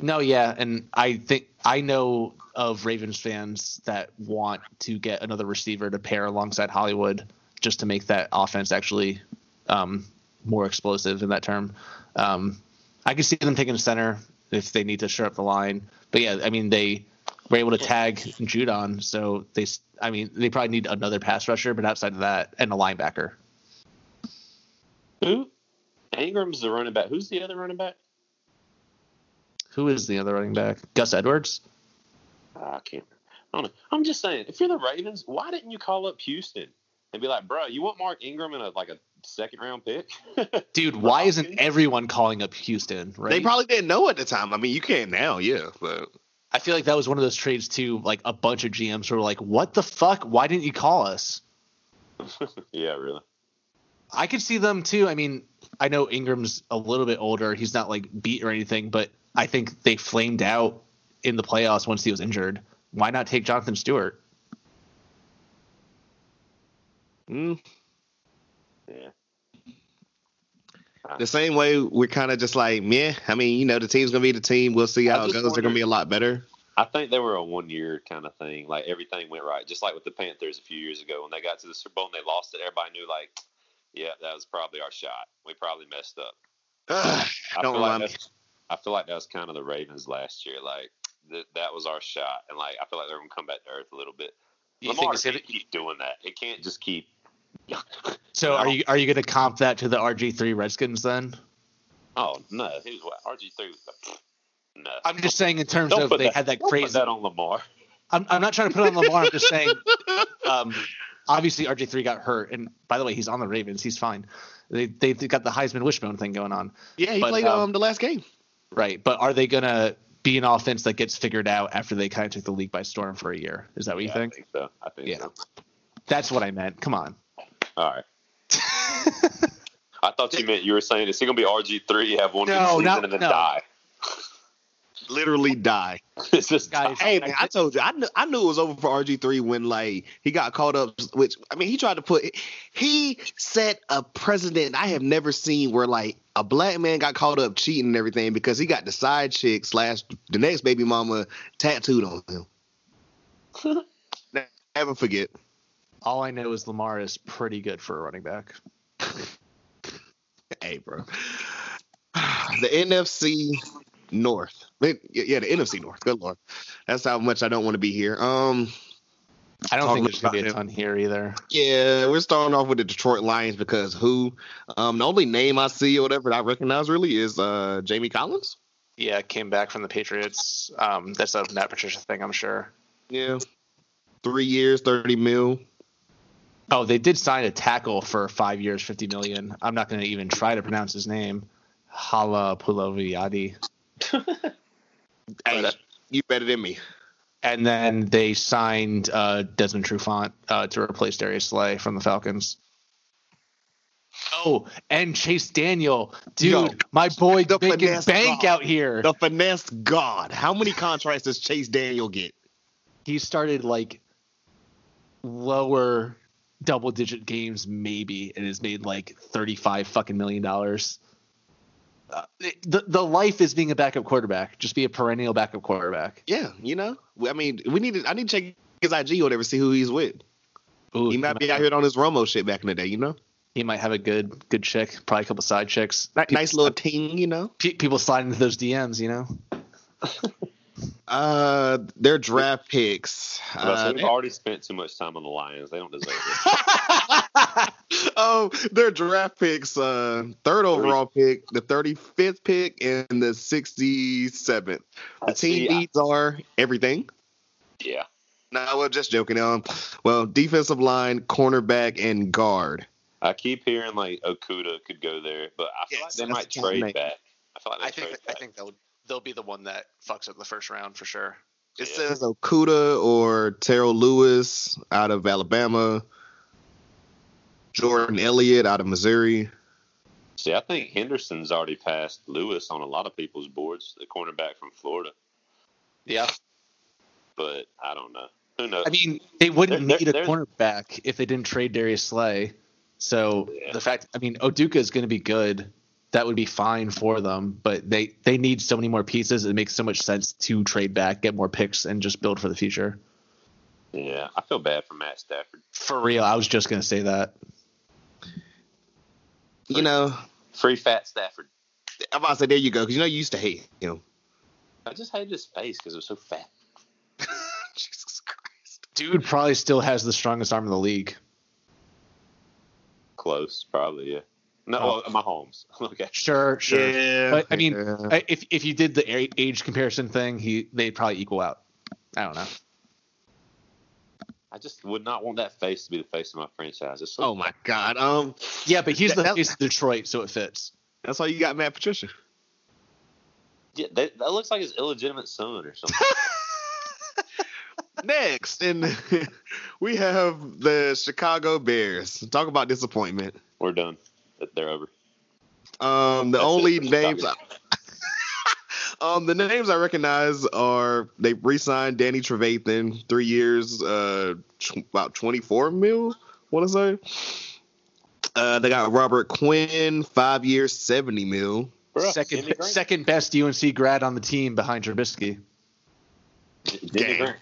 S7: No, yeah, and I think I know of Ravens fans that want to get another receiver to pair alongside Hollywood just to make that offense actually um, more explosive in that term. Um, I could see them taking a center if they need to shore up the line, but yeah, I mean they were able to tag Judon, so they, s- I mean, they probably need another pass rusher, but outside of that, and a linebacker.
S6: Who? Ingram's the running back. Who's the other running back?
S7: Who is the other running back? Gus Edwards.
S6: I can't. I don't know. I'm just saying, if you're the Ravens, why didn't you call up Houston and be like, bro, you want Mark Ingram in a like a second round pick?
S7: Dude, why isn't everyone calling up Houston? Right?
S5: They probably didn't know at the time. I mean, you can now, yeah, but
S7: I feel like that was one of those trades too. Like a bunch of GMs were like, "What the fuck? Why didn't you call us?"
S6: yeah, really.
S7: I could see them too. I mean, I know Ingram's a little bit older; he's not like beat or anything, but I think they flamed out in the playoffs once he was injured. Why not take Jonathan Stewart?
S5: mm,
S6: Yeah.
S5: the same way we're kind of just like, meh. I mean, you know, the team's gonna be the team. We'll see
S6: I
S5: how it
S6: just
S5: goes. They're gonna be a lot better.
S6: I think they were a one year kind of thing. Like everything went right, just like with the Panthers a few years ago when they got to the Super Bowl and they lost it. Everybody knew like, yeah, that was probably our shot. We probably messed up.
S5: Ugh,
S6: I
S5: don't
S6: feel like
S5: remind me.
S6: that's- I feel like that was kind of the Ravens last year. Like th- that was our shot, and like I feel like they're gonna come back to earth a little bit.
S7: Do you
S6: Lamar
S7: think it's gonna-
S6: can't keep doing that. It can't just keep.
S7: so? Are you are you going to comp that to the RG three Redskins then?
S6: Oh no, he was what RG three was the no.
S7: I'm just saying in terms
S6: Don't
S7: of
S6: put
S7: they had that
S6: Don't
S7: crazy
S6: put that on Lamar.
S7: I'm, I'm not trying to put it on Lamar. I'm just saying, um, obviously RJ3 got hurt, and by the way, he's on the Ravens. He's fine. They they got the Heisman wishbone thing going on,
S5: Yeah, he
S7: But,
S5: played
S7: um,
S5: um, the last game.
S7: right? But are they gonna be an offense that gets figured out after they kind of took the league by storm for a year? Is that what you
S6: Yeah,
S7: think?
S6: I think so. I think
S7: Yeah.
S6: so.
S7: That's what I meant. Come on.
S6: All right. I thought you meant you were saying is he gonna be RG three, have one
S7: No,
S6: good season,
S7: not-
S6: and then
S7: no.
S6: die?
S5: Literally die.
S6: it's just
S7: Guys,
S5: Hey man, I told you, I knew, I knew it was over for RG three when like he got caught up. Which I mean, he tried to put he set a precedent I have never seen where like a black man got caught up cheating and everything because he got the side chick slash the next baby mama tattooed on him. never forget.
S7: All I know is Lamar is pretty good for a running back.
S5: Hey, bro. The NFC North. Wait, y- Yeah, the NFC North. Good lord, that's how much I don't want to be here. Um.
S7: I don't
S5: Talk
S7: think there's gonna be a
S5: about
S7: ton here either.
S5: Yeah, we're starting off with the Detroit Lions because who? Um, the only name I see or whatever that I recognize really is uh, Jamie Collins.
S7: Yeah, came back from the Patriots. Um, that's a Matt Patricia thing, I'm sure.
S5: Yeah, three years, thirty mil.
S7: Oh, they did sign a tackle for five years, fifty million. I'm not going to even try to pronounce his name. Hala Puloviadi.
S5: Hey, you better than me.
S7: And then they signed uh, Desmond Trufant uh, to replace Darius Slay from the Falcons. Oh, and Chase Daniel, dude,
S5: Yo,
S7: my boy
S5: the
S7: making
S5: finesse
S7: bank
S5: guy.
S7: out here.
S5: The finesse god. How many contracts does Chase Daniel get?
S7: He started like lower double digit games, maybe, and has made like 35 fucking million dollars. Uh, the, the life is being a backup quarterback. Just be a perennial backup quarterback.
S5: Yeah, you know. I mean, we need. To, I need to check his IG or whatever, see who he's with.
S7: Ooh,
S5: He might be out here on his Romo shit back in the day. You know,
S7: He might have a good good chick, probably a couple side chicks.
S5: Ni- nice little ting. You know.
S7: Pe- people slide into those DMs, you know.
S5: Uh, their draft picks.
S6: Russell,
S5: Uh,
S6: we've already spent too much time on the Lions. They don't deserve it.
S5: oh, their draft picks, uh, third overall pick, the 35th pick, and the 67th. The team
S6: Yeah.
S5: needs are everything.
S6: yeah.
S5: No, we're just joking. Um, well, defensive line, cornerback, and guard.
S6: I keep hearing like Okuda could go there, but I feel
S11: Yes,
S6: like they might
S5: that's what I'm
S6: trade
S5: making.
S6: back. I feel like they
S11: I think
S6: trade
S11: that, I
S6: back.
S11: think they'll they'll be the one that fucks up the first round for sure.
S5: It
S6: Yeah.
S5: says Okuda or Terrell Lewis out of Alabama, Jordan Elliott out of Missouri.
S6: See, I think Henderson's already passed Lewis on a lot of people's boards, the cornerback from Florida.
S11: Yeah,
S6: But I don't know. Who knows?
S7: I mean, they wouldn't
S6: There-
S7: need a
S6: there's-
S7: cornerback if they didn't trade Darius Slay. So
S6: Yeah.
S7: the fact, I mean, Oduka is going to be good. That would be fine for them, but they they need so many more pieces. It makes so much sense to trade back, get more picks, and just build for the future.
S6: yeah, I feel bad for Matt Stafford.
S7: For real, I was just going to say that.
S5: You know,
S6: Free fat Stafford.
S5: I'm about to say there you go because you know you used to hate him.
S6: I just hated his face because it was so fat.
S5: Jesus Christ.
S7: Dude probably still has the strongest arm in the league.
S6: Close, probably. Yeah. No,
S7: Oh.
S6: well, Mahomes. Okay.
S7: Sure, sure.
S5: Yeah,
S7: but I mean,
S5: yeah.
S7: I- if if you did the a- age comparison thing, he they'd probably equal out. I don't know.
S6: I just would not want that face to be the face of my franchise. It's so
S5: Oh my God. Um,
S7: Yeah, but he's
S5: That-
S7: the
S5: that-
S7: he's Detroit, so it fits.
S5: that's why you got Matt Patricia.
S6: Yeah, that, that looks like his illegitimate son or something.
S5: Next, and we have the Chicago Bears. Talk about disappointment.
S6: We're done. They're over.
S5: Um, the
S6: That's
S5: only
S6: it for
S5: names,
S6: Chicago.
S5: um, the names I recognize are they re-signed Danny Trevathan three years, uh, tw- about twenty-four mil. Want to say? Uh, they got Robert Quinn, five years, seventy mil.
S6: Bruh, Jimmy
S7: second
S6: Grant.
S7: second best UNC grad on the team behind Trubisky.
S6: Jimmy
S5: Damn.
S6: Grant.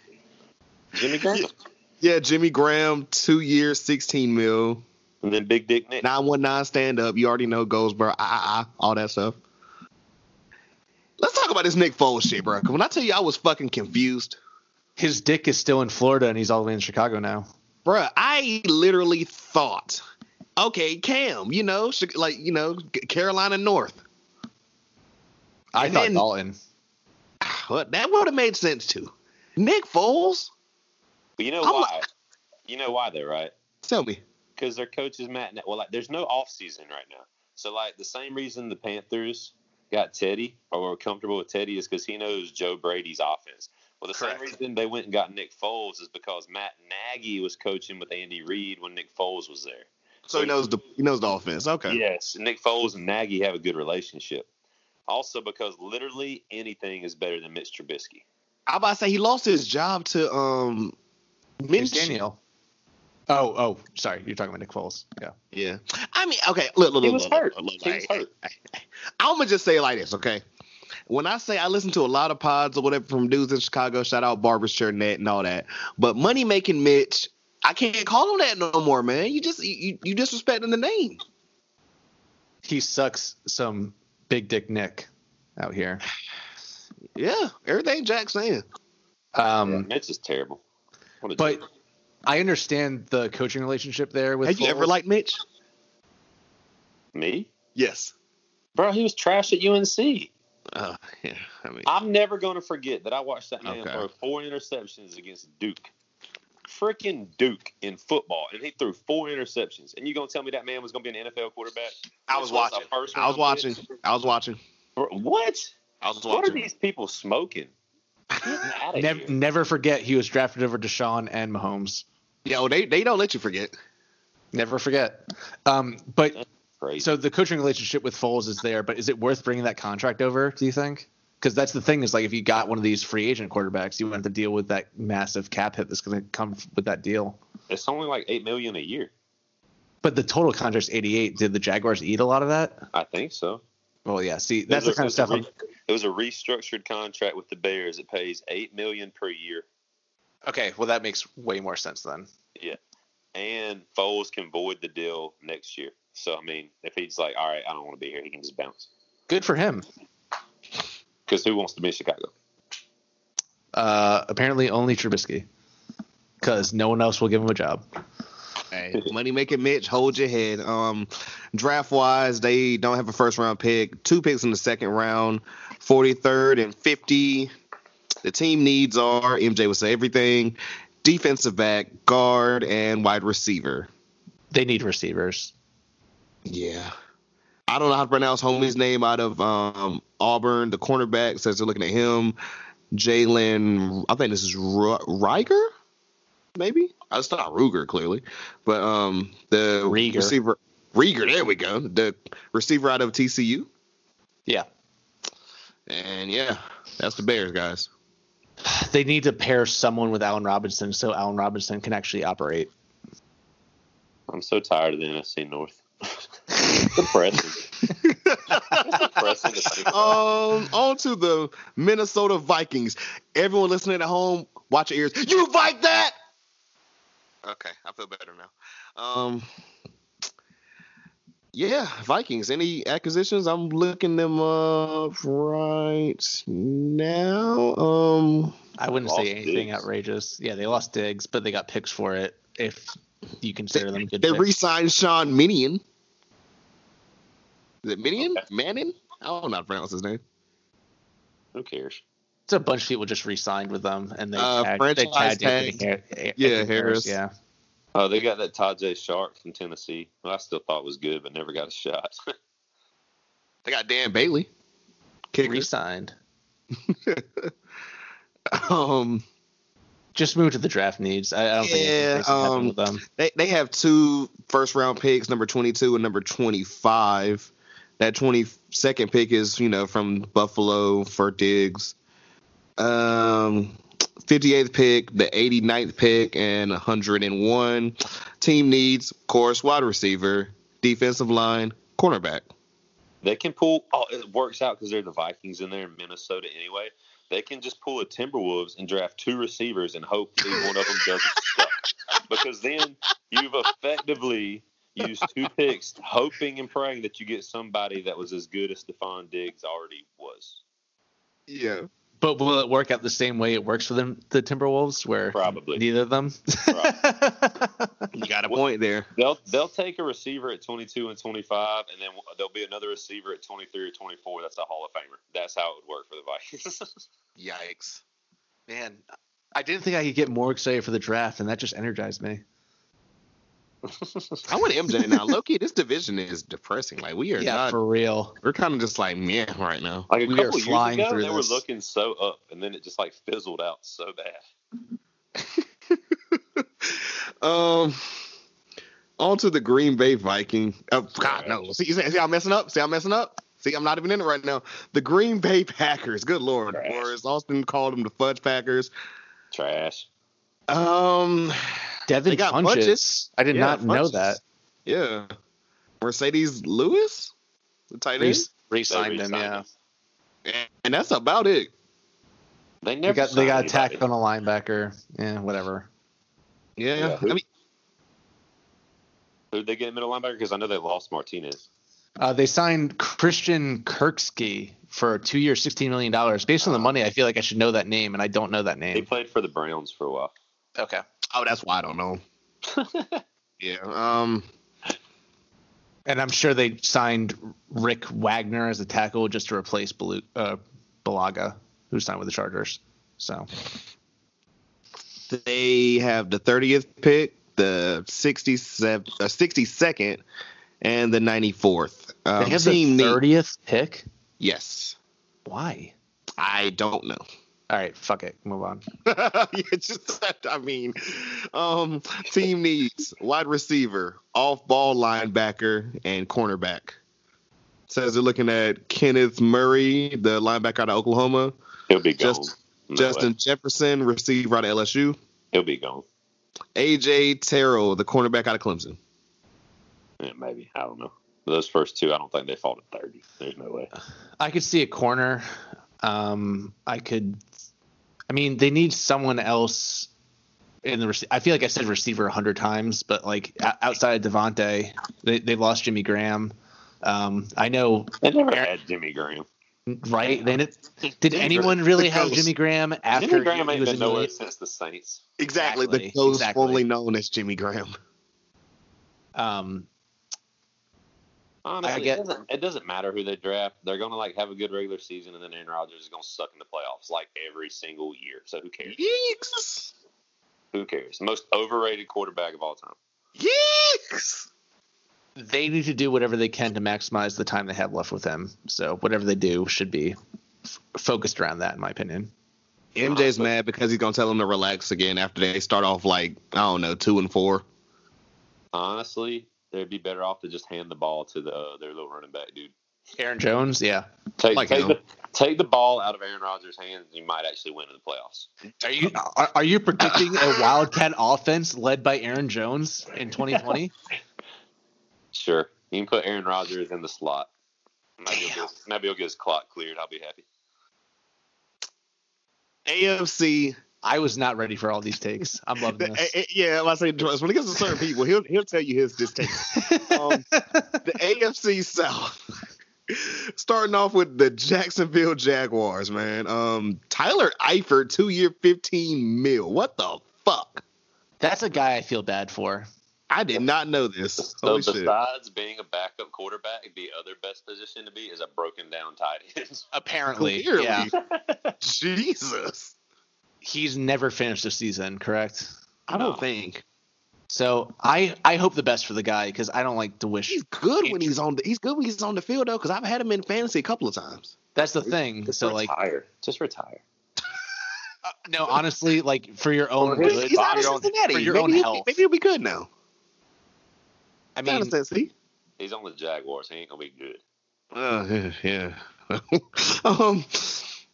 S6: Jimmy Grant.
S5: Yeah, Jimmy Graham, two years, sixteen mil.
S6: And then Big Dick Nick.
S5: Nine one nine stand up. You already know Goldsboro, ah, ah, ah, all that stuff. Let's talk about this Nick Foles shit, bro. 'Cause When I tell you I was fucking confused,
S7: His dick is still in Florida, and he's all the way in Chicago now.
S5: Bruh, I literally thought, okay, Cam, you know, sh- like you know, C- Carolina North.
S7: I
S5: And
S7: thought
S5: then-
S7: Dalton.
S5: But that would have made sense too. Nick Foles,
S6: But you know
S5: I'm
S6: why? You know why though, right?
S5: tell me,
S6: Because their coach is Matt. Na- Well, like, there's no off season right now. So like the same reason the Panthers got Teddy or were comfortable with Teddy is because he knows Joe Brady's offense. Well, the
S11: Correct.
S6: same reason they went and got Nick Foles is because Matt Nagy was coaching with Andy Reid when Nick Foles was there.
S5: so he knows the he knows the offense. Okay,
S6: Yes, Nick Foles and Nagy have a good relationship. Also, because literally anything is better than Mitch Trubisky.
S5: I'm about to say he lost his job to um,
S7: It's
S5: Minshew.
S7: Daniel. Oh, oh, sorry, you're talking about Nick Foles. Yeah,
S5: Yeah. I mean, okay, look, look,
S6: He
S5: look.
S6: was
S5: look,
S6: hurt.
S5: look, look,
S6: He was
S5: hey,
S6: hurt.
S5: hey, hey. I'ma just say it like this, okay? When I say I listen to a lot of pods or whatever from dudes in Chicago, shout out Barbara Net and all that. But money making Mitch, I can't call him that no more, man. You just you, you- you disrespecting the name.
S7: he sucks some big dick Nick out here.
S5: Yeah, everything Jack's saying.
S7: Um,
S6: Mitch is terrible. What a
S7: but
S6: joke.
S7: I understand the coaching relationship there with.
S5: Have you ever
S7: Foles.
S5: liked Mitch?
S6: me,
S5: Yes.
S6: bro, he was trash at UNC.
S5: Uh, yeah. I mean,
S6: I'm never going to forget that I watched that man
S5: Okay.
S6: throw four interceptions against Duke. Freaking Duke in football, and he threw four interceptions. And you gonna tell me that man was gonna be an NFL quarterback?
S5: I was
S6: Which a
S5: watching.
S6: first
S5: I was
S6: round
S5: watching.
S6: pick?
S5: I was watching.
S6: Bro, What?
S5: I was
S6: What are
S5: watching.
S6: these people smoking? Get out of
S7: Never,
S6: here.
S7: never forget he was drafted over Deshaun and Mahomes.
S5: Yo, they they don't let you forget.
S7: Never forget. Um, but
S6: Crazy.
S7: So the coaching relationship with Foles is there, but is it worth bringing that contract over? Do you think? Because that's the thing is like if you got one of these free agent quarterbacks, you wouldn't have to deal with that massive cap hit that's going to come f- with that deal.
S6: it's only like eight million a year.
S7: But the total contract's 88. Did the Jaguars eat a lot of that?
S6: I think so.
S7: Well, yeah. See,
S6: It was
S7: that's the
S6: a-
S7: kind of stuff.
S6: It
S7: I'm,
S6: was, a re- it was a restructured contract with the Bears. It pays eight million per year,
S7: okay, well that makes way more sense then.
S6: and Foles can void the deal next year. So I mean, if he's like, all right, I don't want to be here, he can just bounce.
S7: Good for him.
S6: Because who wants to be in Chicago?
S7: Uh, apparently only Trubisky, because no one else will give him a job.
S5: Hey, money making Mitch, hold your head. Um, draft wise, they don't have a first round pick. Two picks in the second round, forty third and fifty. The team needs are MJ would say everything. defensive back, guard, and wide receiver.
S7: They need receivers.
S5: Yeah. I don't know how to pronounce homie's name out of um, Auburn. The cornerback says they're looking at him. Jalen, I think this is Ru- Riger, maybe. It's not Ruger, clearly, but um, the
S7: Rieger.
S5: receiver Rieger. There we go. The receiver out of TCU,
S7: Yeah.
S5: and yeah, that's the Bears guys.
S7: They need to pair someone with Allen Robinson so Allen Robinson can actually operate.
S6: I'm so tired of the NFC North. It's depressing. It's depressing to think about.
S5: Um, on to the Minnesota Vikings. Everyone listening at home, watch your ears. You Vike that. Okay, I feel better now. Um, yeah, Vikings. Any acquisitions? I'm looking them up right now. Um,
S7: I wouldn't
S6: Lost
S7: say anything
S6: Diggs.
S7: outrageous. Yeah, they lost Diggs, but they got picks for it. If you consider them good,
S5: they
S7: picks.
S5: re-signed Sean Minion. Is it Minion? Manning? I don't know how to pronounce his name.
S6: Who cares?
S7: it's a bunch of people just re-signed with them, and they
S5: Uh,
S7: tagged, they
S5: franchise
S7: tagged Anthony Har-
S5: Yeah,
S7: Anthony
S5: Harris.
S7: Yeah,
S6: Oh, they got that Tajay Sharp from Tennessee, who I still thought was good, but never got a shot.
S5: They got Dan Bailey. Kicker.
S7: re-signed.
S5: Um,
S7: Just move to the draft needs. I, I don't think
S5: Yeah,
S7: anything's happening
S5: um,
S7: with them.
S5: They they have two first round picks, number twenty two and number twenty five. That twenty second pick is you know from Buffalo for Diggs. Um, fifty eighth pick, the 89th pick, and hundred and one. Team needs, of course, wide receiver, defensive line, cornerback.
S6: they can pull. Oh, it works out because they're the Vikings and they're in Minnesota anyway. They can just pull a Timberwolves and draft two receivers and hope that one of them doesn't suck. Because then you've effectively used two picks, hoping and praying that you get somebody that was as good as Stephon Diggs already was.
S5: Yeah.
S7: But will it work out the same way it works for them, the Timberwolves, where
S6: Probably.
S7: neither of them?
S5: You got a point there.
S6: They'll they'll take a receiver at 22 and 25, and then there'll be another receiver at 23 or 24. That's a Hall of Famer. That's how it would work for the Vikings.
S5: Yikes.
S7: Man, I didn't think I could get more excited for the draft, and that just energized me.
S5: I want MJ now. Loki, this division is depressing. Like we are
S7: yeah,
S5: not.
S7: for real.
S5: we're kind of just like man right now.
S6: like a
S7: We are
S6: couple
S7: flying
S6: years ago,
S7: through
S6: they
S7: this.
S6: were looking so up, and then it just like fizzled out so bad.
S5: Um, on to the Green Bay Viking. Oh, God, no. See, see, see, I'm messing up. See, I'm messing up. See, I'm not even in it right now. The Green Bay Packers. Good lord,
S6: Trash.
S5: or as Austin called them, the Fudge Packers.
S6: Trash.
S5: Um,
S7: Devin
S5: They got
S7: Funches.
S5: punches.
S7: I did
S5: Yeah,
S7: not know
S5: punches.
S7: that.
S5: yeah, Mercedes Lewis, the tight
S7: Re-
S5: end,
S6: They
S7: re-signed him.
S6: re-signed
S7: Yeah,
S6: him.
S5: and that's about it.
S6: They
S7: they
S6: never
S7: got they got
S6: signed anybody.
S7: attacked on a linebacker. Yeah, whatever.
S5: Yeah,
S6: Yeah,
S5: I
S6: who-
S5: mean,
S6: Who'd they get in middle linebacker? Because I know they lost Martinez.
S7: Uh, they signed Christian Kirksky for two years, sixteen million dollars. Based on the money, I feel like I should know that name, and I don't know that
S6: He
S7: name.
S6: played for the Browns for a while.
S7: Okay.
S5: oh, that's why I don't know. yeah. Um.
S7: And I'm sure they signed Rick Wagner as a tackle just to replace Balu- uh, Balaga, who signed with the Chargers. So
S5: They have the 30th pick, the 67, uh, 62nd, and the 94th. Um,
S7: they have
S5: team
S7: the
S5: need-
S7: thirtieth pick.
S5: Yes.
S7: Why?
S5: I don't know.
S7: All right, fuck it, move on.
S5: You just said- I mean, um, team needs wide receiver, off ball linebacker, and cornerback. Says they're looking at Kenneth Murray, the linebacker out of Oklahoma,
S6: He'll be gone.
S5: Just-
S6: No
S5: Justin
S6: way.
S5: Jefferson, receiver out of LSU,
S6: He'll be gone.
S5: AJ Terrell, the cornerback out of Clemson.
S6: Yeah, maybe. I don't know. Those first two, I don't think they fall to 30. There's no way.
S7: I could see a corner. Um, I could. I mean, they need someone else in the. rece- I feel like I said receiver a hundred times, but like o- outside of Devontae, they they lost Jimmy Graham. Um, I know,
S6: They never had Jimmy Graham.
S7: right? Then it did
S5: Jimmy
S7: anyone
S5: Graham-
S7: really
S5: the
S7: have
S5: ghost.
S7: Jimmy Graham after
S6: Jimmy Graham
S7: he
S6: ain't
S7: was
S6: been
S7: in
S6: nowhere
S7: the-
S6: since the Saints.
S5: Exactly.
S7: Exactly,
S5: The ghost
S7: exactly.
S5: formerly known as Jimmy Graham.
S7: um,
S6: Honestly,
S7: I get-
S6: it, doesn't, it doesn't matter who they draft. They're going to like have a good regular season, and then Aaron Rodgers is going to suck in the playoffs like every single year. So who cares?
S5: Yeeks.
S6: Who cares? Most overrated quarterback of all time.
S5: Yes.
S7: They need to do whatever they can to maximize the time they have left with him. So whatever they do should be f- focused around that, in my opinion.
S5: MJ's mad because he's gonna tell him to relax again after they start off like I don't know two and four.
S6: Honestly, they'd be better off to just hand the ball to the uh, their little running back dude.
S7: Aaron Jones, yeah.
S6: Take,
S7: Like
S6: take,
S7: him.
S6: the, take the ball out of Aaron Rodgers' hands, and you might actually win in the playoffs.
S7: Are you Uh, are, are you predicting a wildcat offense led by Aaron Jones in 2020?
S6: Sure, you can put Aaron Rodgers in the slot. Maybe he'll, get, maybe he'll get his clock cleared. I'll be happy.
S5: AFC.
S7: I was not ready for all these takes. I'm loving
S5: The,
S7: this.
S5: a, a- yeah, like I say trust. When it gets to certain people, he'll he'll tell you his distaste. um, the AFC South. Starting off with the Jacksonville Jaguars, man. Um, Tyler Eifert, two year, fifteen mil. What the fuck?
S7: That's a guy I feel bad for.
S5: I did not know this.
S6: So
S5: Holy shit.
S6: besides being a backup quarterback, the other best position to be is a broken down tight end.
S7: Apparently,
S5: Clearly.
S7: yeah,
S5: Jesus.
S7: he's never finished a season, correct?
S5: I don't
S6: No.
S5: think
S7: So I I hope the best for the guy because I don't like to wish.
S5: he's good when he's on. The, he's good when he's on the field though, because I've had him in fantasy a couple of times.
S7: That's the thing. So like, Uh,
S6: retire. Just retire.
S7: no, honestly, like for your own
S6: his
S7: good,
S5: he's out
S7: for
S5: of
S7: your own,
S5: Cincinnati.
S7: for your
S5: maybe,
S7: own
S5: he'll,
S7: health.
S5: maybe he'll be good now.
S7: I
S5: He's out
S7: mean,
S5: of Tennessee.
S6: He's on the Jaguars. He ain't gonna be good.
S5: Uh, yeah. um,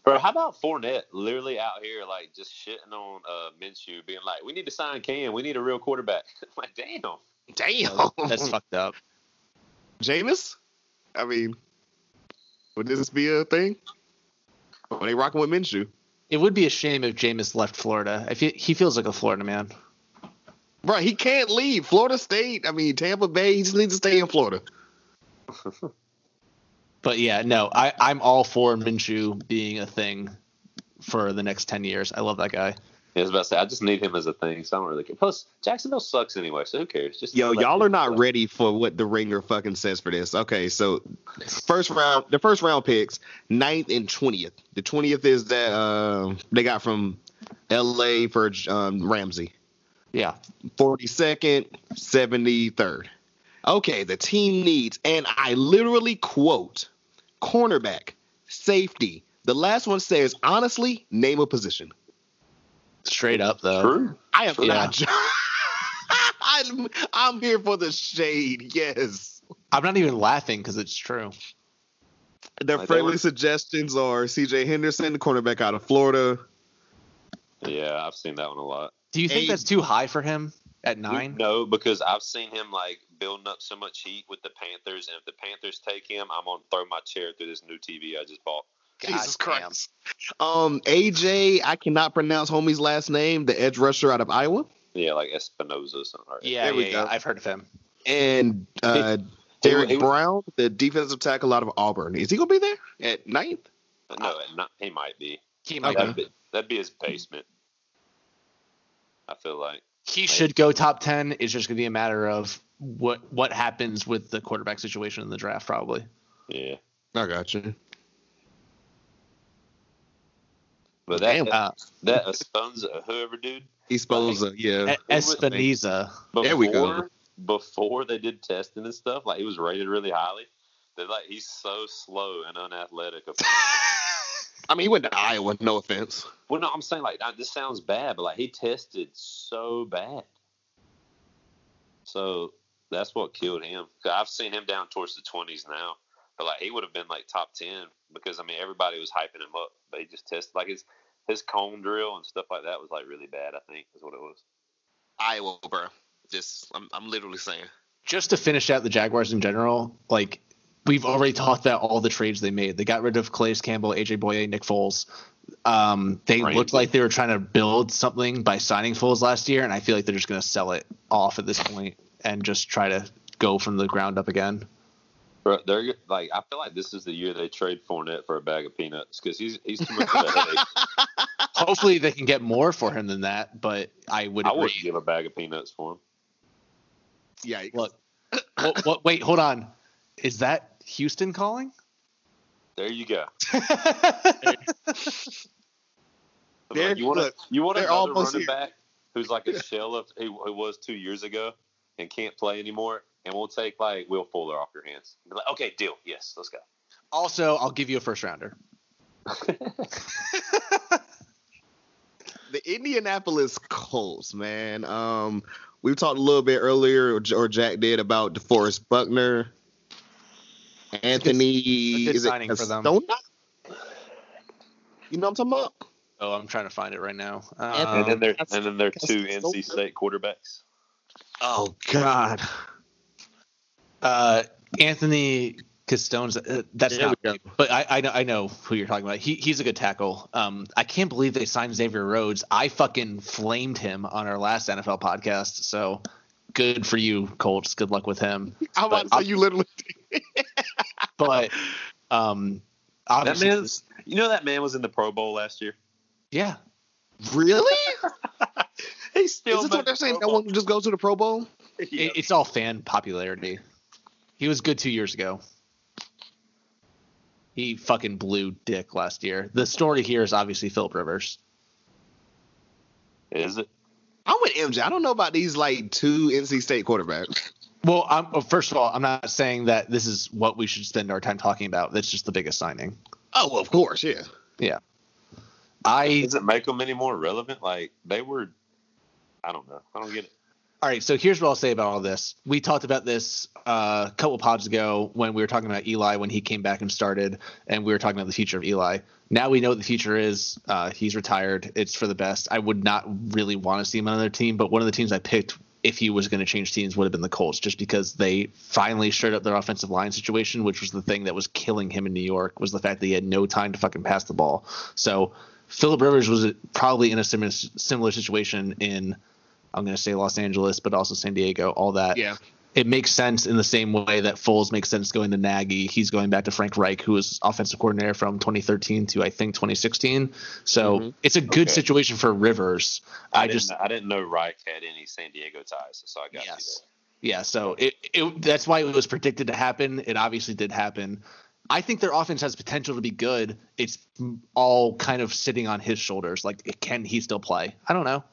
S6: Bro, how about Fournette literally out here like just shitting on uh, Minshew, being like, "We need to sign Cam. We need a real quarterback." like, damn.
S5: damn.
S7: that's fucked up.
S5: Jameis? I mean, would this be a thing? Are they rocking with Minshew?
S7: It would be a shame if Jameis left Florida. If he, he feels like a Florida man.
S5: Right, he can't leave. Florida State, I mean, Tampa Bay, he just needs to stay in Florida.
S7: But yeah, no, I, I'm all for Minshew being a thing for the next 10 years. I love that guy.
S6: Yeah, I was about to say, I just need him as a thing, so I don't really care. Plus, Jacksonville sucks anyway, so who cares? Just
S5: Yo,
S6: let
S5: y'all
S6: him
S5: are not
S6: suck.
S5: ready for what the ringer fucking says for this. Okay, so first round, the first round picks, ninth and 20th. The 20th is that uh, they got from LA for um, Ramsey.
S7: Yeah.
S5: 42nd, 73rd. Okay, the team needs, and I literally quote cornerback, safety. The last one says, honestly, name a position.
S7: Straight up, though.
S6: True.
S5: I am
S7: Yeah.
S5: not. I'm, I'm here for the shade, yes.
S7: I'm not even laughing because it's true.
S5: Their
S6: Like, they
S5: friendly
S6: were-
S5: suggestions are CJ Henderson, cornerback out of Florida.
S6: Yeah, I've seen that one a lot.
S7: Do you think
S5: Eight.
S7: that's too high for him at nine?
S6: No, because I've seen him like building up so much heat with the Panthers, and if the Panthers take him, I'm gonna throw my chair through this new TV I just bought.
S11: Jesus Christ.
S5: Um, AJ, I cannot pronounce homie's last name, the edge rusher out of Iowa.
S6: Yeah, like Espinoza or something. Right?
S7: Yeah,
S5: There we
S7: yeah, yeah.
S5: go.
S7: I've heard of him.
S5: and uh,
S6: He-
S5: Derek
S6: he-
S5: Brown, the defensive tackle out of Auburn. Is he going to be there at ninth?
S6: No, not, he might be.
S7: He might
S5: Okay.
S6: That'd, be. that'd be his basement. I feel like.
S7: he should go top ten. It's just gonna be a matter of what what happens with the quarterback situation in the draft, probably.
S6: Yeah.
S5: I got you.
S6: But that
S5: Damn.
S7: Uh,
S6: that Esponza, whoever dude,
S5: Esposa, uh, yeah.
S7: E- Espinoza.
S6: before
S5: There we go.
S6: before they did testing and stuff, like he was rated really highly. They're like he's so slow and unathletic.
S5: I mean, he went to Iowa. No offense.
S6: well, no, I'm saying like I- this sounds bad, but like he tested so bad. So that's what killed him. 'Cause I've seen him down towards the 20s now, but like he would have been like top 10 because I mean everybody was hyping him up, but he just tested like his his cone drill and stuff like that was like really bad. I think is what it was.
S11: Iowa, bro. Just, I'm, I'm literally saying.
S7: just to finish out the Jaguars in general, like we've already talked about all the trades they made. They got rid of Calais Campbell, AJ Boye, Nick Foles. Um, they
S6: Right.
S7: looked like they were trying to build something by signing Foles last year, and I feel like they're just going to sell it off at this point and just try to go from the ground up again.
S6: Bro, they're like, I feel like this is the year they trade Fournette for a bag of peanuts because he's he's too much of a headache.
S7: Hopefully, they can get more for him than that, but I would
S6: I
S7: agree.
S6: wouldn't give a bag of peanuts for him.
S5: Yeah.
S7: Look, what, what, wait, hold on. Is that Houston calling?
S6: There you go.
S7: I
S6: Like,
S5: They're-
S6: you want to
S5: look,
S6: you want
S5: they're
S6: another
S5: almost
S6: running
S5: here.
S6: back? who's like a shell of who who was two years ago and can't play anymore, and we'll take like Will Fuller off your hands. Be like, okay, deal. Yes, let's go.
S7: Also, I'll give you a first rounder.
S5: the Indianapolis Colts, man. Um, we talked a little bit earlier, or J- or Jack did, about DeForest Buckner, Anthony.
S7: a good
S5: is it
S7: signing for them.
S5: Castona? You know what I'm talking about?
S7: Oh, I'm trying to find it right now.
S5: Anthony
S6: and then
S7: Um,
S6: there and then there are two NC State quarterbacks.
S7: oh God. Uh, Anthony Castone's. Uh, that's
S5: There
S7: not.
S5: we
S7: right, But I, I know I know who you're talking about. He, he's a good tackle. Um, I can't believe they signed Xavier Rhodes. I fucking flamed him on our last NFL podcast. So good for you, Colts. Good luck with him.
S5: I'm about to say you literally.
S7: But um,
S6: That
S7: obviously,
S6: man's you know that man was in the Pro Bowl last year.
S7: yeah.
S5: Really?
S6: He's
S5: Is
S6: still
S5: this what they're saying? No one just goes to the Pro Bowl?
S7: It, it's all fan popularity. He was good two years ago. He fucking blew dick last year. The story here is obviously Philip Rivers.
S6: Is it?
S5: I'm with MJ. I don't know about these like two NC State quarterbacks.
S7: Well, I'm, well, first of all, I'm not saying that this is what we should spend our time talking about. That's just the biggest signing.
S5: Oh, well, of course, yeah.
S7: Yeah. I
S6: Does it make them any more relevant? Like they were. I don't know. I don't get it.
S7: all right. So here's what I'll say about all this. We talked about this uh, a couple pods ago when we were talking about Eli when he came back and started, and we were talking about the future of Eli. Now we know what the future is. Uh, he's retired. It's for the best. I would not really want to see him on another team, but one of the teams I picked if he was going to change teams would have been the Colts, just because they finally showed up their offensive line situation, which was the thing that was killing him in New York, was the fact that he had no time to fucking pass the ball. So Philip Rivers was probably in a similar similar situation in. I'm going to say Los Angeles, but also San Diego, all that.
S5: Yeah.
S7: It makes sense in the same way that Foles makes sense going to Nagy. He's going back to Frank Reich, who was offensive coordinator from 2013 to I think 2016. So
S5: Mm-hmm.
S7: it's a good
S6: Okay.
S7: situation for Rivers.
S6: I,
S7: I,
S6: didn't,
S7: just
S6: I didn't know Reich had any San Diego ties, so I got
S7: yes, yeah. So it, it that's why it was predicted to happen. It obviously did happen. I think their offense has potential to be good. It's all kind of sitting on his shoulders. Like, can he still play? I don't know.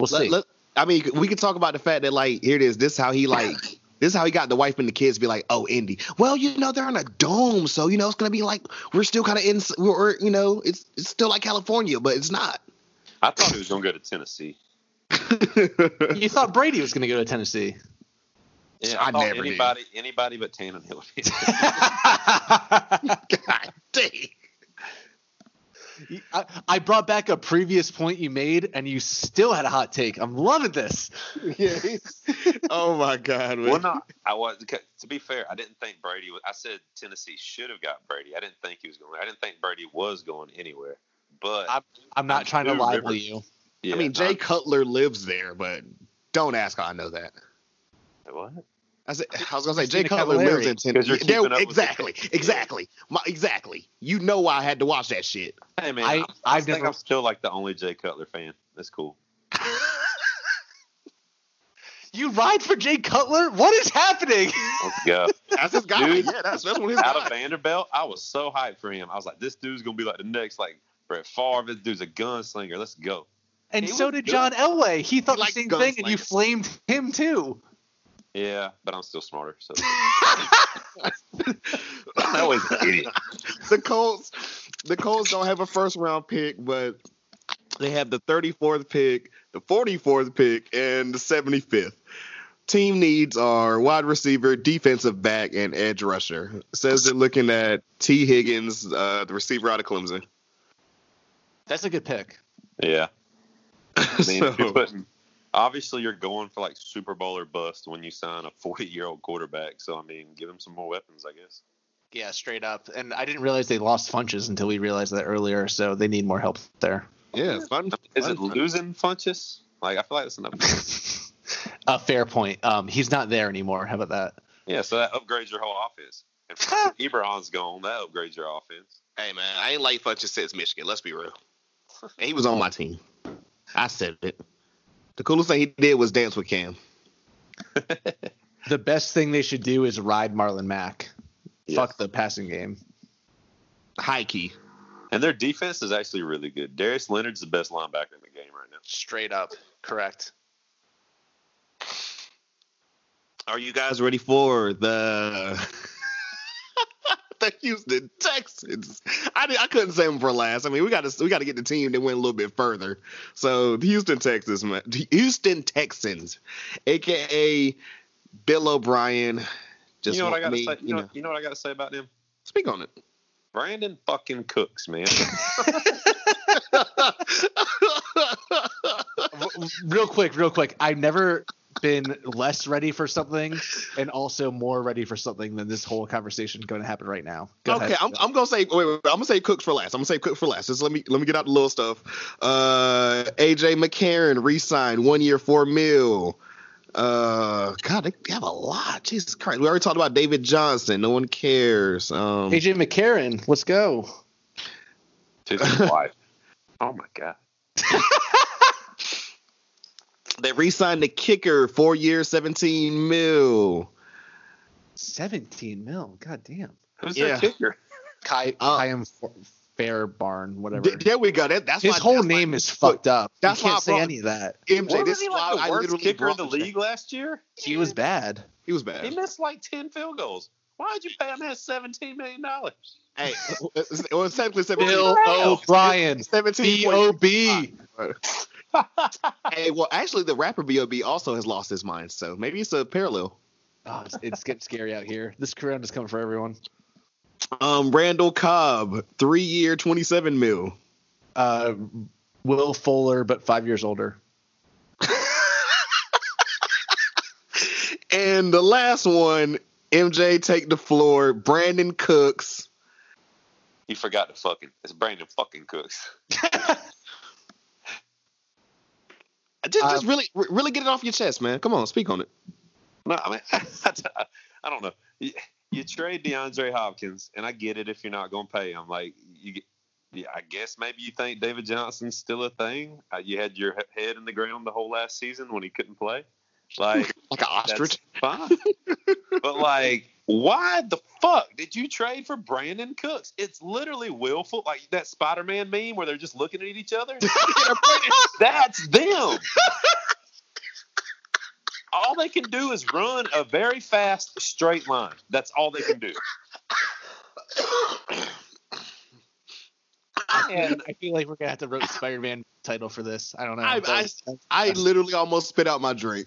S7: We'll see.
S5: Let, let, I mean, we could talk about the fact that like here it is. This how he like. This is how he got the wife and the kids. Be like, oh, Indy. Well, you know they're in a dome, so you know it's gonna be like we're still kind of in. We're you know it's it's still like California, but it's not.
S6: there. I thought he was going to go to Tennessee.
S7: you thought Brady was going to go to Tennessee.
S6: Yeah,
S5: I
S6: thought
S5: never knew.
S6: anybody, anybody but Tannehill.
S5: God dang.
S7: I, I brought back a previous point you made, and you still had a hot take. I'm loving this.
S5: oh my God. Man.
S6: well, no, I was. To be fair, I didn't think Brady. Was, I said Tennessee should have got Brady. I didn't think he was going. I didn't think Brady was going anywhere. But
S7: I'm not trying to
S6: Dude,
S7: lie to
S6: Rivers.
S7: you.
S6: yeah,
S5: I mean, Jay
S6: I'm-
S5: Cutler lives there, but don't ask how I know that.
S6: What?
S5: I, said, I was gonna say Jay
S7: Christina
S5: Cutler
S7: Cavallari.
S5: lives in
S6: 'Cause you're
S5: Tennessee.
S6: keeping up with the
S5: Exactly,
S6: Jets.
S5: exactly, my, exactly. You know why I had to watch that shit.
S6: Hey man,
S7: I-
S6: I, I
S7: I've
S6: think
S7: never-
S6: I'm still like the only Jay Cutler fan. That's cool.
S7: You ride for Jay Cutler? What is happening?
S6: Let's go.
S5: That's his guy.
S6: Dude.
S5: yeah, that's that's what his
S6: Out
S5: guy.
S6: of Vanderbilt, I was so hyped for him. I was like, this dude's gonna be like the next like Brett Favre. This dude's a gunslinger. Let's go.
S7: And
S6: He
S7: so
S6: was
S7: did
S6: good.
S7: John Elway. He thought
S5: He liked
S7: the same thing, and you
S5: gunslingers.
S7: flamed him too.
S6: Yeah, but I'm still smarter. So I'm always an idiot.
S5: the Colts, the Colts don't have a first round pick, but they have the 34th pick, the 44th pick, and the 75th. Team needs are wide receiver, defensive back, and edge rusher. Says they're looking at T. Higgins, uh, the receiver out of Clemson.
S7: That's a good pick.
S6: Yeah. I mean, if you're
S5: so,
S6: putting, obviously you're going for like Super Bowl or bust when you sign a 40 year old quarterback. So I mean, give him some more weapons, I guess.
S7: Yeah, straight up. And I didn't realize they lost Funches until we realized that earlier, so they need more help there.
S5: yeah, fun.
S6: Is
S5: fun
S6: it losing Funches? Like I feel like that's enough.
S7: A fair point. Um, he's not there anymore. How about that?
S6: yeah, so that upgrades your whole offense. And Ebron's gone. That upgrades your offense.
S5: Hey man, I ain't like Funches since Michigan. Let's be real. And he was on my team. I said it. The coolest thing he did was dance with Cam.
S7: The best thing they should do is ride Marlon Mack. Fuck the passing game.
S5: High key.
S6: And their defense is actually really good. Darius Leonard's the best linebacker in the game right now.
S11: Straight up. Correct.
S5: Are you guys ready for the the Houston Texans? I, did, I couldn't save them for last. I mean, we got to we got to get the team that went a little bit further. So the Houston Texans, man- the Houston Texans, aka Bill O'Brien. Just
S6: you know what
S5: want
S6: I got to
S5: me-
S6: say? You
S5: you
S6: know,
S5: know.
S6: you know what I got to say about them?
S5: Speak on it.
S6: Brandon fucking Cooks, man.
S7: real quick, real quick. I've never been less ready for something and also more ready for something than this whole conversation going to happen right now. Go
S5: okay,
S7: ahead.
S5: I'm, I'm gonna say wait, wait, wait, I'm gonna say Cooks for last. I'm gonna say Cook for last. Just let me let me get out the little stuff. Uh, AJ McCarron re-signed one year four mil. Uh, God, they have a lot. Jesus Christ, we already talked about David Johnson. No one cares. Um,
S7: AJ McCarron, let's go.
S6: To his wife. Oh my god.
S5: they re-signed the kicker four years, seventeen mil.
S7: 17 mil. God damn.
S6: Who's
S5: Yeah.
S6: their kicker?
S7: Kai,
S5: Uh,
S7: I am fair barn, whatever.
S5: Th- there we go. That, that's
S7: His
S5: why-
S7: whole
S5: that's why-
S7: name is fucked up. You
S5: that's why I
S7: can't say
S5: brought-
S7: any of that.
S5: MJ,
S6: Wasn't
S5: this
S6: he
S5: is
S6: like
S5: why I
S6: the worst
S5: literally
S6: kicker
S5: brought
S6: in the
S5: this up.
S6: league last year?
S7: He was bad.
S5: He was
S6: He
S5: bad.
S6: missed like ten field goals. Why'd you pay him that seventeen million dollars?
S5: Hey, well, it's technically seventeen.
S7: Bill O'Brien.
S5: Seventeen.
S7: B
S5: point-
S7: O B.
S5: Hey, well, actually, the rapper B.O.B. also has lost his mind, so maybe it's a parallel.
S7: Oh, it's, it's getting scary out here. This corona is coming for everyone.
S5: Um, Randall Cobb, three year, twenty-seven mil.
S7: Uh, Will Fuller, but five years older.
S5: And the last one, MJ, take the floor. Brandon Cooks.
S6: You forgot to fucking. It's Brandon fucking Cooks.
S5: Just, just
S7: Um,
S5: really, re- really get it off your chest, man. Come on, speak on it.
S6: No, I mean, I, don't know. You, you trade DeAndre Hopkins, and I get it if you're not going to pay him. Like you, get- yeah, I guess maybe you think David Johnson's still a thing. Uh, you had your he- head in the ground the whole last season when he couldn't play. Like
S5: Like an
S6: that's
S5: ostrich.
S6: fine. but like, why the fuck did you trade for Brandon Cooks? It's literally willful, like that Spider-Man meme where they're just looking at each other. That's them. all they can do is run a very fast straight line. That's all they can do. And
S7: I feel like we're gonna have to wrote Spider-Man title for this. I don't know.
S5: I- I literally almost spit out my drink.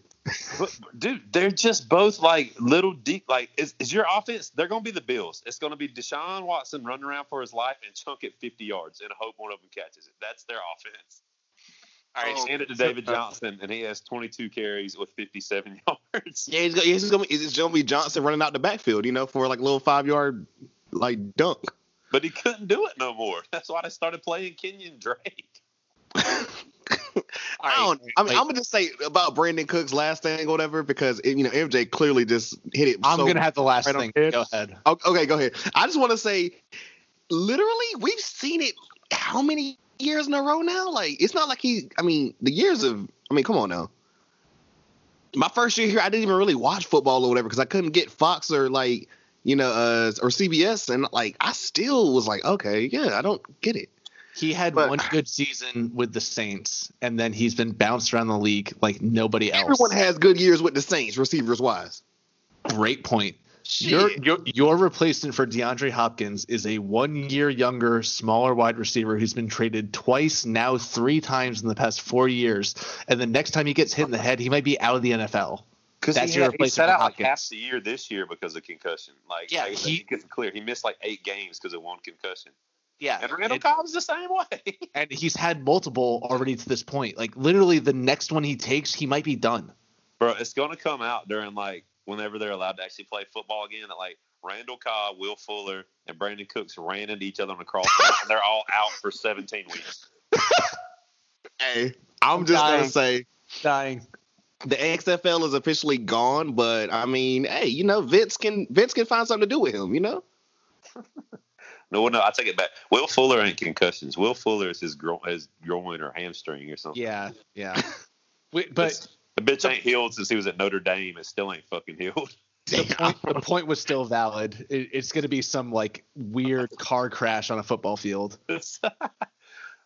S6: But, dude, they're just both like little deep. Like, is, is your offense? They're going to be the Bills. It's going to be Deshaun Watson running around for his life and chunk it 50 yards and hope one of them catches it. That's their offense. All right,
S11: Oh.
S6: hand it to David Johnson, and he has 22 carries with 57 yards.
S5: Yeah, he's gonna, he's gonna, it's gonna be Johnson running out the backfield, you know, for like a little five yard like dunk.
S6: But he couldn't do it no more. That's why they started playing Kenyon Drake.
S5: I don't. I mean,
S7: like-
S5: I'm gonna just say about Brandon Cook's last thing, whatever, because you know MJ clearly just hit it.
S7: am
S5: so-
S7: gonna have the last
S5: right on
S7: thing.
S5: here.
S7: Go ahead.
S5: O- Okay, go ahead. I just want to say, literally, we've seen it. How many years in a row now? Like, it's not like he. I mean, the years of. I mean, come on now. My first year here, I didn't even really watch football or whatever because I couldn't get Fox or like you know uh, or CBS, and like I still was like, okay, yeah, I don't get it.
S7: He had
S5: But-
S7: one good season with the Saints, and then he's been bounced around the league like nobody else.
S5: Everyone has good years with the Saints, receivers wise.
S7: Great point.
S5: Shit.
S7: Your, your your replacement for DeAndre Hopkins is a one year younger, smaller wide receiver who's been traded twice, now three times in the past four years. And the next time he gets hit in the head, he might be out of the NFL.
S6: Because
S7: That's
S6: he,
S7: your
S6: had- he
S7: replacement
S6: sat
S7: for
S6: out like
S7: Hopkins.
S6: half the year this year because of concussion. Like,
S7: Yeah,
S6: like,
S7: he-
S6: he gets clear. He missed like eight games because of one concussion.
S7: Yeah,
S6: And Randall
S7: and-
S6: Cobb's the same way.
S7: and he's had multiple already to this point. Like literally, the next one he takes, he might be done.
S6: Bro, it's going to come out during like whenever they're allowed to actually play football again that like Randall Cobb, Will Fuller, and Brandon Cooks ran into each other on the cross and they're all out for 17 weeks.
S5: Hey, I'm just
S7: Dying.
S5: gonna say
S7: Dying.
S5: the XFL is officially gone, but I mean, hey, you know, Vince can Vince can find something to do with him, you know.
S6: No, no, I take it back. Will Fuller ain't concussions. Will Fuller is his, gro- his groin or hamstring or something.
S7: Yeah, yeah. Wait, but
S6: It's- the bitch ain't healed since he was at Notre Dame. It still ain't fucking healed.
S7: the point, the point was still valid. It, it's going to be some like weird car crash on a football field.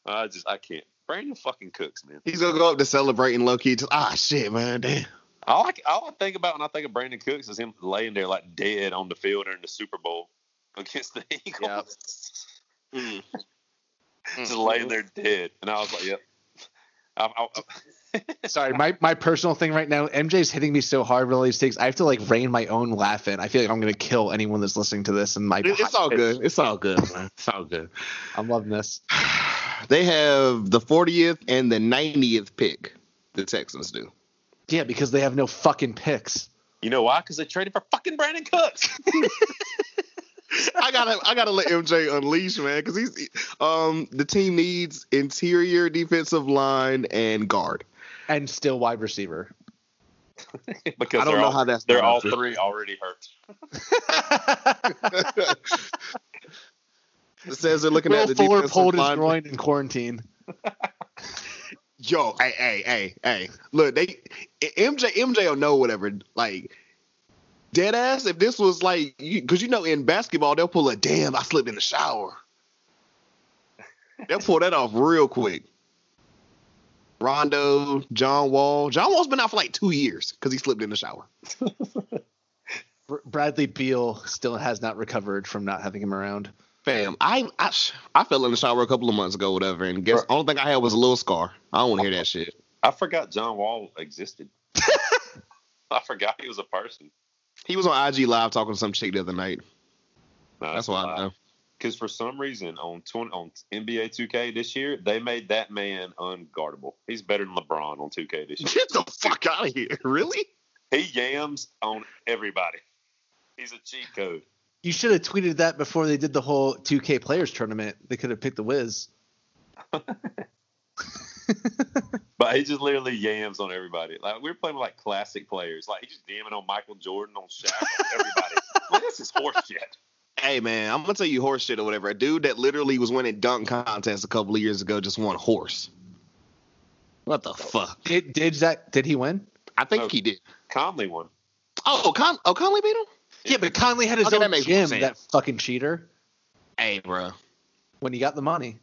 S6: I just I can't Brandon fucking cooks, man.
S5: He's gonna go up to celebrating low key. Just, ah, shit, man, damn.
S6: All I, all I think about when I think of Brandon Cooks is him laying there like dead on the field during the Super Bowl against the Eagles. Hmm.
S10: Mm.
S5: Hmm.
S6: Just laying there dead. And I was like, yep. I, I,
S7: Sorry, my, my personal thing right now, MJ's hitting me so hard with all these things. I have to like rein my own laugh in. I feel like I'm gonna kill anyone that's listening to this and my
S5: It- it's all good. It's all good, man. It's all good.
S7: I'm loving this.
S5: They have the 40th and the 90th pick. The Texans do.
S7: Yeah, because they have no fucking picks.
S6: you know why? Because they traded for fucking Brandon Cooks.
S5: I gotta, I gotta let MJ unleash, man, because he's, um, the team needs interior defensive line and guard.
S7: And still wide receiver.
S6: because
S5: I don't
S6: they're
S5: know
S6: all,
S5: how that's
S6: they're
S5: not
S6: all
S5: true.
S6: three already hurt.
S5: It says they're looking
S7: Will
S5: at the
S7: Fuller
S5: defensive
S7: pulled his
S5: line.
S7: groin in quarantine.
S5: Yo, hey, hey, hey, hey. Look, they MJ MJ will know whatever. Like dead ass. If this was like, because you know in basketball they'll pull a damn. I slipped in the shower. They'll pull that off real quick. Rondo, John Wall. John Wall's been out for like two years because he slipped in the shower.
S7: Br- Bradley Beal still has not recovered from not having him around.
S5: Fam, I I, I fell in the shower a couple of months ago, whatever, and guess the only thing I had was a little scar. I don't want to hear that shit.
S6: I forgot John Wall existed. I forgot he was a person.
S5: He was on IG live talking to some chick the other night. That's why I know.
S6: Because for some reason on 20, on NBA 2K this year, they made that man unguardable. He's better than LeBron on 2K this year.
S5: Get the fuck out of here! Really?
S6: He yams on everybody. He's a cheat code.
S7: You should have tweeted that before they did the whole 2K players tournament. They could have picked the Wiz.
S6: But he just literally yams on everybody. Like we were playing with like classic players. Like he's just DMing on Michael Jordan, on Shaq, on everybody. like this is horseshit.
S5: Hey man, I'm gonna tell you horse shit or whatever. A dude that literally was winning dunk contests a couple of years ago just won horse. What the fuck?
S7: Did, did that? Did he win?
S5: I think
S6: No.
S5: he did.
S6: Conley won.
S5: Oh, Con- oh, Conley beat him.
S7: Yeah, but Conley had his
S5: Okay, that
S7: own
S5: makes
S7: gym.
S5: sense.
S7: That fucking cheater.
S5: Hey, bro.
S7: When he got the money,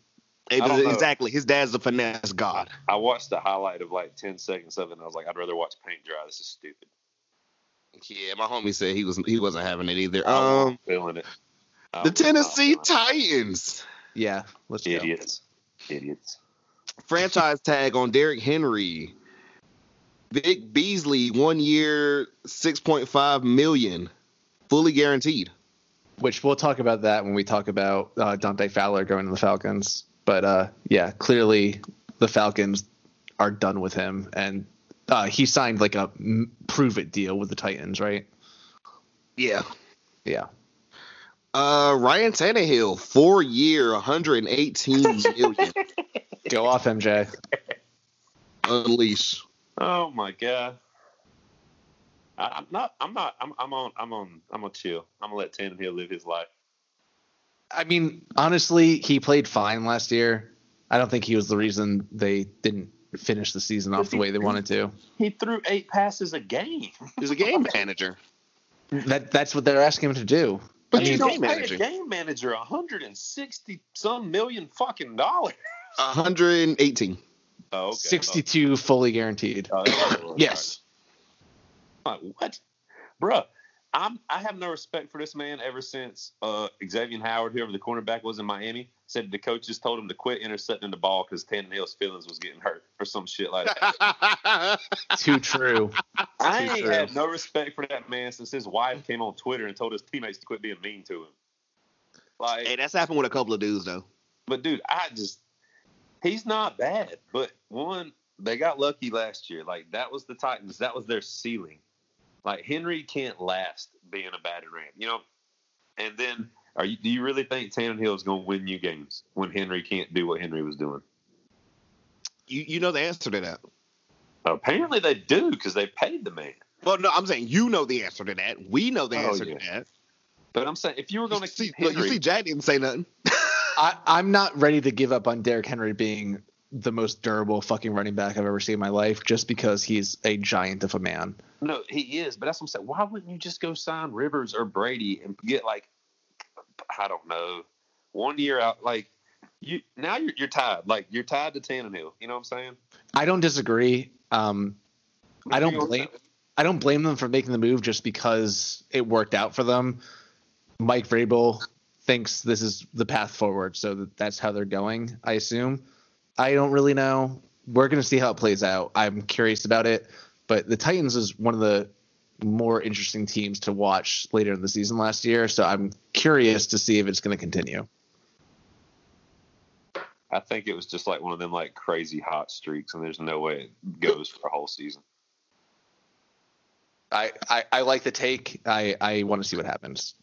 S6: I don't know.
S5: exactly. His dad's a finesse god.
S6: I watched the highlight of like ten seconds of it, and I was like, I'd rather watch paint dry. This is stupid.
S5: Yeah, my homie said he was he wasn't having it either. Oh,
S6: I wasn't
S5: Um,
S6: feeling it. I
S5: the
S6: was not
S5: Tennessee
S6: feeling it.
S5: Titans
S7: yeah, let's go.
S6: idiots, idiots.
S5: franchise tag on Derrick Henry. Vic Beasley, one year, six point five million, fully guaranteed.
S7: Which we'll talk about that when we talk about uh, Dante Fowler going to the Falcons. But uh, yeah, clearly the Falcons are done with him, and uh, he signed like a m- prove it deal with the Titans, right?
S5: Yeah,
S7: Yeah.
S5: Uh, Ryan Tannehill, four year, 118 million.
S7: Go off, MJ.
S5: Unleash.
S6: Oh my god. I, I'm not. I'm not. I'm, I'm on. I'm on. I'm on chill. I'm gonna let Tannehill live his life.
S7: I mean, honestly, he played fine last year. I don't think he was the reason they didn't finish the season off the way they wanted to.
S6: He threw eight passes a game.
S5: He's a game manager.
S7: That that's what they're asking him to do.
S5: But he's
S6: But you
S5: a
S6: don't
S5: game
S6: pay
S5: manager.
S6: a game manager 160 some million fucking dollars.
S5: 118.
S6: Oh, okay.
S7: 62 fully guaranteed.
S6: Oh, oh,
S5: Yes.
S6: Like, what, bruh? I'm I have no respect for this man ever since uh, Xavier Howard, whoever the cornerback was in Miami, said the coaches told him to quit intercepting the ball because Tannehill's feelings was getting hurt or some shit like that.
S7: Too true.
S6: I
S7: Too
S6: ain't
S7: true.
S6: had no respect for that man since his wife came on Twitter and told his teammates to quit being mean to him. Like,
S5: hey, that's happened with a couple of dudes, though.
S6: But dude, I just he's not bad. But one, they got lucky last year. Like that was the Titans. That was their ceiling. Like Henry can't last being a batted ram, you know. And then, are you, do you really think Tannehill is going to win you games when Henry can't do what Henry was doing?
S5: You, you know the answer to that.
S6: Apparently, they do because they paid the man.
S5: Well, no, I'm saying you know the answer to that. We know the
S6: Oh,
S5: answer
S6: yeah.
S5: to that.
S6: But I'm saying if you were going
S5: You
S6: to
S5: see,
S6: keep
S5: look,
S6: Henry,
S5: you see, Jack didn't say nothing.
S7: I, I'm not ready to give up on Derrick Henry being the most durable fucking running back I've ever seen in my life just because he's a giant of a man.
S6: no, he is. But that's what I'm saying. Why wouldn't you just go sign Rivers or Brady and get like, I don't know, one year out? Like you now you're, you're tied. Like you're tied to Tannehill. You know what I'm saying?
S7: I don't disagree. Um, I don't blame. I don't blame them for making the move just because it worked out for them. Mike Vrabel thinks this is the path forward, so that that's how they're going. I assume. I don't really know. We're going to see how it plays out. I'm curious about it, but the Titans is one of the more interesting teams to watch later in the season last year. So I'm curious to see if it's going to continue.
S6: I think it was just like one of them like crazy hot streaks, and there's no way it goes for a whole season.
S7: I, I, I like the take. I, I want to see what happens.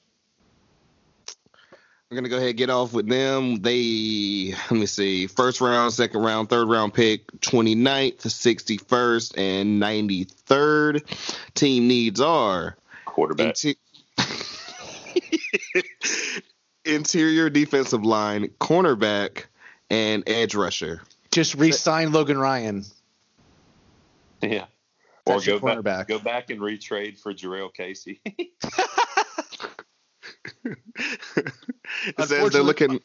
S5: We're gonna go ahead and get off with them. They let me see. First round, second round, third round pick, 29th, 61st, and 93rd. Team needs are
S6: quarterback.
S5: Inter- Interior defensive line, cornerback, and edge rusher.
S7: Just re-sign Logan Ryan.
S6: Yeah. Or
S7: That's
S6: go
S7: your
S6: back,
S7: cornerback.
S6: go back and retrade for Jarrell Casey.
S5: It says they're
S7: Unfortunately-
S5: looking.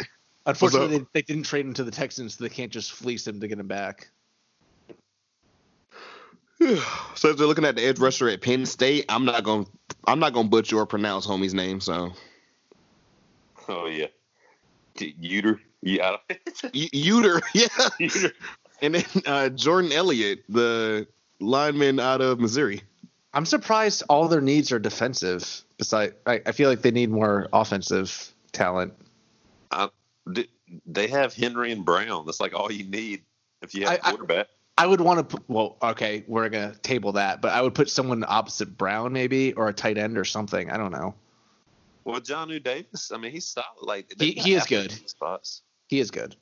S7: Unfortunately, they, they didn't trade him to the Texans, so they can't just fleece him to get him back.
S5: So if they're looking at the edge rusher at Penn State, I'm not going. to I'm not going to butcher or pronounce homie's name. So
S6: oh yeah. D- Uter. Yeah. I don't-
S5: U- Uter, yeah.
S6: Uter.
S5: And then uh, Jordan Elliott, the lineman out of Missouri.
S7: I'm surprised all their needs are defensive. Besides, I, I feel like they need more offensive talent.
S6: D- They have Henry and Brown. That's like all you need if you have
S7: I- I-
S6: quarterback.
S7: I would want to put. Well, okay, we're gonna table that, but I would put someone opposite Brown, maybe, or a tight end or something. I don't know.
S6: well, John U. Davis. I mean, he's solid. Like
S7: He-
S6: they've
S7: he
S6: got
S7: is good.
S6: athletes in Spots.
S7: He is good.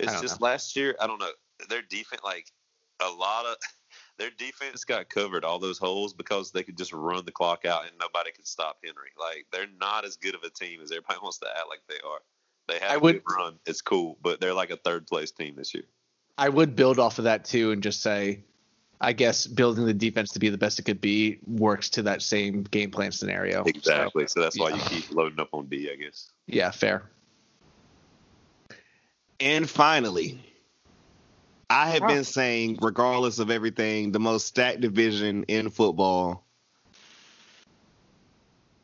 S6: It's
S7: don't
S6: just last year. I don't know. Their defense, like a lot of their defense, got covered all those holes because they could just run the clock out and nobody could stop Henry. Like they're not as good of a team as everybody wants to act like they are. They have
S7: I
S6: a
S7: would-
S6: good run. It's cool, but they're like a third place team this year.
S7: I would build off of that too, and just say, I guess building the defense to be the best it could be works to that same game plan scenario. So,
S6: Exactly. So that's why you
S7: Yeah.
S6: keep loading up on D, I guess.
S7: yeah, fair.
S5: And finally, I have been saying, regardless of everything, the most stacked division in football.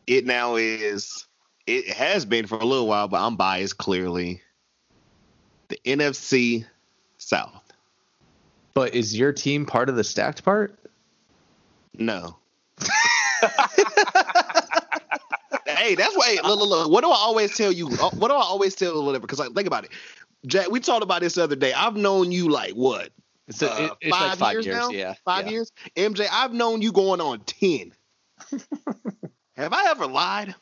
S5: It now is. It has been for a little while, but I'm biased clearly. The NFC South.
S7: But is your team part of the stacked part?
S5: No. hey, that's why. Look, look, look. What do I always tell you? Uh, What do I always tell whatever? Because like, think about it, Jack. We talked about this the other day. I've known you like what
S7: It's, a,
S5: uh,
S7: it- it's like five years,
S5: now?
S7: yeah.
S5: Five
S7: yeah.
S5: years? MJ, I've known you going on 10. Have I ever lied?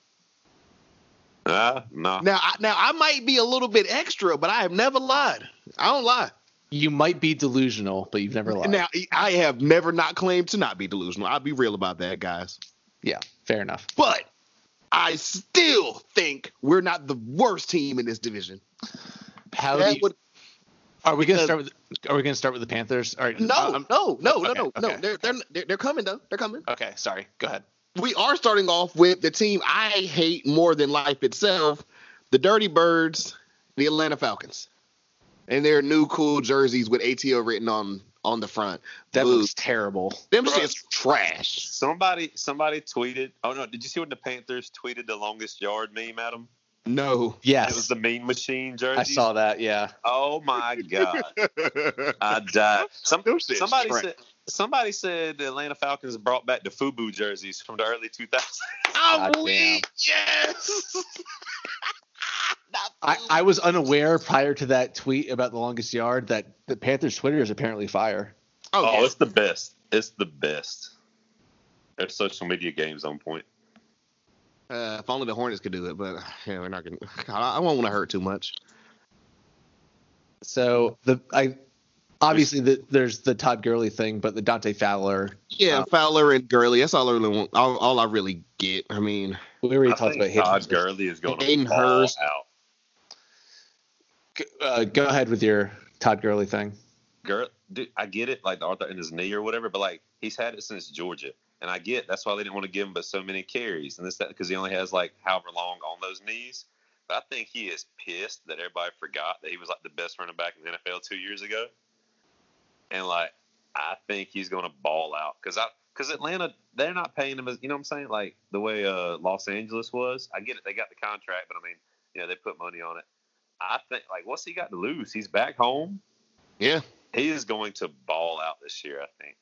S6: Ah, no.
S5: Now, I, now I might be a little bit extra, but I have never lied. I don't lie.
S7: You might be delusional, but you've never lied.
S5: Now, I have never not claimed to not be delusional. I'll be real about that, guys.
S7: yeah, fair enough.
S5: But I still think we're not the worst team in this division.
S7: How do
S5: That
S7: you-
S5: would,
S7: are we going
S5: because-
S7: to start with? Are we going to start with the Panthers? All right.
S5: no,
S7: I'm-
S5: no, no, no,
S7: Uh, um, okay,
S5: no, no.
S7: okay.
S5: They're, they're- they're, they're coming, though. They're coming.
S7: okay. Sorry. Go ahead.
S5: we are starting off with the team I hate more than life itself, the Dirty Birds, the Atlanta Falcons. And their new cool jerseys with ATL written on on the front.
S7: That
S5: Boo.
S7: looks terrible.
S5: Them shit's trash.
S6: Somebody somebody tweeted oh no, did you see when the Panthers tweeted the longest yard meme at them?
S5: No.
S6: It was
S7: Yes,
S6: the mean machine jersey.
S7: I saw that. Yeah.
S6: Oh my god. I died. Some,
S5: Those shit's
S6: somebody
S5: trash.
S6: said somebody said the Atlanta Falcons brought back the FUBU jerseys from the early 2000s.
S5: I'm
S7: Goddamn.
S5: weak. Yes. Not
S7: I,
S5: food.
S7: I was unaware prior to that tweet about the longest yard that the Panthers Twitter is apparently fire.
S5: oh,
S6: Oh,
S5: yeah.
S6: it's the best. It's the best. Their social media games on point.
S5: Uh, if only the Hornets could do it, but yeah, we're not gonna. God, I, I won't want to hurt too much.
S7: So the I obviously the, there's the Todd Gurley thing, but the Dante Fowler.
S5: Yeah,
S7: Um,
S5: Uh, Fowler and Gurley. That's all I really want. All, all I really get. I mean,
S7: We already
S6: I
S7: talked
S6: think
S7: about
S6: Todd
S7: Hayden.
S6: Gurley is going to
S5: Hayden
S6: fall
S5: Hurst.
S6: out.
S7: Uh, go ahead with your Todd Gurley thing.
S6: Gurley, dude, I get it, like the Arthur in his knee or whatever, but like he's had it since Georgia, and I get that's why they didn't want to give him but so many carries and this that because he only has like however long on those knees. But I think he is pissed that everybody forgot that he was like the best running back in the NFL two years ago. And like, I think he's going to ball out because I because Atlanta they're not paying him as you know what I'm saying like the way uh, Los Angeles was. I get it, they got the contract, but I mean, you know, they put money on it. I think like what's he got to lose? He's back home.
S5: Yeah,
S6: he is going to ball out this year. I think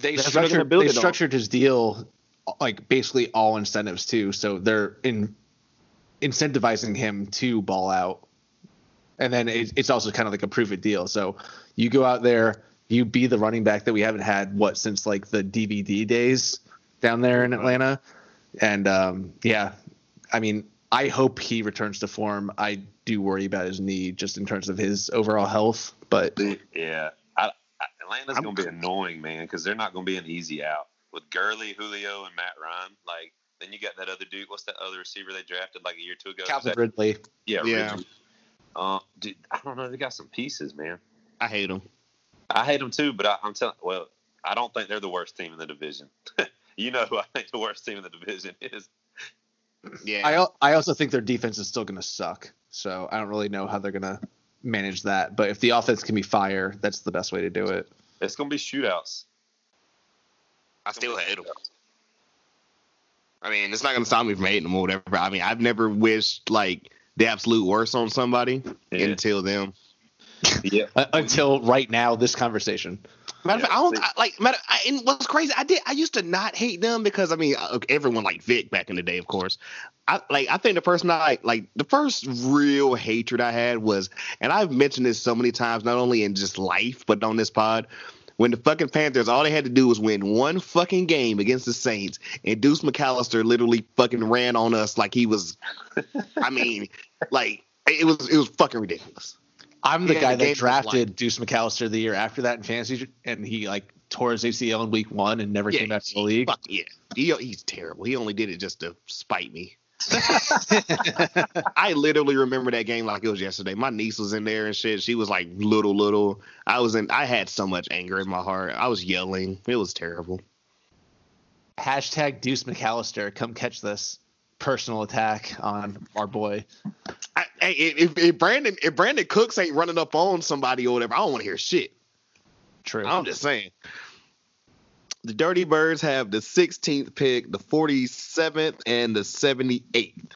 S7: they That's structured they structured his deal like basically all incentives too, so they're in incentivizing him to ball out. And then it, it's also kind of like a prove it deal. So you go out there, you be the running back that we haven't had what since like the DVD days down there in Atlanta. And um, yeah, I mean, I hope he returns to form. I do worry about his knee just in terms of his overall health, but
S6: yeah, I, I, Atlanta's going to be annoying, man, because they're not going to be an easy out with Gurley, Julio, and Matt Ryan. Like then you got that other dude. What's that other receiver they drafted like a year or two ago?
S7: Calvin
S6: That-
S7: Ridley.
S6: Yeah,
S7: Yeah.
S6: Ridley. Uh, dude, I don't know. They got some pieces, man.
S9: I hate them.
S6: I hate them too, but I, I'm telling. Well, I don't think they're the worst team in the division. you know who I think the worst team in the division is.
S7: Yeah. I al- I also think their defense is still going to suck. So I don't really know how they're going to manage that. But if the offense can be fire, that's the best way to do it.
S6: It's going to be shootouts.
S10: I still hate him.
S5: I mean, it's not going to stop me from hating them or whatever. I mean, I've never wished like the absolute worst on somebody until them.
S6: Yeah.
S7: Uh, until right now, this conversation.
S5: Matter of fact, I don't I, like. Matter, I, and what's crazy, I did. I used to not hate them because I mean, uh, everyone liked Vic back in the day, of course. I like. I think the person I like, the first real hatred I had was, and I've mentioned this so many times, not only in just life but on this pod. When the fucking Panthers, all they had to do was win one fucking game against the Saints, and Deuce McAllister literally fucking ran on us like he was. I mean, like it was it was fucking ridiculous.
S7: I'm the
S5: Yeah,
S7: guy
S5: the
S7: that
S5: game was
S7: drafted Deuce McAllister the year after that in fantasy, and he like tore his ACL in week one and never came back to the league.
S5: Fuck yeah, he, he's terrible. He only did it just to spite me. I literally remember that game like it was yesterday. My niece was in there and shit. She was like little, little. I was in. I had so much anger in my heart. I was yelling. It was terrible.
S7: Hashtag Deuce McAllister, come catch this personal attack on our boy.
S5: I, I, if, if Brandon, if Brandon Cooks ain't running up on somebody or whatever, I don't want to hear shit.
S7: True.
S5: I'm just saying. The Dirty Birds have the 16th pick, the 47th, and the 78th.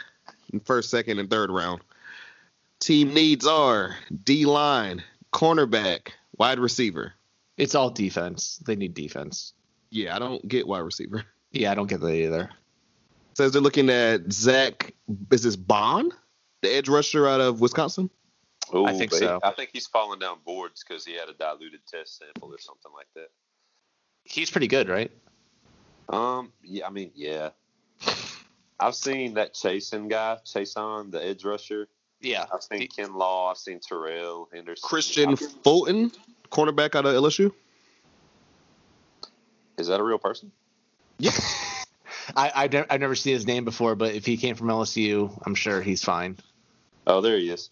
S5: In first, second, and third round. Team needs are D line, cornerback, wide receiver.
S7: It's all defense. They need defense.
S5: Yeah, I don't get wide receiver.
S7: Yeah, I don't get that either.
S5: Says they're looking at Zach. Is this Bond, the edge rusher out of Wisconsin?
S6: Ooh,
S7: I think
S6: but he-
S7: so.
S6: I think he's falling down boards because he had a diluted test sample or something like that.
S7: He's pretty good, right?
S6: Um, yeah, I mean, yeah. I've seen that Chasen guy, Chason, the edge rusher.
S7: Yeah.
S6: I've seen Ken Law. I've seen Terrell Henderson.
S5: Christian
S6: I've-
S5: Fulton, cornerback out of LSU.
S6: Is that a real person?
S5: Yeah.
S7: I, I've, ne- I've never seen his name before, but if he came from LSU, I'm sure he's fine.
S6: Oh, there he is.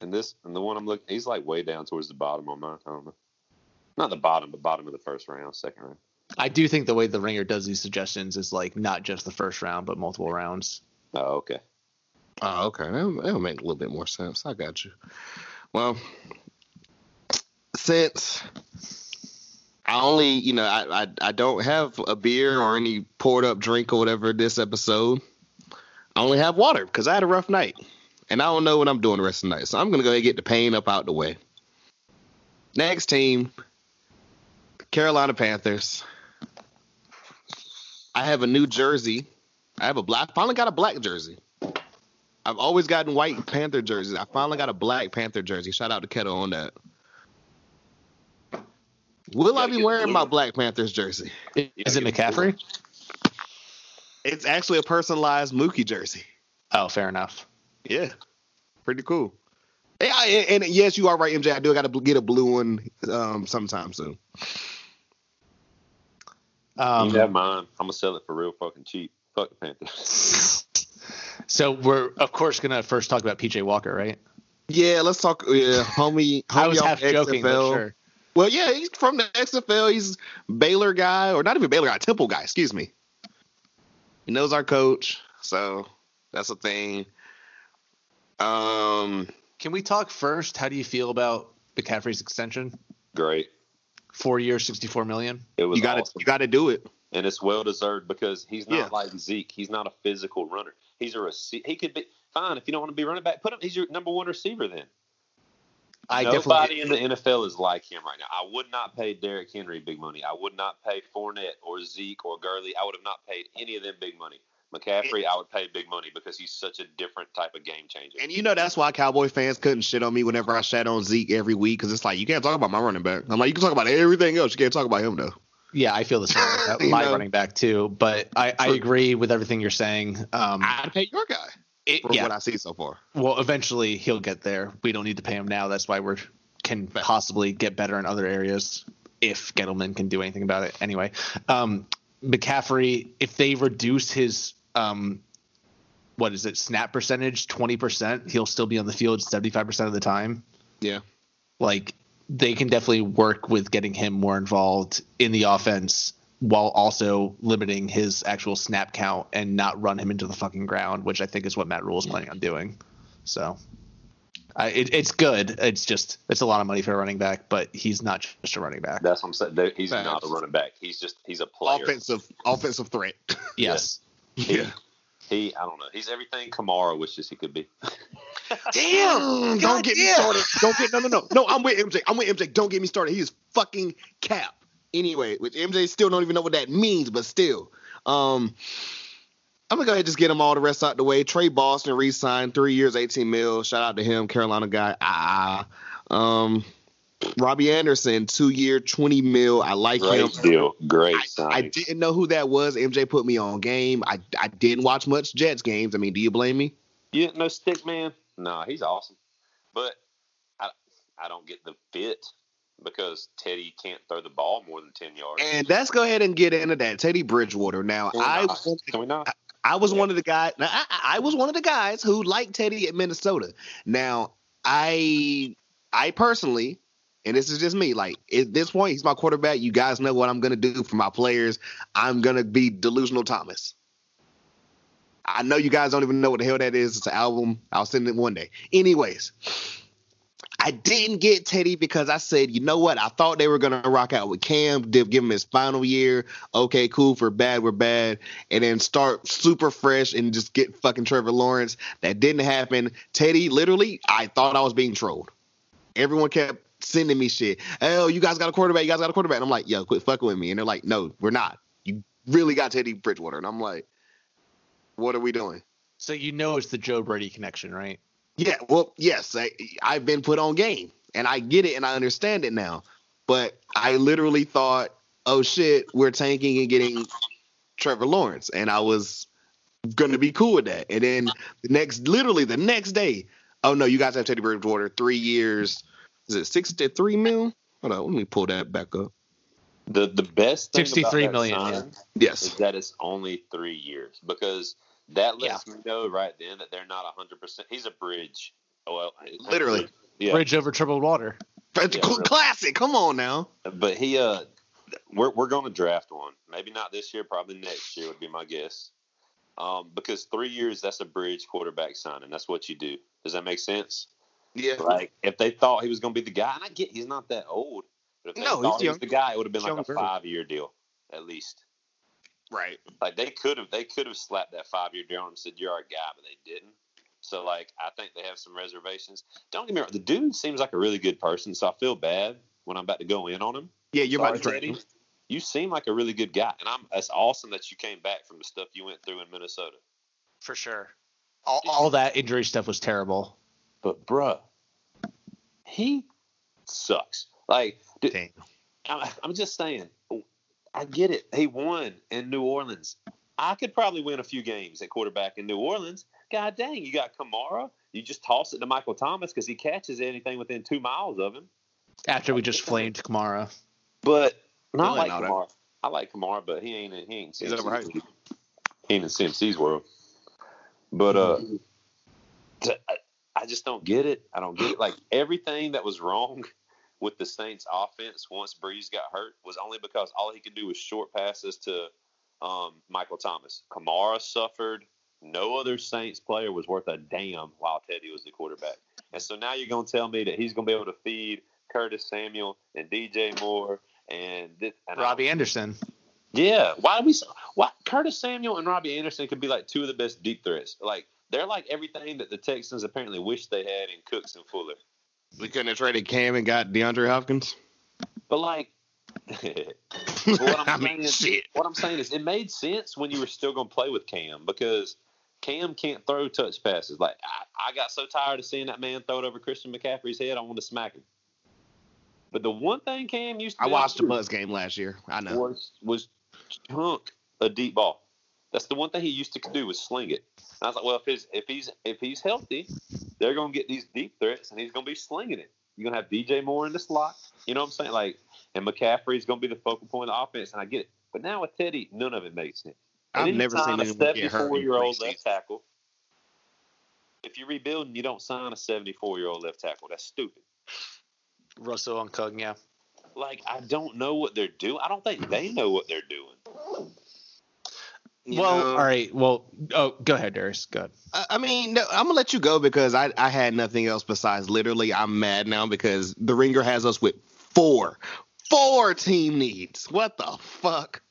S6: And this, and the one I'm looking, he's like way down towards the bottom on mine. I don't know. Not the bottom, but bottom of the first round, second round.
S7: I do think the way the ringer does these suggestions is like not just the first round, but multiple rounds.
S6: Oh, okay.
S5: Oh, okay. That'll, that'll make a little bit more sense. I got you. Well, since I only, you know, I, I, I don't have a beer or any poured up drink or whatever this episode, I only have water because I had a rough night. And I don't know what I'm doing the rest of the night. So I'm going to go ahead and get the pain up out the way. Next team Carolina Panthers. I have a new jersey. I have a black, finally got a black jersey. I've always gotten white Panther jerseys. I finally got a black Panther jersey. Shout out to Kettle on that. Will I be wearing my Black Panthers jersey?
S7: Is it McCaffrey?
S5: It's actually a personalized Mookie jersey.
S7: Oh, fair enough.
S5: Yeah, pretty cool. Yeah, I- and, and yes, you are right, MJ. I do got to get a blue one um, sometime soon.
S7: Um,
S6: you have mine. I'm gonna sell it for real fucking cheap. Fuck the Panthers.
S7: So we're of course gonna first talk about PJ Walker, right?
S5: Yeah, let's talk. Yeah, homie. homie
S7: I was
S5: off
S7: half joking, but
S5: XFL.
S7: sure.
S5: Well, yeah, he's from the XFL. He's Baylor guy, or not even Baylor guy, Temple guy. Excuse me. He knows our coach, so that's a thing.
S7: Um, can we talk first? How do you feel about McCaffrey's extension?
S6: Great.
S7: Four years, sixty-four million.
S6: It was
S7: you got
S6: awesome.
S7: You got to do it.
S6: and it's well deserved because he's not
S7: Yeah.
S6: like Zeke. He's not a physical runner. He's a receiver. He could be fine if you don't want to be running back. Put him. He's your number one receiver then.
S7: I
S6: Nobody in the NFL is like him right now. I would not pay Derrick Henry big money. I would not pay Fournette or Zeke or Gurley. I would have not paid any of them big money. McCaffrey, I would pay big money because he's such a different type of game changer.
S5: And you know that's why Cowboy fans couldn't shit on me whenever I shat on Zeke every week because it's like you can't talk about my running back. I'm like you can talk about everything else, you can't talk about him though.
S7: Yeah, I feel the same about
S5: You
S7: my
S5: know?
S7: running back too. But I, I agree with everything you're saying. Um,
S5: I'd pay your guy
S7: it-
S5: from
S7: yeah.
S5: what I see so far.
S7: Well, eventually he'll get there. We don't need to pay him now. That's why we're can possibly get better in other areas if Gettleman can do anything about it. Anyway, um, McCaffrey, if they reduce his um, what is it snap percentage twenty percent, he'll still be on the field seventy five percent of the time.
S5: Yeah.
S7: Like they can definitely work with getting him more involved in the offense while also limiting his actual snap count and not run him into the fucking ground, which I think is what Matt Rule is planning on doing. So I, it, it's good. It's just it's a lot of money for a running back, but he's not just a running back.
S6: That's what I'm saying. There- He's
S5: Facts.
S6: not a running back. He's just he's a player.
S5: Offensive offensive threat.
S7: Yes.
S5: Yeah.
S6: He I don't know. He's everything Kamara wishes he could be.
S5: Damn! Don't get me started. Don't get no no no no. I'm with MJ. I'm with MJ. Don't get me started. He is fucking cap. Anyway, which MJ still don't even know what that means, but still, um, I'm gonna go ahead and just get them all the rest out the way. Trey Boston re-signed three years, 18 mil. Shout out to him, Carolina guy. Ah, um, Robbie Anderson, two year, 20 mil. I like him.
S6: Great deal. Great
S5: I
S6: signing.
S5: didn't know who that was. MJ put me on game. I I didn't watch much Jets games. I mean, do you blame me?
S6: You didn't know Stick Man? Nah, he's awesome. But I, I don't get the fit because Teddy can't throw the ball more than 10 yards.
S5: And let's go ahead and get into that. Teddy Bridgewater. Now,
S6: Can we
S5: I
S6: not? Can we not?
S5: I was one of the guys. now, I, I was one of the guys who liked Teddy at Minnesota. Now, I I personally, and this is just me. Like at this point, he's my quarterback. You guys know what I'm gonna do for my players. I'm gonna be delusional Thomas. I know you guys don't even know what the hell that is. It's an album. I'll send it one day. Anyways, I didn't get Teddy because I said, you know what? I thought they were gonna rock out with Cam, did give him his final year. Okay, cool. If we're bad, we're bad, and then start super fresh and just get fucking Trevor Lawrence. That didn't happen. Teddy, literally, I thought I was being trolled. Everyone kept sending me shit. Oh, you guys got a quarterback. You guys got a quarterback. And I'm like, yo, quit fucking with me. And they're like, no, we're not. You really got Teddy Bridgewater. And I'm like, what are we doing?
S7: So you know it's the Joe Brady connection, right?
S5: Yeah, well, yes, I, I've been put on game, and I get it, and I understand it now. But I literally thought, oh shit, we're tanking and getting Trevor Lawrence, and I was gonna be cool with that. And then the next, literally the next day, oh no, you guys have Teddy Bridgewater three years. Is it sixty-three mil? Hold on, let me pull that back up.
S6: The, the best thing
S7: 63
S6: about that
S7: million,
S6: signing
S5: Yes,
S6: is that it's only three years because that lets me know right then that they're not 100%. He's a bridge. Oh, Well,
S5: Literally.
S6: Yeah.
S7: Bridge over troubled water.
S5: That's
S6: Yeah,
S5: cl-
S6: really.
S5: classic. Come on now.
S6: But he, uh, we're we're going to draft one. Maybe not this year. Probably next year would be my guess. Um, because three years, that's a bridge quarterback signing. That's what you do. Does that make sense?
S5: Yeah,
S6: Like if they thought he was going to be the guy, and I get he's not that old, but if they
S5: No, he's
S6: thought he
S5: young.
S6: was the guy, it would have been
S5: Young
S6: like a
S5: bird.
S6: five-year deal at least.
S5: right.
S6: Like they could have they could have slapped that five-year deal on him and said you're our guy, but they didn't. So like I think they have some reservations. Don't get me wrong, the dude seems like a really good person, so I feel bad when I'm about to go in on him.
S5: Yeah, you're about to
S6: Sorry,
S5: draft
S6: Teddy.
S5: him.
S6: You seem like a really good guy, and I'm. That's awesome that you came back from the stuff you went through in Minnesota.
S11: for sure.
S7: All, all that injury stuff was terrible.
S6: But bruh, he sucks. Like, dude, I'm, I'm just saying. I get it. He won in New Orleans. I could probably win a few games at quarterback in New Orleans. God dang, you got Kamara. You just toss it to Michael Thomas because he catches anything within two miles of him.
S7: After we just flamed Kamara.
S6: But no, I
S5: Really
S6: like
S5: not, eh?
S6: Kamara. I like Kamara, but he ain't in he ain't in
S5: He's
S6: CMC's
S5: overhyped.
S6: world. He ain't in CMC's world. But uh, t- I- I just don't get it. I don't get it. Like everything that was wrong with the Saints' offense once Breeze got hurt was only because all he could do was short passes to um, Michael Thomas. Kamara suffered. No other Saints player was worth a damn while Teddy was the quarterback. And so now you're going to tell me that he's going to be able to feed Curtis Samuel and DJ Moore and, this, and I-
S7: Robbie Anderson.
S6: yeah, why do we? Why Curtis Samuel and Robbie Anderson could be like two of the best deep threats. Like they're like everything that the Texans apparently wish they had in Cooks and Fuller.
S5: We couldn't have traded Cam and got DeAndre Hopkins.
S6: But like, but what I'm saying is, what I'm saying is, it made sense when you were still going to play with Cam because Cam can't throw touch passes. Like I, I got so tired of seeing that man throw it over Christian McCaffrey's head, I wanted to smack him. But the one thing Cam used to
S5: I
S6: do
S5: watched the Buzz game last year. I know.
S6: was was chunk a deep ball. That's the one thing he used to do was sling it. And I was like, well, if his if he's if he's healthy, they're gonna get these deep threats, and he's gonna be slinging it. You're gonna have DJ Moore in the slot. You know what I'm saying? Like, and McCaffrey's gonna be the focal point of the offense, and I get it. But now with Teddy, none of it makes sense. At
S5: I've
S6: any
S5: never
S6: time
S5: seen
S6: a
S5: anyone get hurt in
S6: 74-year-old
S5: preseason.
S6: left tackle. If you're rebuilding, you don't sign a 74 year old left tackle. That's stupid.
S11: Russell on Cug, yeah.
S6: Like, I don't know what they're doing. I don't think they know what they're doing.
S7: well, all right. Well, oh, go ahead, Darius. Go ahead.
S5: I I mean, no, I'm gonna let you go because I, I had nothing else besides literally I'm mad now because the ringer has us with four, four team needs. What the fuck?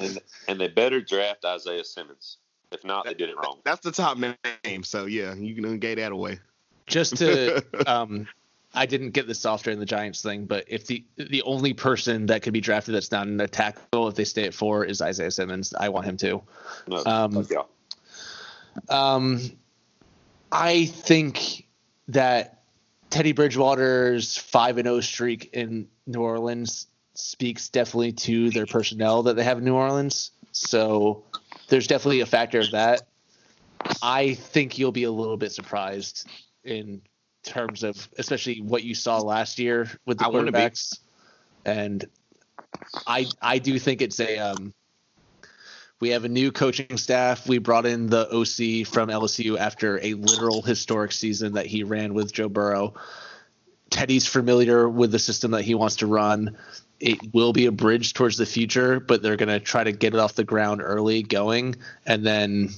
S6: and, and they better draft Isaiah Simmons. If not, they did it wrong.
S5: That's the top name, so yeah, you can gay that away.
S7: Just to, um, I didn't get this off during the Giants thing, but if the the only person that could be drafted that's not an attack goal if they stay at four is Isaiah Simmons, I want him too.
S6: No,
S7: Um,
S6: fuck y'all.
S7: Um, I think that Teddy Bridgewater's five and zero streak in New Orleans speaks definitely to their personnel that they have in New Orleans. So there's definitely a factor of that. I think you'll be a little bit surprised in terms of especially what you saw last year with the
S5: I wanna be.
S7: quarterbacks, and I I do think it's a um, we have a new coaching staff. We brought in the OC from LSU after a literal historic season that he ran with Joe Burrow. Teddy's familiar with the system that he wants to run. It will be a bridge towards the future, but they're going to try to get it off the ground early going. And then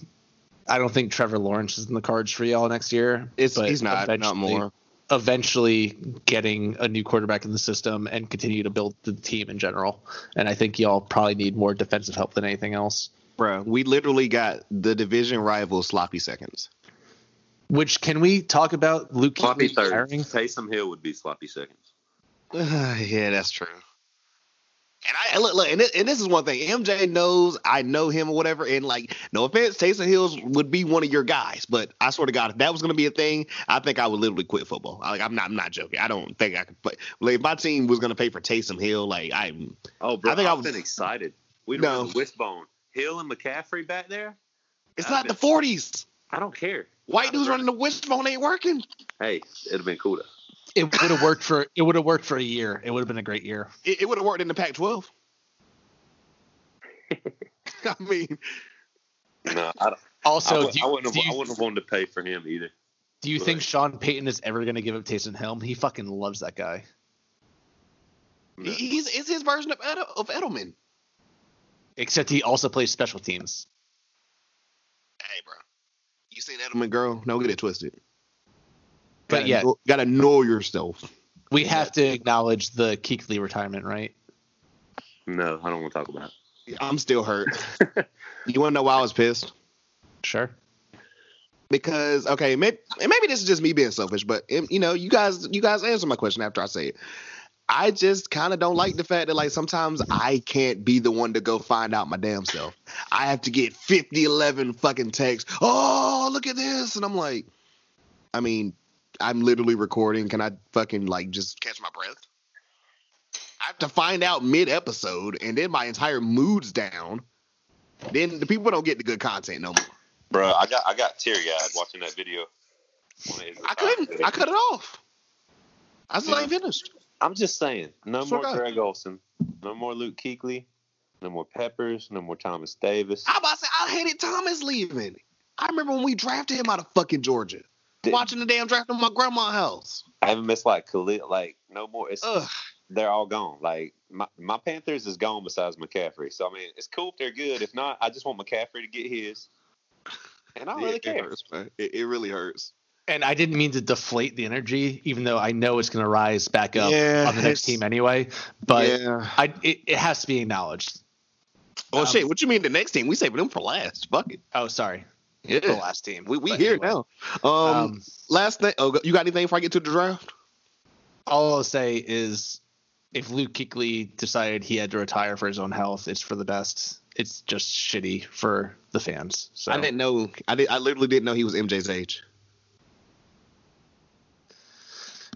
S7: I don't think Trevor Lawrence is in the cards for y'all next year.
S5: It's
S7: but
S5: he's not not
S7: eventually-
S5: more.
S7: Eventually, getting a new quarterback in the system and continue to build the team in general. And I think y'all probably need more defensive help than anything else.
S5: Bro, we literally got the division rival sloppy seconds.
S7: Which can we talk about Luke
S6: Sloppy
S7: Kuechly retiring?
S6: thirds. Taysom Hill would be sloppy seconds.
S5: yeah, that's true. And I and look, look and, this, and this is one thing. MJ knows I know him or whatever. And like, no offense, Taysom Hills would be one of your guys, but I swear to God, if that was going to be a thing, I think I would literally quit football. I- Like, I'm not, I'm not joking. I don't think I could play. Like, if my team was going to pay for Taysom Hill, like, I'm
S6: Oh, bro,
S5: I think I
S6: I've
S5: was-
S6: been excited. We'd
S5: No.
S6: no. the wishbone. Hill and McCaffrey back there.
S5: It's
S6: I'd
S5: not the
S6: been-
S5: 40s.
S6: I don't care.
S5: White
S6: I'd
S5: dudes
S6: been-
S5: running the wishbone ain't working.
S6: Hey, it'd have been cool. To,
S7: It would have worked for it would have worked for a year. It would have been a great year.
S5: It, it would have worked in the Pac-12. I mean,
S6: no, I, don't, I,
S7: Also,
S6: would,
S7: do
S6: I
S7: you,
S6: wouldn't.
S7: do
S6: Have, I
S7: you,
S6: wouldn't have wanted to pay for him either.
S7: do you think Sean Payton is ever going to give up Taysom Hill? He fucking loves that guy.
S5: he- he's it's his version of, Edel, of Edelman.
S7: Except he also plays special teams.
S5: Hey, bro. You seen Edelman, girl? Don't get it twisted.
S7: But
S5: gotta
S7: yeah.
S5: know, gotta know yourself.
S7: We have to acknowledge the Keekly retirement, right?
S6: No, I don't want to talk about it.
S5: I'm still hurt. you want to know why I was pissed?
S7: Sure.
S5: Because okay, maybe, and maybe this is just me being selfish, but um, you know, you guys, you guys answer my question after I say it. I just kind of don't like the fact that like sometimes I can't be the one to go find out my damn self. I have to get 50, 11 fucking texts. Oh, look at this, and I'm like, I mean, I'm literally recording. Can I fucking like just catch my breath? I have to find out mid episode, and then my entire mood's down. Then the people don't get the good content no more.
S6: Bro, I got I got teary eyed watching that video. when it was
S5: I couldn't. I cut it off. I still
S6: Yeah.
S5: ain't finished.
S6: I'm just saying, no
S5: Swear
S6: more
S5: to God.
S6: Greg Olson, no more Luke Kuechly, no more Peppers, no more Thomas Davis.
S5: I about to say I hated Thomas leaving. I remember when we drafted him out of fucking Georgia,
S6: Did-
S5: watching the damn draft in my grandma's house.
S6: I haven't missed like Khalil, like no more. It's
S5: Ugh.
S6: they're all gone. Like my, my Panthers is gone besides McCaffrey. So I mean, it's cool if they're good. If not, I just want McCaffrey to get his,
S5: And I don't really
S11: it
S5: care.
S11: hurts, man. It, it really hurts.
S7: And I didn't mean to deflate the energy, even though I know it's going to rise back up
S11: Yeah,
S7: on the
S11: it's-
S7: next team anyway. But
S5: Yeah.
S7: I, it, it has to be acknowledged.
S5: Well, Oh, shit. What you mean the next team? We saving them for last. Fuck it.
S7: Oh, sorry.
S5: Yeah.
S7: The last team.
S5: We we
S7: But
S5: here
S7: anyway.
S5: now. Um,
S7: Um,
S5: last thing. Oh, you got anything before I get to the draft?
S7: All I'll say is if Luke Kuechly decided he had to retire for his own health, it's for the best. It's just shitty for the fans. So
S5: I didn't know. I did. I literally didn't know he was MJ's age.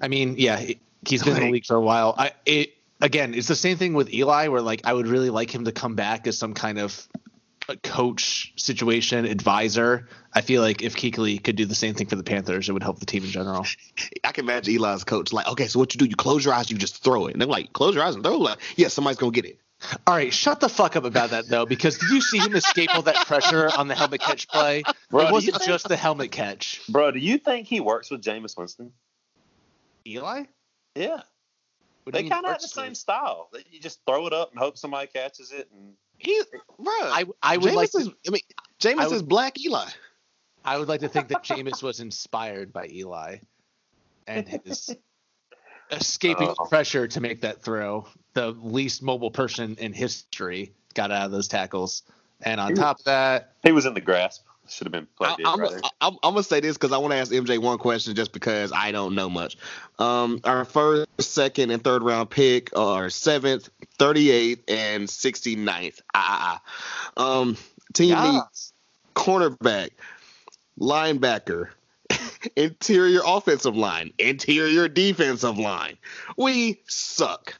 S7: I mean, yeah, he- he's been in the
S5: Like-
S7: league for a while. I it again, it's the same thing with Eli, where like I would really like him to come back as some kind of a coach situation advisor. I feel like if Kuechly could do the same thing for the Panthers, it would help the team in general.
S5: I can imagine Eli's coach like, okay, so what you do? You close your eyes, you just throw it, and they're like, close your eyes and throw. it. Like, yeah, somebody's gonna get it.
S7: All right, shut the fuck up about that though, because did you see him escape all that pressure on the helmet catch play?
S6: Bro, do
S7: it
S6: you
S7: wasn't
S6: think-
S7: just the helmet catch.
S6: Bro, do you think he works with Jameis Winston?
S7: Eli?
S6: Yeah.
S7: What do
S6: They
S7: you mean
S6: kind of have
S7: works
S6: the
S7: with?
S6: same style. That You just throw it up and hope somebody catches it. And
S5: He, bro.
S7: I I would
S5: Jameis
S7: like
S5: is,
S7: to,
S5: I mean, Jameis
S7: I would-
S5: is black Eli.
S7: I would like to think that Jameis was inspired by Eli and his escaping
S6: Oh.
S7: pressure to make that throw. The least mobile person in history got out of those tackles. And on
S6: He-
S7: top of that,
S6: he was in the grasp. Should have been
S5: I,
S6: plugged in
S5: I'm,
S6: right there.
S5: I'm, I'm gonna say this because I want to ask MJ one question just because I don't know much. Um, our first, second, and third round pick are seventh, 38th, and 69th. Ah, ah, ah. Um, team needs cornerback, linebacker, interior offensive line, interior defensive line. We suck.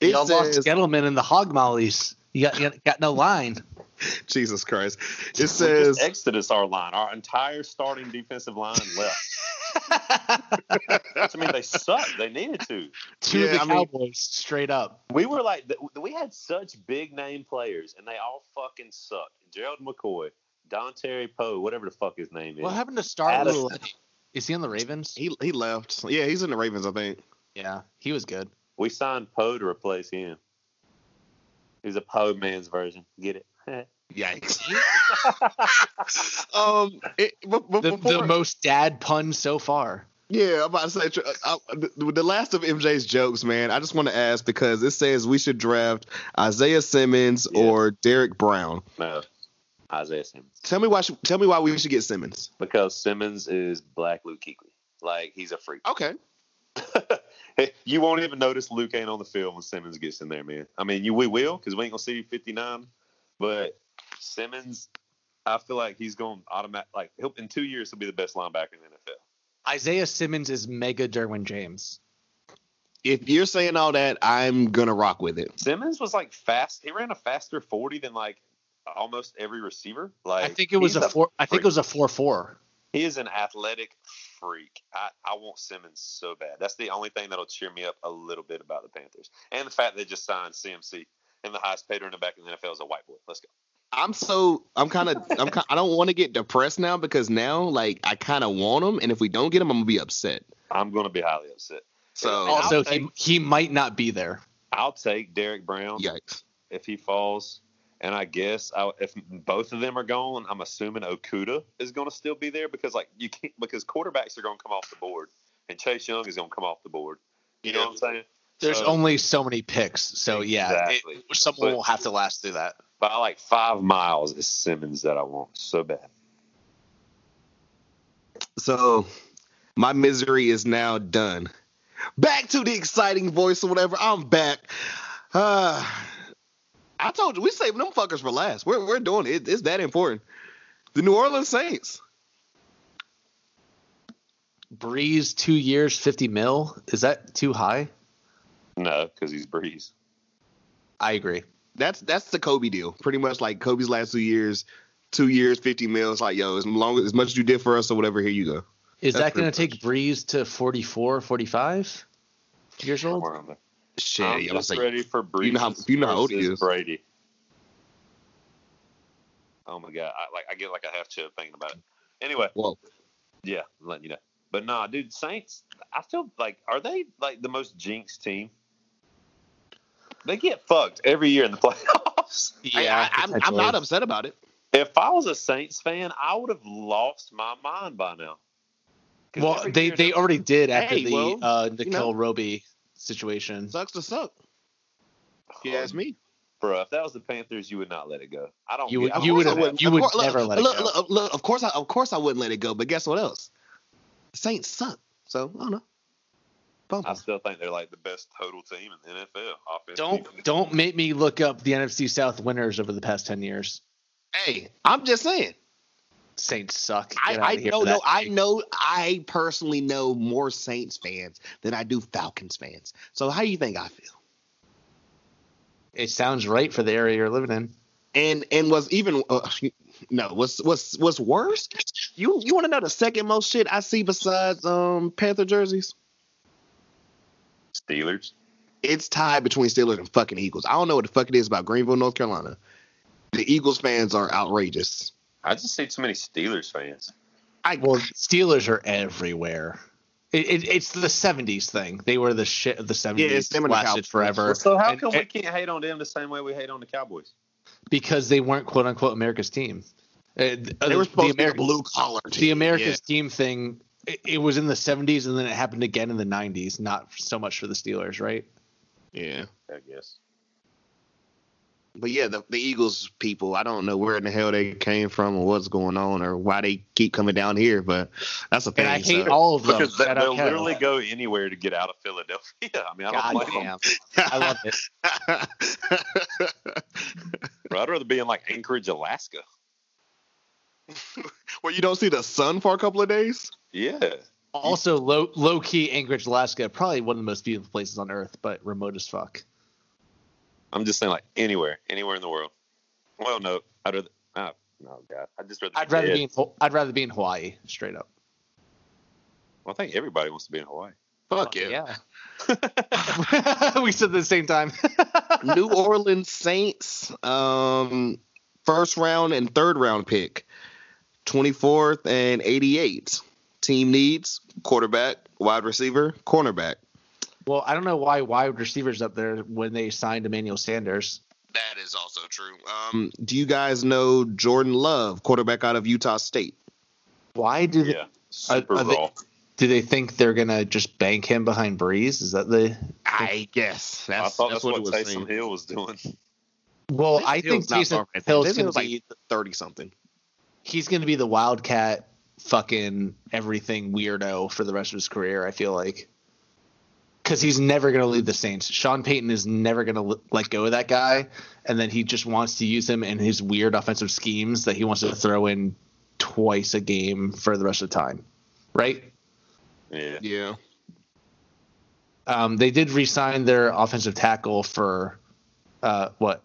S5: It
S7: y'all lost
S5: says-
S7: Gettleman in the hog mollies. You got, you got no line.
S5: Jesus Christ. It
S6: We
S5: says
S6: just exited our line. Our entire starting defensive line left. Which, I mean, they sucked. They needed to.
S7: to
S5: Yeah,
S7: the
S5: I mean-
S7: Cowboys straight up.
S6: We were like, th- we had such big name players, and they all fucking sucked. Gerald McCoy, Don Terry Poe, whatever the fuck his name is.
S7: What happened to Star
S6: Addison.
S7: Little? Is he on the Ravens?
S5: he he left. Yeah, he's in the Ravens, I think.
S7: Yeah, he was good.
S6: We signed Poe to replace him. He's a Poe man's version. Get it?
S5: Yikes. um, it, b- b-
S7: The,
S5: before-
S7: the most dad pun so far.
S5: yeah, I'm about to say tr- uh, uh, the, the last of MJ's jokes, man. I just want to ask because it says we should draft Isaiah Simmons
S6: Yeah.
S5: or Derek Brown.
S6: no. Isaiah Simmons.
S5: Tell me why. Should, tell me why we should get Simmons.
S6: Because Simmons is black Luke Kuechly. Like, he's a freak.
S5: Okay.
S6: Hey, you won't even notice Luke ain't on the field when Simmons gets in there, man. I mean, you we will because we ain't gonna see 59, but Simmons, I feel like he's going automatic. Like he'll, in two years, he'll be the best linebacker in the NFL.
S7: Isaiah Simmons is mega Derwin James.
S5: If you're saying all that, I'm gonna rock with it.
S6: Simmons was like fast. He ran a faster 40 than like almost every receiver.
S7: I
S6: Like
S7: think it was
S6: he's
S7: a four. I think
S6: freak.
S7: it was a four four.
S6: He is an athletic freak. I, I want Simmons so bad. That's the only thing that'll cheer me up a little bit about the Panthers and the fact they just signed CMC. And the highest paid running back in the NFL is a white boy. Let's go.
S5: I'm so I'm kind of I'm ki- I don't want to get depressed now because now like I kind of want him, and if we don't get him, I'm gonna be upset.
S6: I'm going to be highly upset.
S5: So
S6: And I'll
S7: Also, he,
S6: take-
S7: he might not be there.
S6: I'll take Derek Brown
S5: yikes.
S6: if he falls, and I guess I, if both of them are gone, I'm assuming Okuda is going to still be there because like you can't because quarterbacks are going to come off the board, and Chase Young is going to come off the board. You know what I'm saying?
S7: There's
S6: So-
S7: only so many picks, so yeah, it-
S6: Exactly.
S7: someone
S6: But-
S7: will have to last through that.
S6: By like five miles is Simmons that I want so bad.
S5: So my misery is now done. Back to the exciting voice or whatever. I'm back. Uh, I told you we saving them fuckers for last. We're we're doing it. It's that important. The New Orleans Saints.
S7: Breeze two years, fifty mil. Is that too high?
S6: No, because he's Breeze.
S7: I agree.
S5: That's that's the Kobe deal. Pretty much like Kobe's last two years, two years, fifty mil. It's like yo, as long as, as much as you did for us or whatever, here you go.
S7: Is
S5: That's
S7: that going to
S5: pretty
S7: take Breeze to 44, 45 years old?
S6: Somewhere on there.
S5: Shit,
S6: I'm
S5: yo, I was
S6: just
S5: like,
S6: ready for Breeze.
S5: you know how- you know how old he
S6: versus
S5: is.
S6: Brady. Oh my god! I, like I get like a half chip thinking about it. Anyway,
S5: whoa.
S6: Yeah, I'm letting you know. But nah, dude, Saints. I feel like are they like the most jinxed team? They get fucked every year in the playoffs.
S5: I, I, I'm, I'm not upset about it.
S6: If I was a Saints fan, I would have lost my mind by now. 'Cause
S7: Well,
S6: every
S7: they
S6: year
S7: they
S6: now-
S7: already did after
S5: Hey,
S7: the
S5: well,
S7: uh,
S5: you
S7: Nicole
S5: know.
S7: Roby situation.
S5: Sucks to suck. If you ask me.
S6: bro. If that was the Panthers, you would not let it go. I don't.
S7: You
S6: get-
S7: would-
S6: I don't
S7: you would
S6: get
S7: have-
S6: that.
S7: you
S5: Of
S7: would
S5: course- look,
S7: never let it
S5: look,
S7: go.
S5: Look, look, of course, I, of course, I wouldn't let it go. But guess what else? Saints suck. So I don't know. Bump
S6: I
S5: 'em.
S6: still think they're like the best total team in the NFL. Offense.
S7: Don't don't make me look up the NFC South winners over the past ten years.
S5: Hey, I'm just saying.
S7: Saints suck.
S5: I,
S7: Get outta
S5: I
S7: here
S5: no
S7: for
S5: no
S7: that
S5: I
S7: take.
S5: know I personally know more Saints fans than I do Falcons fans. So how do you think I feel?
S7: It sounds right for the area you're living in.
S5: And and was even uh, no what's what's what's worse? You you want to know the second most shit I see besides um Panther jerseys?
S6: Steelers.
S5: It's tied between Steelers and fucking Eagles. I don't know what the fuck it is about Greenville, North Carolina. The Eagles fans are outrageous.
S6: I just see too many Steelers fans.
S5: I
S7: Well, Steelers are everywhere. It, it, it's the '70s thing. They were the shit of the '70s.
S5: Yeah, it's them and the
S7: lasted
S5: Cowboys.
S7: forever Uh,
S6: So how
S7: And-
S6: come we
S7: and-
S6: can't hate on them the same way we hate on the Cowboys?
S7: because they weren't "quote unquote" America's team. Uh, th-
S5: they were
S7: the
S5: supposed to
S7: Ameri-
S5: be a blue collar team.
S7: the America's team thing. It, it was in the '70s, and then it happened again in the '90s. Not so much for the Steelers, right?
S5: yeah. yeah.
S6: I guess.
S5: But yeah, the, the Eagles people, I don't know where in the hell they came from or what's going on or why they keep coming down here, but that's a thing.
S7: And I hate
S5: so-
S7: all of them.
S6: Because they,
S7: I don't
S6: they'll
S7: care.
S6: literally go anywhere to get out of Philadelphia. I mean, I don't
S7: God
S6: blame them.
S7: damn. I love it.
S6: Bro, I'd rather be in like Anchorage, Alaska.
S5: Where you don't see the sun for a couple of days?
S6: Yeah.
S7: Also, low low key Anchorage, Alaska, probably one of the most beautiful places on earth, but remote as fuck.
S6: I'm just saying, like anywhere, anywhere in the world. Well, no, I'd rather. Oh, no, God, I just rather.
S7: I'd rather
S6: dead.
S7: be in Ho- I'd rather be in Hawaii, straight up.
S6: Well, I think everybody wants to be in Hawaii.
S5: Fuck Oh, yeah.
S7: we said the same time.
S5: New Orleans Saints, um, first round and third round pick, 24th and 88. Team needs quarterback, wide receiver, cornerback.
S7: well, I don't know why wide receivers up there when they signed Emmanuel Sanders.
S5: That is also true. Um, do you guys know Jordan Love, quarterback out of Utah State?
S7: Why do they,
S6: Yeah, super
S7: are they-
S6: raw.
S7: do they think they're gonna just bank him behind Breeze? Is that the
S5: I guess
S6: I
S5: that's,
S6: thought
S5: that's
S6: that's,
S5: what,
S6: what
S5: it was.
S6: Taysom
S5: saying.
S6: Hill was doing.
S7: well?
S5: Taysom
S7: I think
S5: Hill's not
S7: Jason
S5: far from that.
S7: Hill's
S5: Taysom
S7: gonna
S5: Hill's like
S7: be
S5: thirty something.
S7: he's gonna be the wildcat, fucking everything weirdo for the rest of his career. I feel like because he's never gonna leave the Saints. Sean Payton is never gonna l- let go of that guy, and then he just wants to use him in his weird offensive schemes that he wants to throw in twice a game for the rest of the time, right?
S6: Yeah.
S5: Yeah.
S7: Um, they did re-sign their offensive tackle for uh, what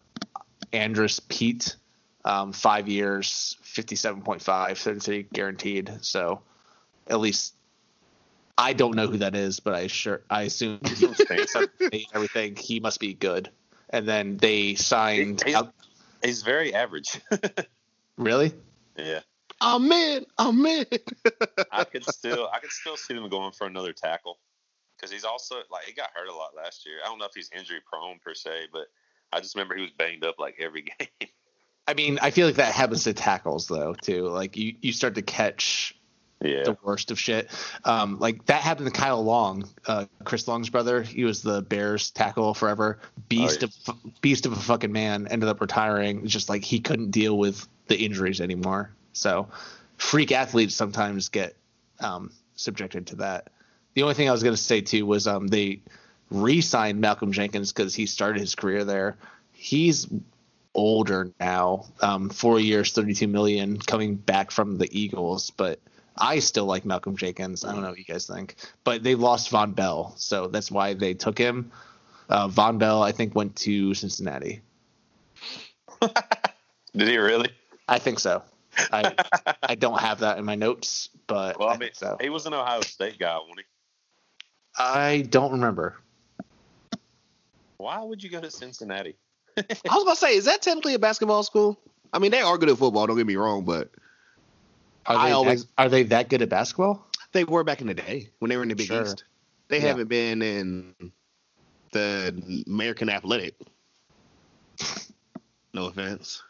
S7: Andrus Pete, um, five years, 57.5, 33 guaranteed. So at least I don't know who that is, but I sure I assume he made everything. He must be good. And then they signed.
S6: He- he- He's very average.
S7: really?
S6: yeah,
S5: I'm in. I'm in.
S6: I could still, I could still see them going for another tackle because he's also like he got hurt a lot last year. I don't know if he's injury prone per se, but I just remember he was banged up like every game.
S7: I mean, I feel like that happens to tackles though too. Like you, you start to catch
S6: yeah,
S7: the worst of shit. Um, like that happened to Kyle Long, uh, Chris Long's brother. He was the Bears tackle forever, beast
S6: Oh,
S7: of beast of a fucking man. Ended up retiring. It's Just like he couldn't deal with the injuries anymore. So, freak athletes sometimes get um, subjected to that. The only thing I was gonna say too was um, they re-signed Malcolm Jenkins because he started his career there. He's older now, um, four years, thirty-two million, coming back from the Eagles, but I still like Malcolm Jenkins. I don't know what you guys think, but they lost Von Bell, so that's why they took him. Uh, Von Bell, I think, went to Cincinnati.
S6: did he really?
S7: I think so. I I don't have that in my notes, but
S6: Well,
S7: I,
S6: I mean,
S7: think so.
S6: he was an Ohio State guy, wasn't he?
S7: I don't remember.
S6: Why would you go to Cincinnati?
S5: I was gonna say, is that technically a basketball school? I mean, they are good at football. Don't get me wrong, but
S7: Are they
S5: I
S7: that-
S5: always-
S7: are they that good at basketball?
S5: they were back in the day when they were in the Big
S7: Sure.
S5: East. They
S7: Yeah.
S5: haven't been in the American Athletic. No offense.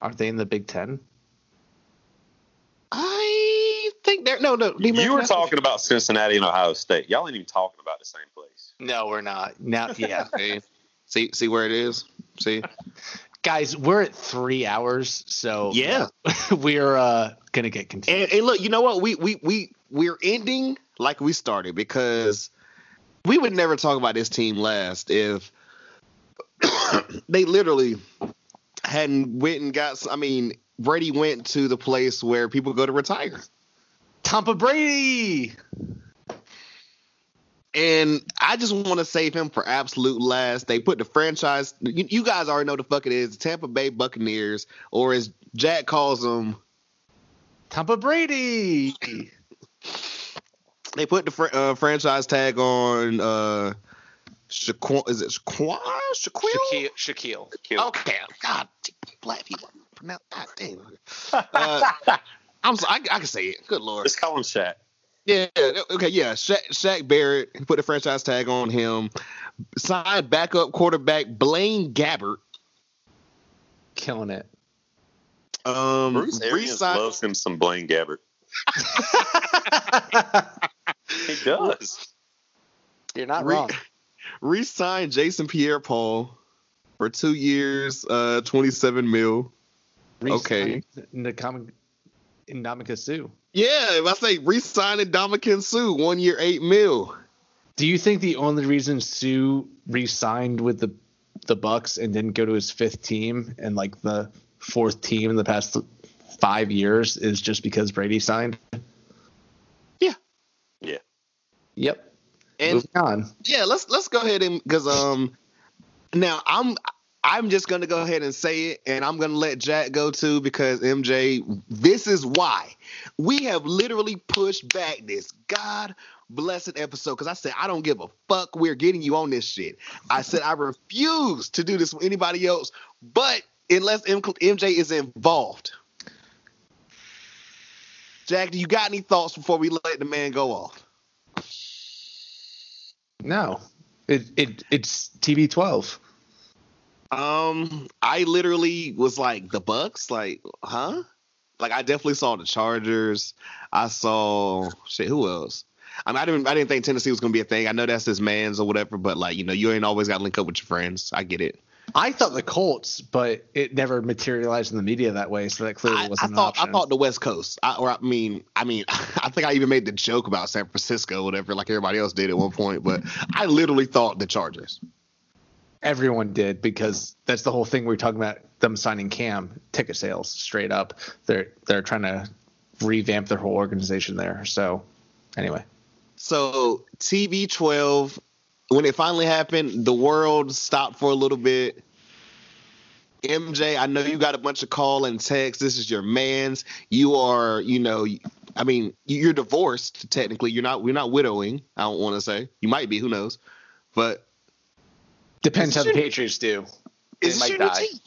S7: Aren't they in the Big Ten?
S5: I think they're no no. the
S6: you were
S5: American-
S6: talking about Cincinnati and Ohio State. Y'all ain't even talking about the same place.
S7: No, we're not. Now, yeah,
S5: See, see, see where it is. See,
S7: guys, we're at three hours, so
S5: yeah.
S7: we're uh, gonna get continued.
S5: And, and look, you know what? We we we we're ending like we started because we would never talk about this team last if they literally hadn't went and got. I mean, Brady went to the place where people go to retire.
S7: Tampa Brady.
S5: And I just want to save him for absolute last. They put the franchise. You, you guys already know the fuck it is. Tampa Bay Buccaneers, or as Jack calls them,
S7: Tampa Brady.
S5: they put the fr- uh, franchise tag on uh, Shaquan. Is it Shaquan? Shaquille?
S11: Shaquille. Shaquille.
S5: Okay. God, black people. Now, God damn. Uh, I'm so, I, I can say it. Good lord.
S6: Just call him Shaq.
S5: Yeah. Okay. Yeah. Sha- Shaq Barrett put the franchise tag on him. Signed backup quarterback Blaine Gabbert.
S7: Killing it.
S5: Um,
S6: Bruce Arians
S5: re-sign-
S6: loves him some Blaine Gabbert. He does.
S7: You're not
S5: Re-
S7: wrong.
S5: re-signed Jason Pierre-Paul for two years, uh, twenty-seven mil. Okay.
S7: Nakam- Namika Sue.
S5: Yeah, if I say re-signing Dominican Sue, one year, eight mil.
S7: Do you think the only reason Sue re-signed with the the Bucks and didn't go to his fifth team and like the fourth team in the past five years is just because Brady signed?
S5: Yeah.
S6: Yeah.
S7: Yep.
S5: And
S7: Moving on.
S5: yeah, let's let's go ahead and because um, now I'm I'm just gonna go ahead and say it, and I'm gonna let Jack go too because MJ, this is why we have literally pushed back this god blessed episode because I said I don't give a fuck. We're getting you on this shit. I said I refuse to do this with anybody else, but unless M- MJ is involved. Jack, do you got any thoughts before we let the man go off?
S7: No. It, it it's TV twelve.
S5: Um, I literally was like the Bucks, like, huh? Like I definitely saw the Chargers. I saw shit. Who else? I mean, I didn't. I didn't think Tennessee was gonna be a thing. I know that's his man's or whatever, but like you know, you ain't always got to link up with your friends. I get it.
S7: I thought the Colts, but it never materialized in the media that way, so that clearly
S5: I, I
S7: wasn't an
S5: thought.
S7: option.
S5: I thought the West Coast. I, or I mean, I mean, I think I even made the joke about San Francisco, or whatever, like everybody else did at one point. But I literally thought the Chargers.
S7: everyone did because that's the whole thing we were talking about them signing cam ticket sales straight up they're they're trying to revamp their whole organization there so anyway
S5: So TV twelve, when it finally happened, the world stopped for a little bit. MJ, I know you got a bunch of call and text. This is your man's. You are, you know, I mean, you're divorced technically. You're not. We're not widowing. I don't want to say. You might be. Who knows? But
S7: depends how the patriots do
S5: it's
S11: might
S5: your new
S11: die.
S5: team.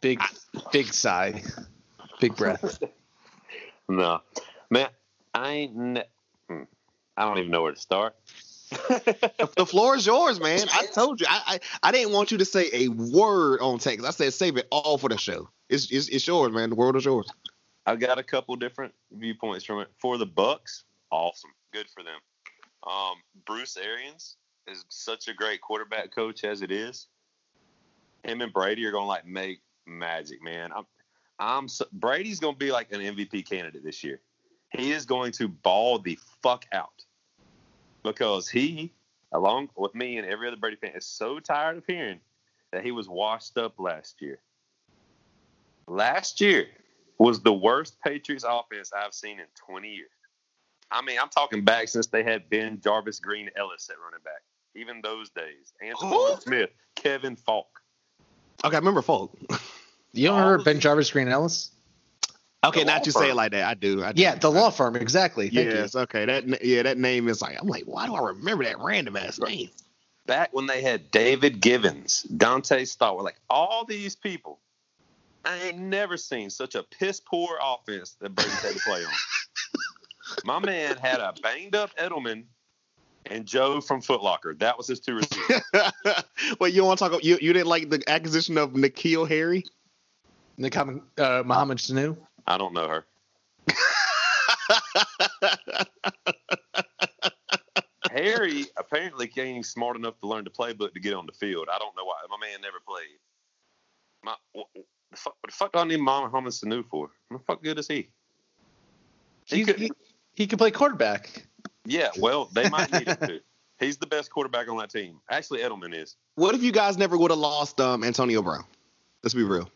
S7: big big sigh big breath
S6: No, man, I ain't. Ne- hmm. I don't even know where to start.
S5: The floor is yours, man. I told you. I, I I didn't want you to say a word on text. I said save it all for the show. It's it's, it's yours, man. The world is yours.
S6: I've got a couple different viewpoints from it. For the Bucks, awesome, good for them. Um, Bruce Arians is such a great quarterback coach as it is. Him and Brady are gonna like make magic, man. I'm, I'm so, Brady's gonna be like an MVP candidate this year. He is going to ball the fuck out because he, along with me and every other Brady fan, is so tired of hearing that he was washed up last year. Last year, was the worst Patriots offense I've seen in 20 years. I mean, I'm talking back since they had Ben Jarvis Green Ellis at running back. Even those days, Antoine
S5: Who?
S6: Smith, Kevin Falk.
S5: Okay, remember folk.
S7: you don't
S6: All
S7: remember
S6: of
S7: ben jarvis green ellis
S5: Okay,
S6: The
S5: now
S6: law
S5: that you say it
S6: firm.
S5: like that, I do. I do.
S7: yeah the law firm exactly thank
S5: yes, okay. That n- yeah, that name is like I'm like, why do I remember that random ass name?
S6: Back when they had David Givens, Dante Stallworth, like all these people, I ain't never seen such a piss poor offense that Brady had to play on. My man had a banged up Edelman and Joe from Foot Locker. That was his two receivers.
S5: Wait, you don't want to talk? You you didn't like the acquisition of Nikhil Harry?
S7: Nikhil uh, Muhammad Sanu.
S6: I don't know her. Harry apparently came smart enough to learn the playbook to get on the field. I don't know why. My man never played. My, what, the fuck, what the fuck do I need Muhammad Sanu for? What the fuck good is he?
S7: He could, he, he could play quarterback.
S6: Yeah, well, they might need him to. He's the best quarterback on that team. Actually, Edelman is.
S5: What if you guys never would have lost um, Antonio Brown? Let's be real.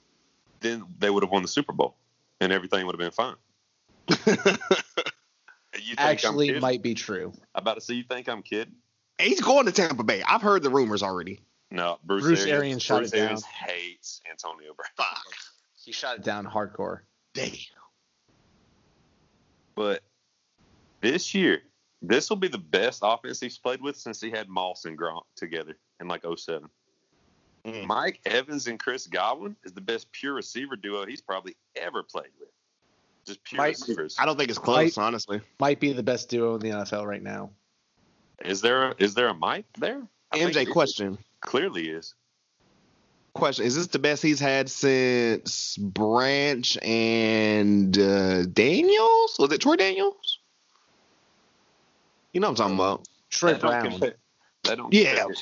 S6: Then they would have won the Super Bowl, and everything would have been fine. You think I'm
S7: Actually,
S6: kidding?
S7: might be true.
S6: I'm about to say you think I'm kidding.
S5: He's going to Tampa Bay. I've heard the rumors already.
S6: No, Bruce,
S7: Bruce
S6: Arians,
S7: Arians shot
S6: Bruce
S7: it down.
S6: Arians hates Antonio Brown.
S7: He shot it down hardcore.
S5: Damn.
S6: But this year, this will be the best offense he's played with since he had Moss and Gronk together in like 07.
S5: Mm.
S6: Mike Evans and Chris Godwin is the best pure receiver duo he's probably ever played with. Just pure
S7: Mike-
S6: receivers.
S5: I don't think it's close, honestly.
S7: Might be the best duo in the NFL right now.
S6: Is there a, is there a Mike there? I think
S5: MJ,
S6: there
S5: question.
S6: Clearly is.
S5: Question. Is this the best he's had since Branch and uh, Daniels? Was it Troy Daniels? You know what I'm talking about.
S7: Troy
S6: They don't
S7: Brown.
S6: compare- They don't.
S5: Yeah.
S6: compare.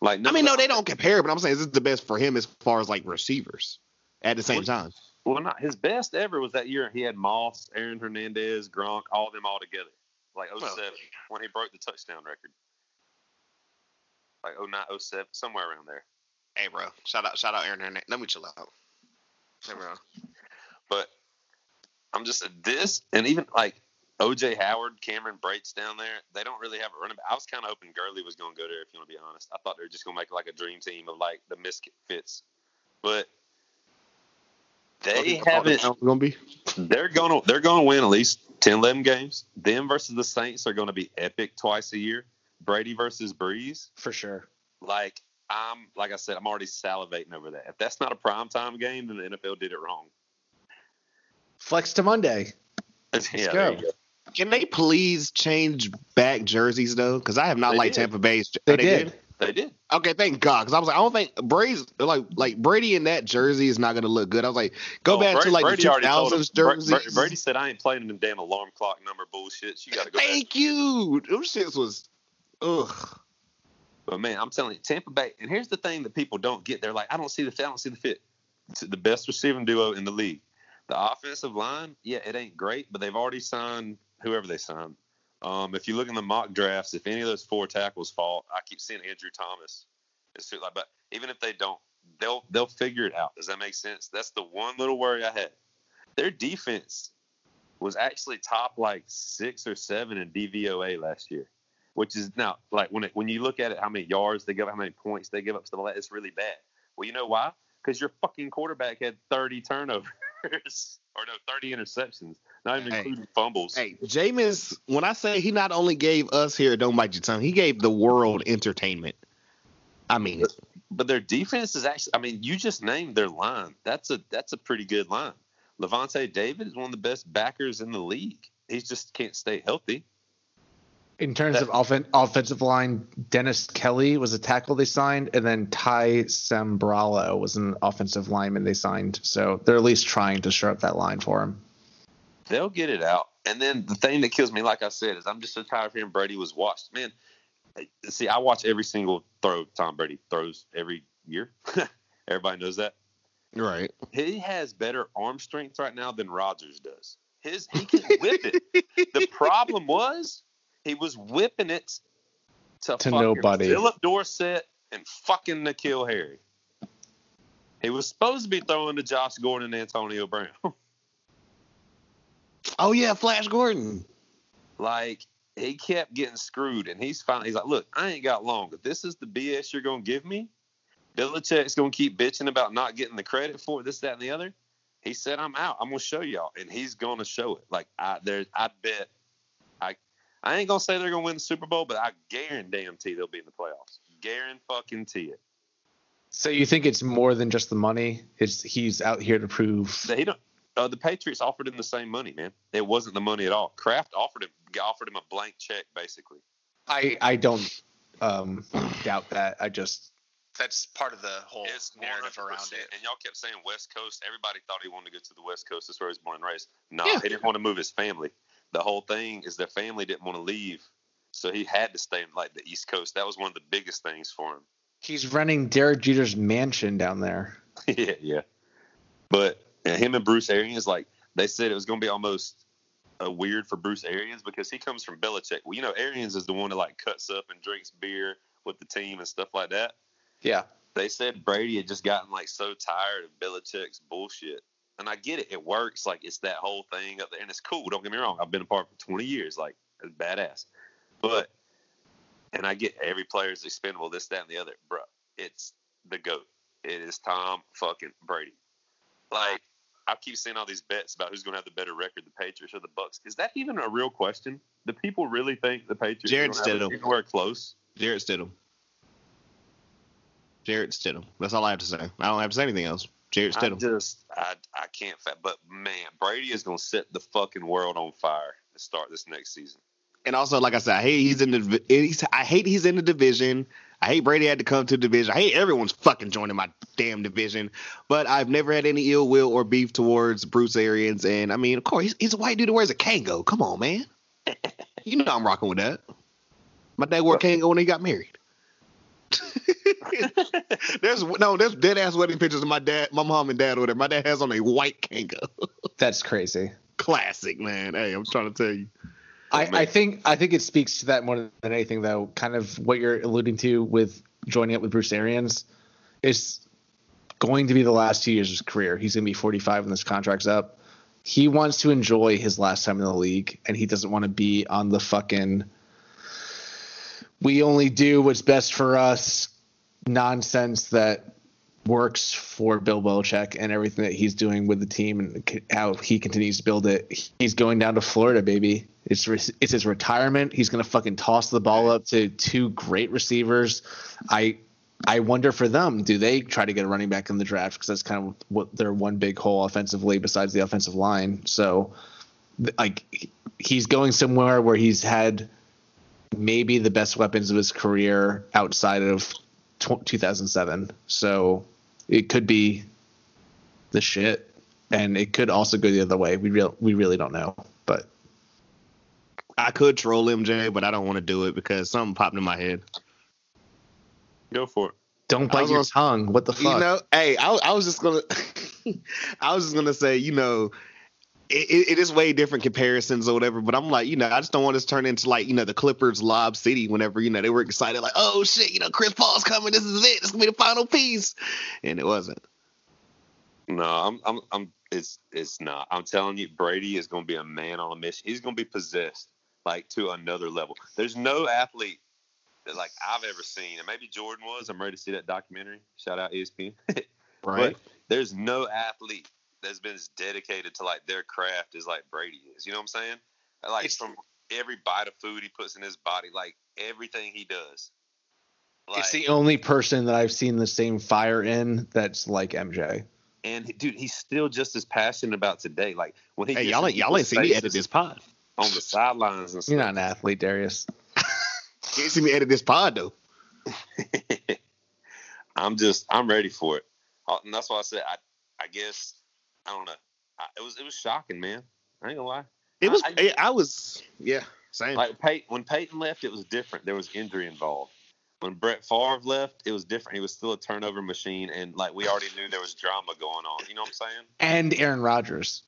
S6: Like
S5: I mean,
S6: no.
S5: no, they don't compare, but I'm saying this is the best for him as far as like receivers at the same time.
S6: Well, not his best ever was that year he had Moss, Aaron Hernandez, Gronk, all of them all together, like 07, when he broke the touchdown record, like 09, 07, somewhere around there.
S11: Hey, bro. Shout out, shout out, Aaron Hernandez. Let me chill out. Hey, bro.
S6: But I'm just this, and even like OJ Howard, Cameron Brates down there, they don't really have a running back. I was kind of hoping Gurley was going to go there. If you want to be honest, I thought they were just going to make like a dream team of like the misfits, but they haven't.
S5: Gonna be.
S6: They're gonna they're gonna win at least 10, 11 games. Them versus the Saints are gonna be epic twice a year. Brady versus Breeze,
S7: For sure.
S6: like I'm like I said, I'm already salivating over that. If that's not a primetime game, then the NFL did it wrong.
S7: Flex to Monday.
S6: yeah,
S7: go.
S6: there you go.
S5: Can they please change back jerseys though? Because I have not
S6: They
S5: liked
S6: did.
S5: Tampa Bay's.
S7: They,
S5: Oh,
S7: did.
S6: They did.
S5: Okay, thank God. Because I was like, I don't think Brady's like like Brady in that jersey is not gonna look good. I was like, go
S6: Oh,
S5: back
S6: Brady-
S5: to like
S6: Brady
S5: the
S6: already told
S5: 2000s
S6: him- Bra-
S5: jerseys.
S6: Bra- Brady said I ain't playing them damn alarm clock number bullshit. You gotta go back
S5: Thank you. Those shits was, ugh.
S6: But man, I'm telling you, Tampa Bay. And here's the thing that people don't get: they're like, I don't see the, fit, I don't see the fit. It's the best receiving duo in the league. The offensive line, yeah, it ain't great, but they've already signed whoever they signed. Um, if you look in the mock drafts, if any of those four tackles fall, I keep seeing Andrew Thomas. It's too, like, but even if they don't, they'll they'll figure it out. Does that make sense? That's the one little worry I had. Their defense was actually top like six or seven in DVOA last year which is now like when it, when you look at it, how many yards they give, up, how many points they give up, stuff like that. It's really bad. Well, you know why? Because your fucking quarterback had thirty turnovers or no, thirty interceptions, not even
S5: Hey.
S6: including fumbles.
S5: Hey, Jameis, when I say he not only gave us here, don't bite your tongue, he gave the world entertainment. I mean, it.
S6: But their defense is actually. I mean, you just named their line. That's a that's a pretty good line. Levante David is one of the best backers in the league. He just can't stay healthy.
S7: In terms
S6: That-
S7: of offen- offensive line, Dennis Kelly was a tackle they signed, and then Ty Sambrallo was an offensive lineman they signed. So they're at least trying to shore up that line for him.
S6: They'll get it out. And then the thing that kills me, like I said, is I'm just so tired of hearing Brady was watched. Man, see, I watch every single throw Tom Brady throws every year. Everybody knows that.
S5: right?
S6: He has better arm strength right now than Rodgers does. His he can whip it. The problem was he was whipping it to,
S7: To
S6: fucking
S7: nobody.
S6: Philip Dorsett and fucking Nikhil Harry. He was supposed to be throwing to Josh Gordon and Antonio Brown.
S5: Oh yeah, Flash Gordon.
S6: like he kept getting screwed and he's finally he's like look i ain't got long if this is the bs you're gonna give me Belichick's gonna keep bitching about not getting the credit for it, this that and the other he said i'm out i'm gonna show y'all and he's gonna show it like i there i bet i i ain't gonna say they're gonna win the super bowl but i guarantee they'll be in the playoffs guarantee fucking it
S7: So you think it's more than just the money? It's he's out here to prove.
S6: they don't uh, the patriots offered him the same money man it wasn't the money at all kraft offered him offered him a blank check basically
S7: I I don't um, doubt that. I just
S11: That's part of the whole narrative around it.
S6: And y'all kept saying West Coast. Everybody thought he wanted to go to the West Coast. That's where he was born and raised. No, he didn't want to move his family. The whole thing is their family didn't want to leave, so he had to stay in like the East Coast. That was one of the biggest things for him.
S7: he's renting Derek Jeter's mansion down there.
S6: yeah, yeah. But uh, him and Bruce Arians, like they said, it was going to be almost uh, weird for Bruce Arians because he comes from Belichick. Well, you know, Arians is the one that like cuts up and drinks beer with the team and stuff like that.
S7: Yeah.
S6: They said Brady had just gotten like so tired of Belichick's bullshit. And I get it; it works. Like it's that whole thing up there, and it's cool. Don't get me wrong; I've been a part for twenty years. Like it's badass. But and I get every player is expendable, this, that, and the other. Bruh, it's the goat. It is Tom fucking Brady. Like I keep seeing all these bets about who's going to have the better record, the Patriots or the Bucks. Is that even a real question? Do people really think the Patriots
S9: Jared
S6: are gonna have
S9: Stidham.
S6: it anywhere close?
S9: Jarrett Stidham. Jarrett Stidham. That's all I have to say. I don't have to say anything else. Jarrett
S6: I
S9: Stidham.
S6: just I I can't. Fa- but man, Brady is going to set the fucking world on fire to start this next season.
S5: And also, like I said, I hate he's in the. He's, I hate he's in the division. I hate Brady had to come to the division. I hate everyone's fucking joining my damn division. But I've never had any ill will or beef towards Bruce Arians. And I mean, of course, he's, he's a white dude that wears a Kango. Come on, man. You know I'm rocking with that. My dad wore Kango when he got married. there's no, there's dead ass wedding pictures of my dad, my mom and dad over there. My dad has on a white Kango.
S7: That's crazy.
S5: Classic, man. Hey, I'm trying to tell you.
S7: I, I think I think it speaks to that more than anything, though. Kind of what you're alluding to with joining up with Bruce Arians is going to be the last two years of his career. He's going to be 45 when this contract's up. He wants to enjoy his last time in the league, and he doesn't want to be on the fucking "we only do what's best for us" nonsense that works for Bill Belichick and everything that he's doing with the team and c- how he continues to build it. He's going down to Florida, baby. It's re- it's his retirement. He's gonna fucking toss the ball up to two great receivers. I I wonder for them, do they try to get a running back in the draft because that's kind of what their one big hole offensively besides the offensive line. So th- like he- he's going somewhere where he's had maybe the best weapons of his career outside of tw 2007. So it could be the shit, and it could also go the other way. We real we really don't know, but
S5: I could troll MJ, but I don't want to do it because something popped in my head.
S6: Go for it.
S7: don't
S5: I
S7: bite
S5: was
S7: your
S5: gonna-
S7: tongue. What the fuck?
S5: You know, hey, I, I was just gonna, I was just gonna say, you know, it, it, it is way different comparisons or whatever. But I'm like, you know, I just don't want this to turn into like, you know, the Clippers lob city. Whenever you know they were excited, like, oh shit, you know, Chris Paul's coming. This is it. This is gonna be the final piece. And it wasn't.
S6: No, I'm, I'm, I'm. It's, it's not. I'm telling you, Brady is going to be a man on a mission. He's going to be possessed like to another level. There's no athlete that like I've ever seen, and maybe Jordan was. I'm ready to see that documentary. Shout out E ESPN.
S7: right?
S6: But there's no athlete that's been as dedicated to like their craft as like Brady is. You know what I'm saying? Like
S11: It's-
S6: from every bite of food he puts in his body, like everything he does. Like-
S7: it's the only person that I've seen the same fire in that's like MJ.
S6: and he- dude, he's still just as passionate about today. Like when he
S5: Hey,
S6: gets
S5: y'all
S6: in
S5: ain't y'all
S6: people's
S5: ain't seen me edit
S6: faces
S5: this pod.
S6: on the sidelines and stuff.
S7: You're not an athlete, Darius.
S5: You ain't seen me edit this pod though.
S6: I'm just I'm ready for it, Uh, and that's why I said I I guess I don't know. I, it was it was shocking, man. I ain't gonna lie.
S5: It was.
S6: I-
S5: I, I was. Yeah. Same.
S6: Like Pey- when Peyton left, it was different. There was injury involved. When Brett Favre left, it was different. He was still a turnover machine, and like we already knew there was drama going on. You know what I'm saying?
S7: And Aaron Rodgers.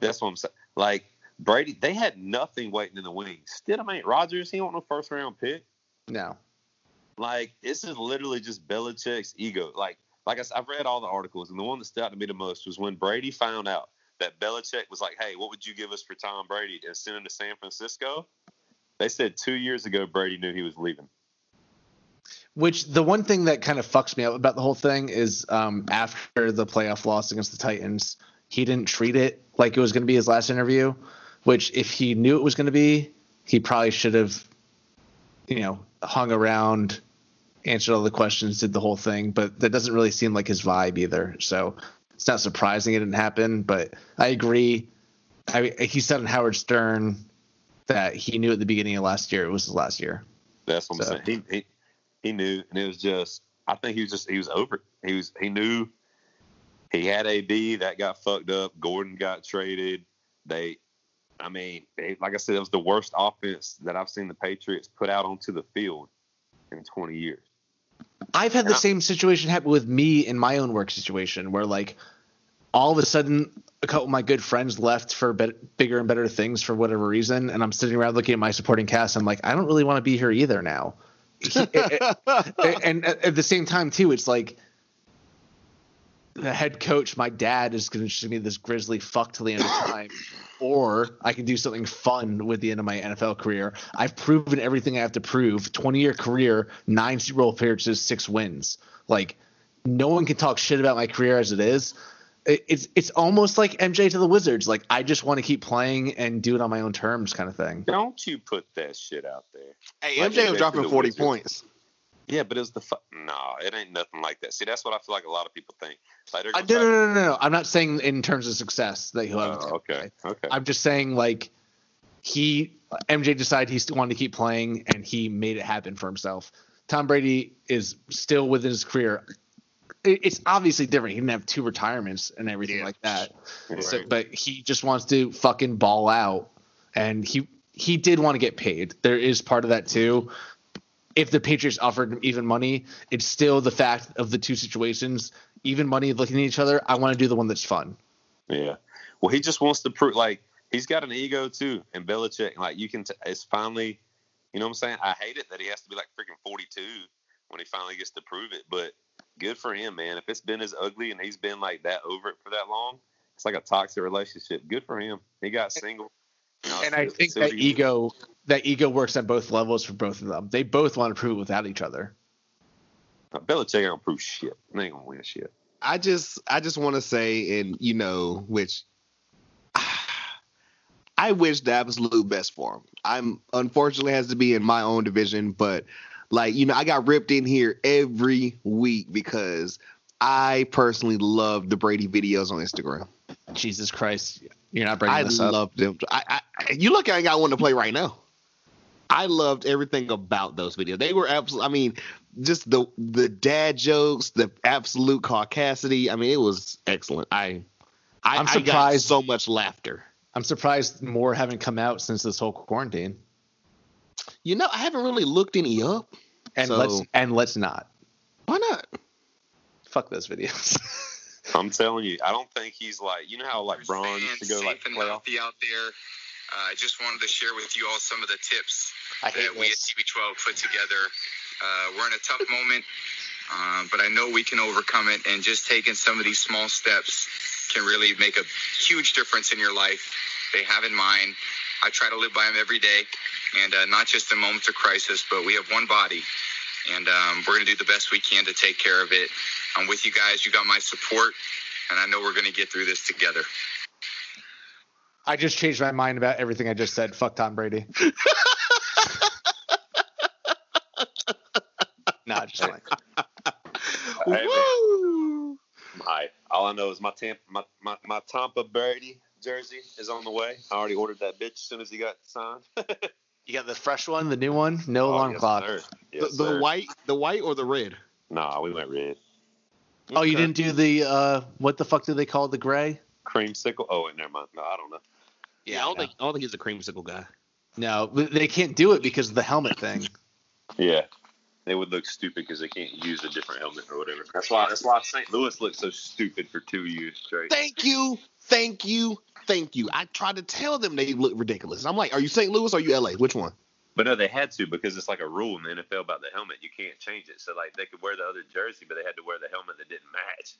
S6: That's what I'm saying. Like Brady, they had nothing waiting in the wings. Stidham ain't Rodgers. He want no first round pick.
S7: No.
S6: Like this is literally just Belichick's ego. Like like I said, I've read all the articles, and the one that stood out to me the most was when Brady found out that Belichick was like, "Hey, what would you give us for Tom Brady and send him to San Francisco?" They said two years ago Brady knew he was leaving.
S7: Which the one thing that kind of fucks me up about the whole thing is um, after the playoff loss against the Titans, he didn't treat it like it was going to be his last interview. Which, if he knew it was going to be, he probably should have, you know, hung around, answered all the questions, did the whole thing. But that doesn't really seem like his vibe either. So it's not surprising it didn't happen. But I agree. I, he said on Howard Stern that he knew at the beginning of last year it was his last year.
S6: That's what
S7: So-
S6: I'm saying. He, he he knew, and it was just. I think he was just he was over. it. He was he knew. He had AB that got fucked up. Gordon got traded. They, I mean, they, like I said, it was the worst offense that I've seen the Patriots put out onto the field in 20 years.
S7: I've had the
S6: Yeah.
S7: same situation happen with me in my own work situation where like all of a sudden a couple of my good friends left for bet- bigger and better things for whatever reason and I'm sitting around looking at my supporting cast I'm like I don't really want to be here either now. and at at the same time too it's like the head coach my dad is going to give me this grizzly fuck till the end of time or I can do something fun with the end of my NFL career. I've proven everything I have to prove. 20 year career, nine Super Bowl appearances, six wins. Like, no one can talk shit about my career as it is. It- It's it's almost like MJ to the Wizards. Like I just want to keep playing and do it on my own terms, kind of thing.
S6: Don't you put that shit out there?
S5: Hey,
S6: Like
S5: MJ
S6: you
S5: was
S6: did
S5: dropping
S6: to the
S5: 40
S6: Wizards.
S5: points.
S6: Yeah, but it was the fu- no. It ain't nothing like that. See, that's what I feel like a lot of people think. Like they're
S7: I,
S6: gonna
S7: Uh, no,
S6: try-
S7: no, no, no, no. I'm not saying in terms of success that he'll have.
S6: Oh, okay, okay.
S7: I'm just saying like he MJ decided he still wanted to keep playing and he made it happen for himself. Tom Brady is still within his career. It- It's obviously different. He didn't have two retirements and everything like that. So,
S6: Right.
S7: but he just wants to fucking ball out, and he he did want to get paid. There is part of that too. If the Patriots offered him even money, it's still the fact of the two situations. Even money looking at each other, I want to do the one that's fun.
S6: Yeah. Well, he just wants to prove like he's got an ego too, and Belichick like you can. T- it's finally, you know what I'm saying. I hate it that he has to be like freaking 42 when he finally gets to prove it, but good for him, man. If it's been as ugly and he's been like that over it for that long, it's like a toxic relationship. Good for him. He got single. You know,
S7: And I
S6: it's-
S7: think
S6: it's what
S7: that
S6: he-
S7: ego that ego works on both levels for both of them. They both want to prove it without each other.
S6: Belichick don't prove shit. They ain't gonna win shit.
S5: I just I just want to say, and you know, which I wish the absolute best for him. I'm unfortunately has to be in my own division, but like you know, I got ripped in here every week because I personally love the Brady videos on Instagram.
S7: Jesus Christ, you're not bringing
S5: I
S7: this up.
S5: love them. I, I you look, I ain't got one to play right now. I loved everything about those videos. They were absolute. I mean, just the the dad jokes, the absolute caucasity. I mean, it was excellent. I, I
S7: I'm
S5: I got
S7: surprised-
S5: so much laughter.
S7: I'm surprised more haven't come out since this whole quarantine.
S5: You know, I haven't really looked any up.
S7: And
S5: So-
S7: let's and let's not.
S5: Why not?
S7: Fuck those videos.
S6: I'm telling you, I don't think he's like you know how like Braun used to go like
S10: and
S6: playoff.
S10: healthy out there. Uh, I just wanted to share with you all some of the tips
S7: I
S10: that
S7: hate
S10: we at
S7: this.
S10: TB12 put together. Uh, we're in a tough moment, um, but I know we can overcome it, and just taking some of these small steps can really make a huge difference in your life. They have in mind. I try to live by them every day, and uh, not just in moments of crisis, but we have one body, and um, we're going to do the best we can to take care of it. I'm with you guys. You got my support, and I know we're going to get through this together.
S7: I just changed my mind about everything I just said. Fuck Tom Brady. nah, just like
S6: Hey, man.
S5: Woo!
S6: I'm hype. All I know is my Tampa, my, my, my Tampa Brady jersey is on the way. I already ordered that bitch as soon as he got signed.
S7: you got the fresh one, the new one, no
S6: Oh,
S7: alarm
S6: yes,
S7: clock.
S6: sir.
S5: The,
S6: Yes,
S5: the
S6: sir.
S5: white, the white or the red?
S6: Nah, we went red.
S7: Oh, you didn't do the uh what the fuck do they call the gray?
S6: Creamsicle. Oh, wait, never mind. No, I don't know.
S11: Yeah, I don't think I don't think he's a creamsicle guy.
S7: No, they can't do it because of the helmet thing.
S6: Yeah, they would look stupid because they can't use a different helmet or whatever. That's why. That's why St. Louis looked so stupid for two years straight.
S5: Thank you, thank you, thank you. I tried to tell them they look ridiculous. I'm like, are you St. Louis or are you LA? Which one?
S6: But no, they had to because it's like a rule in the NFL about the helmet. You can't change it. So like they could wear the other jersey, but they had to wear the helmet that didn't match.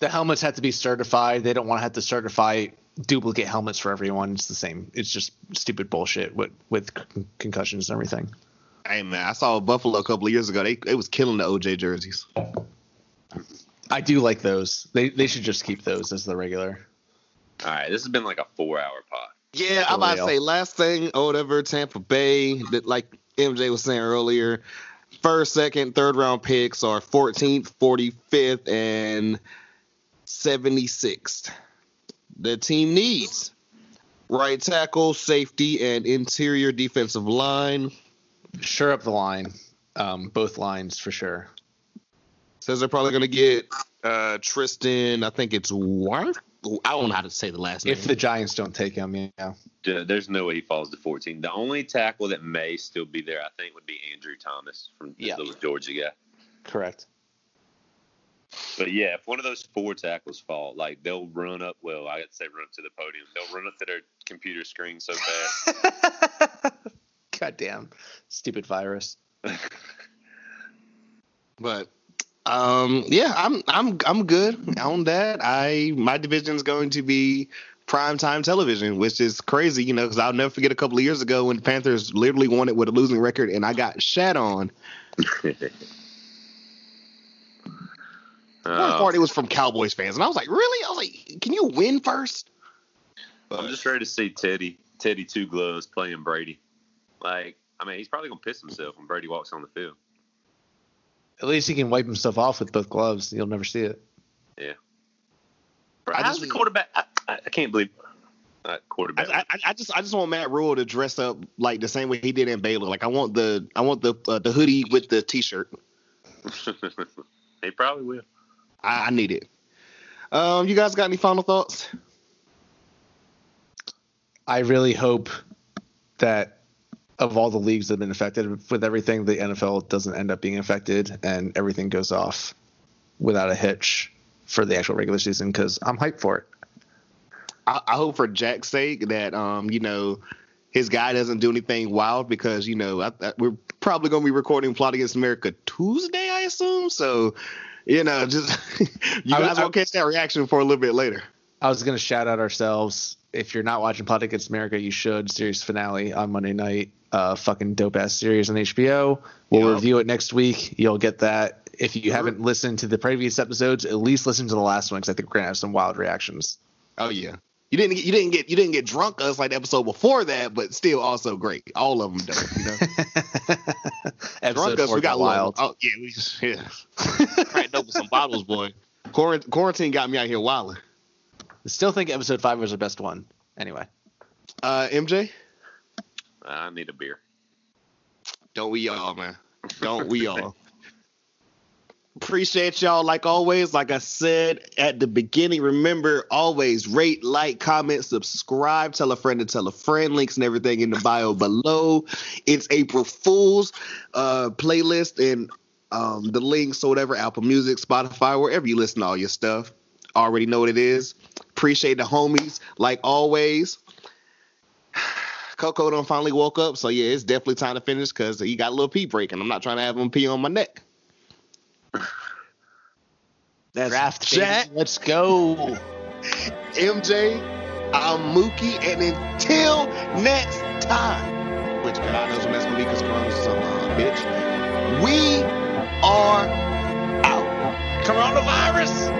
S7: The helmets have to be certified. They don't want to have to certify duplicate helmets for everyone. It's the same. It's just stupid bullshit with with c- concussions and everything.
S5: Hey man, I saw Buffalo a couple of years ago. They they was killing the OJ jerseys.
S7: I do like those. They they should just keep those as the regular.
S6: All right, this has been like a four-hour pod.
S5: Yeah, I'm
S7: For
S5: about to
S7: real.
S5: say last thing, whatever, Tampa Bay, that like MJ was saying earlier, first, second, third round picks are 14th, 45th, and 76th. The team needs right tackle, safety, and interior defensive line.
S7: Sure up the line, um, both lines for sure.
S5: Says they're probably going to get uh, Tristan. I think it's Ward.
S7: I don't know how to say the last name. If the Giants don't take him, yeah.
S6: Yeah, There's no way he falls to 14. The only tackle that may still be there, I think, would be Andrew Thomas from the
S7: Yeah.
S6: little Georgia guy.
S7: Correct.
S6: But yeah, if one of those four tackles fall, like they'll run up. Well, I would say run up to the podium. They'll run up to their computer screen so fast.
S7: Goddamn, stupid virus.
S5: But um, yeah, I'm I'm I'm good on that. I my division is going to be primetime television, which is crazy, you know, because I'll never forget a couple of years ago when the Panthers literally won it with a losing record, and I got shat on. One part it was from Cowboys fans, and I was like, really? I was like, can you win first?
S6: I'm just ready to see Teddy, Teddy Two Gloves playing Brady. Like, I mean, he's probably gonna piss himself when Brady walks on the field.
S7: At least he can wipe himself off with both gloves. You'll never see it.
S6: Yeah. Bro, how's the quarterback? I, I, I can't believe. Uh, quarterback.
S5: I, I, I just I just want Matt Rule to dress up like the same way he did in Baylor. Like I want the I want the uh, the hoodie with the t-shirt.
S6: he probably will.
S5: I, I need it. Um, you guys got any final thoughts?
S7: I really hope that of all the leagues that have been affected with everything, the NFL doesn't end up being affected and everything goes off without a hitch for the actual regular season because I'm hyped for it.
S5: I, I hope for Jack's sake that um, you know, his guy doesn't do anything wild because you know I, I, we're probably gonna be recording Plot Against America Tuesday, I assume. So, you know, just you
S7: I-
S5: guys
S7: I-
S5: will catch that reaction for a little bit later.
S7: I was going to shout out ourselves. If you're not watching Plot Against America, you should. Series finale on Monday night. Uh, fucking dope ass series on HBO. We'll review it next week. You'll get that. If you haven't listened to the previous episodes, at least listen to the last one because I think we're going to have some wild reactions.
S5: Oh yeah. You didn't get, you didn't get you didn't get drunk us like the episode before that, but still also great. All of them dope, you know.
S7: Episode
S5: drunk us,
S7: four
S5: we got
S7: got
S5: wild. Oh
S7: wild.
S5: yeah, we just yeah. Cracked open some bottles, boy. Quarant- quarantine got me out here wilding.
S7: Still think episode five was the best one. Anyway,
S5: Uh, MJ,
S6: I need a beer.
S5: don't we all, man? Don't we all? Appreciate y'all like always. Like I said at the beginning, remember always rate, like, comment, subscribe, tell a friend to tell a friend. Links and everything in the bio below. It's April Fools uh, playlist and um, the links or whatever Apple Music, Spotify, wherever you listen to all your stuff. Already know what it is. Appreciate the homies like always. Coco done finally woke up, so yeah, it's definitely time to finish because he got a little pee break, and I'm not trying to have him pee on my neck. That's
S7: Draft, baby.
S5: Jack,
S7: Let's go.
S5: MJ, I'm Mookie, and until next time, which God knows when that's gonna be because Corona's some uh, bitch. We are out. Coronavirus.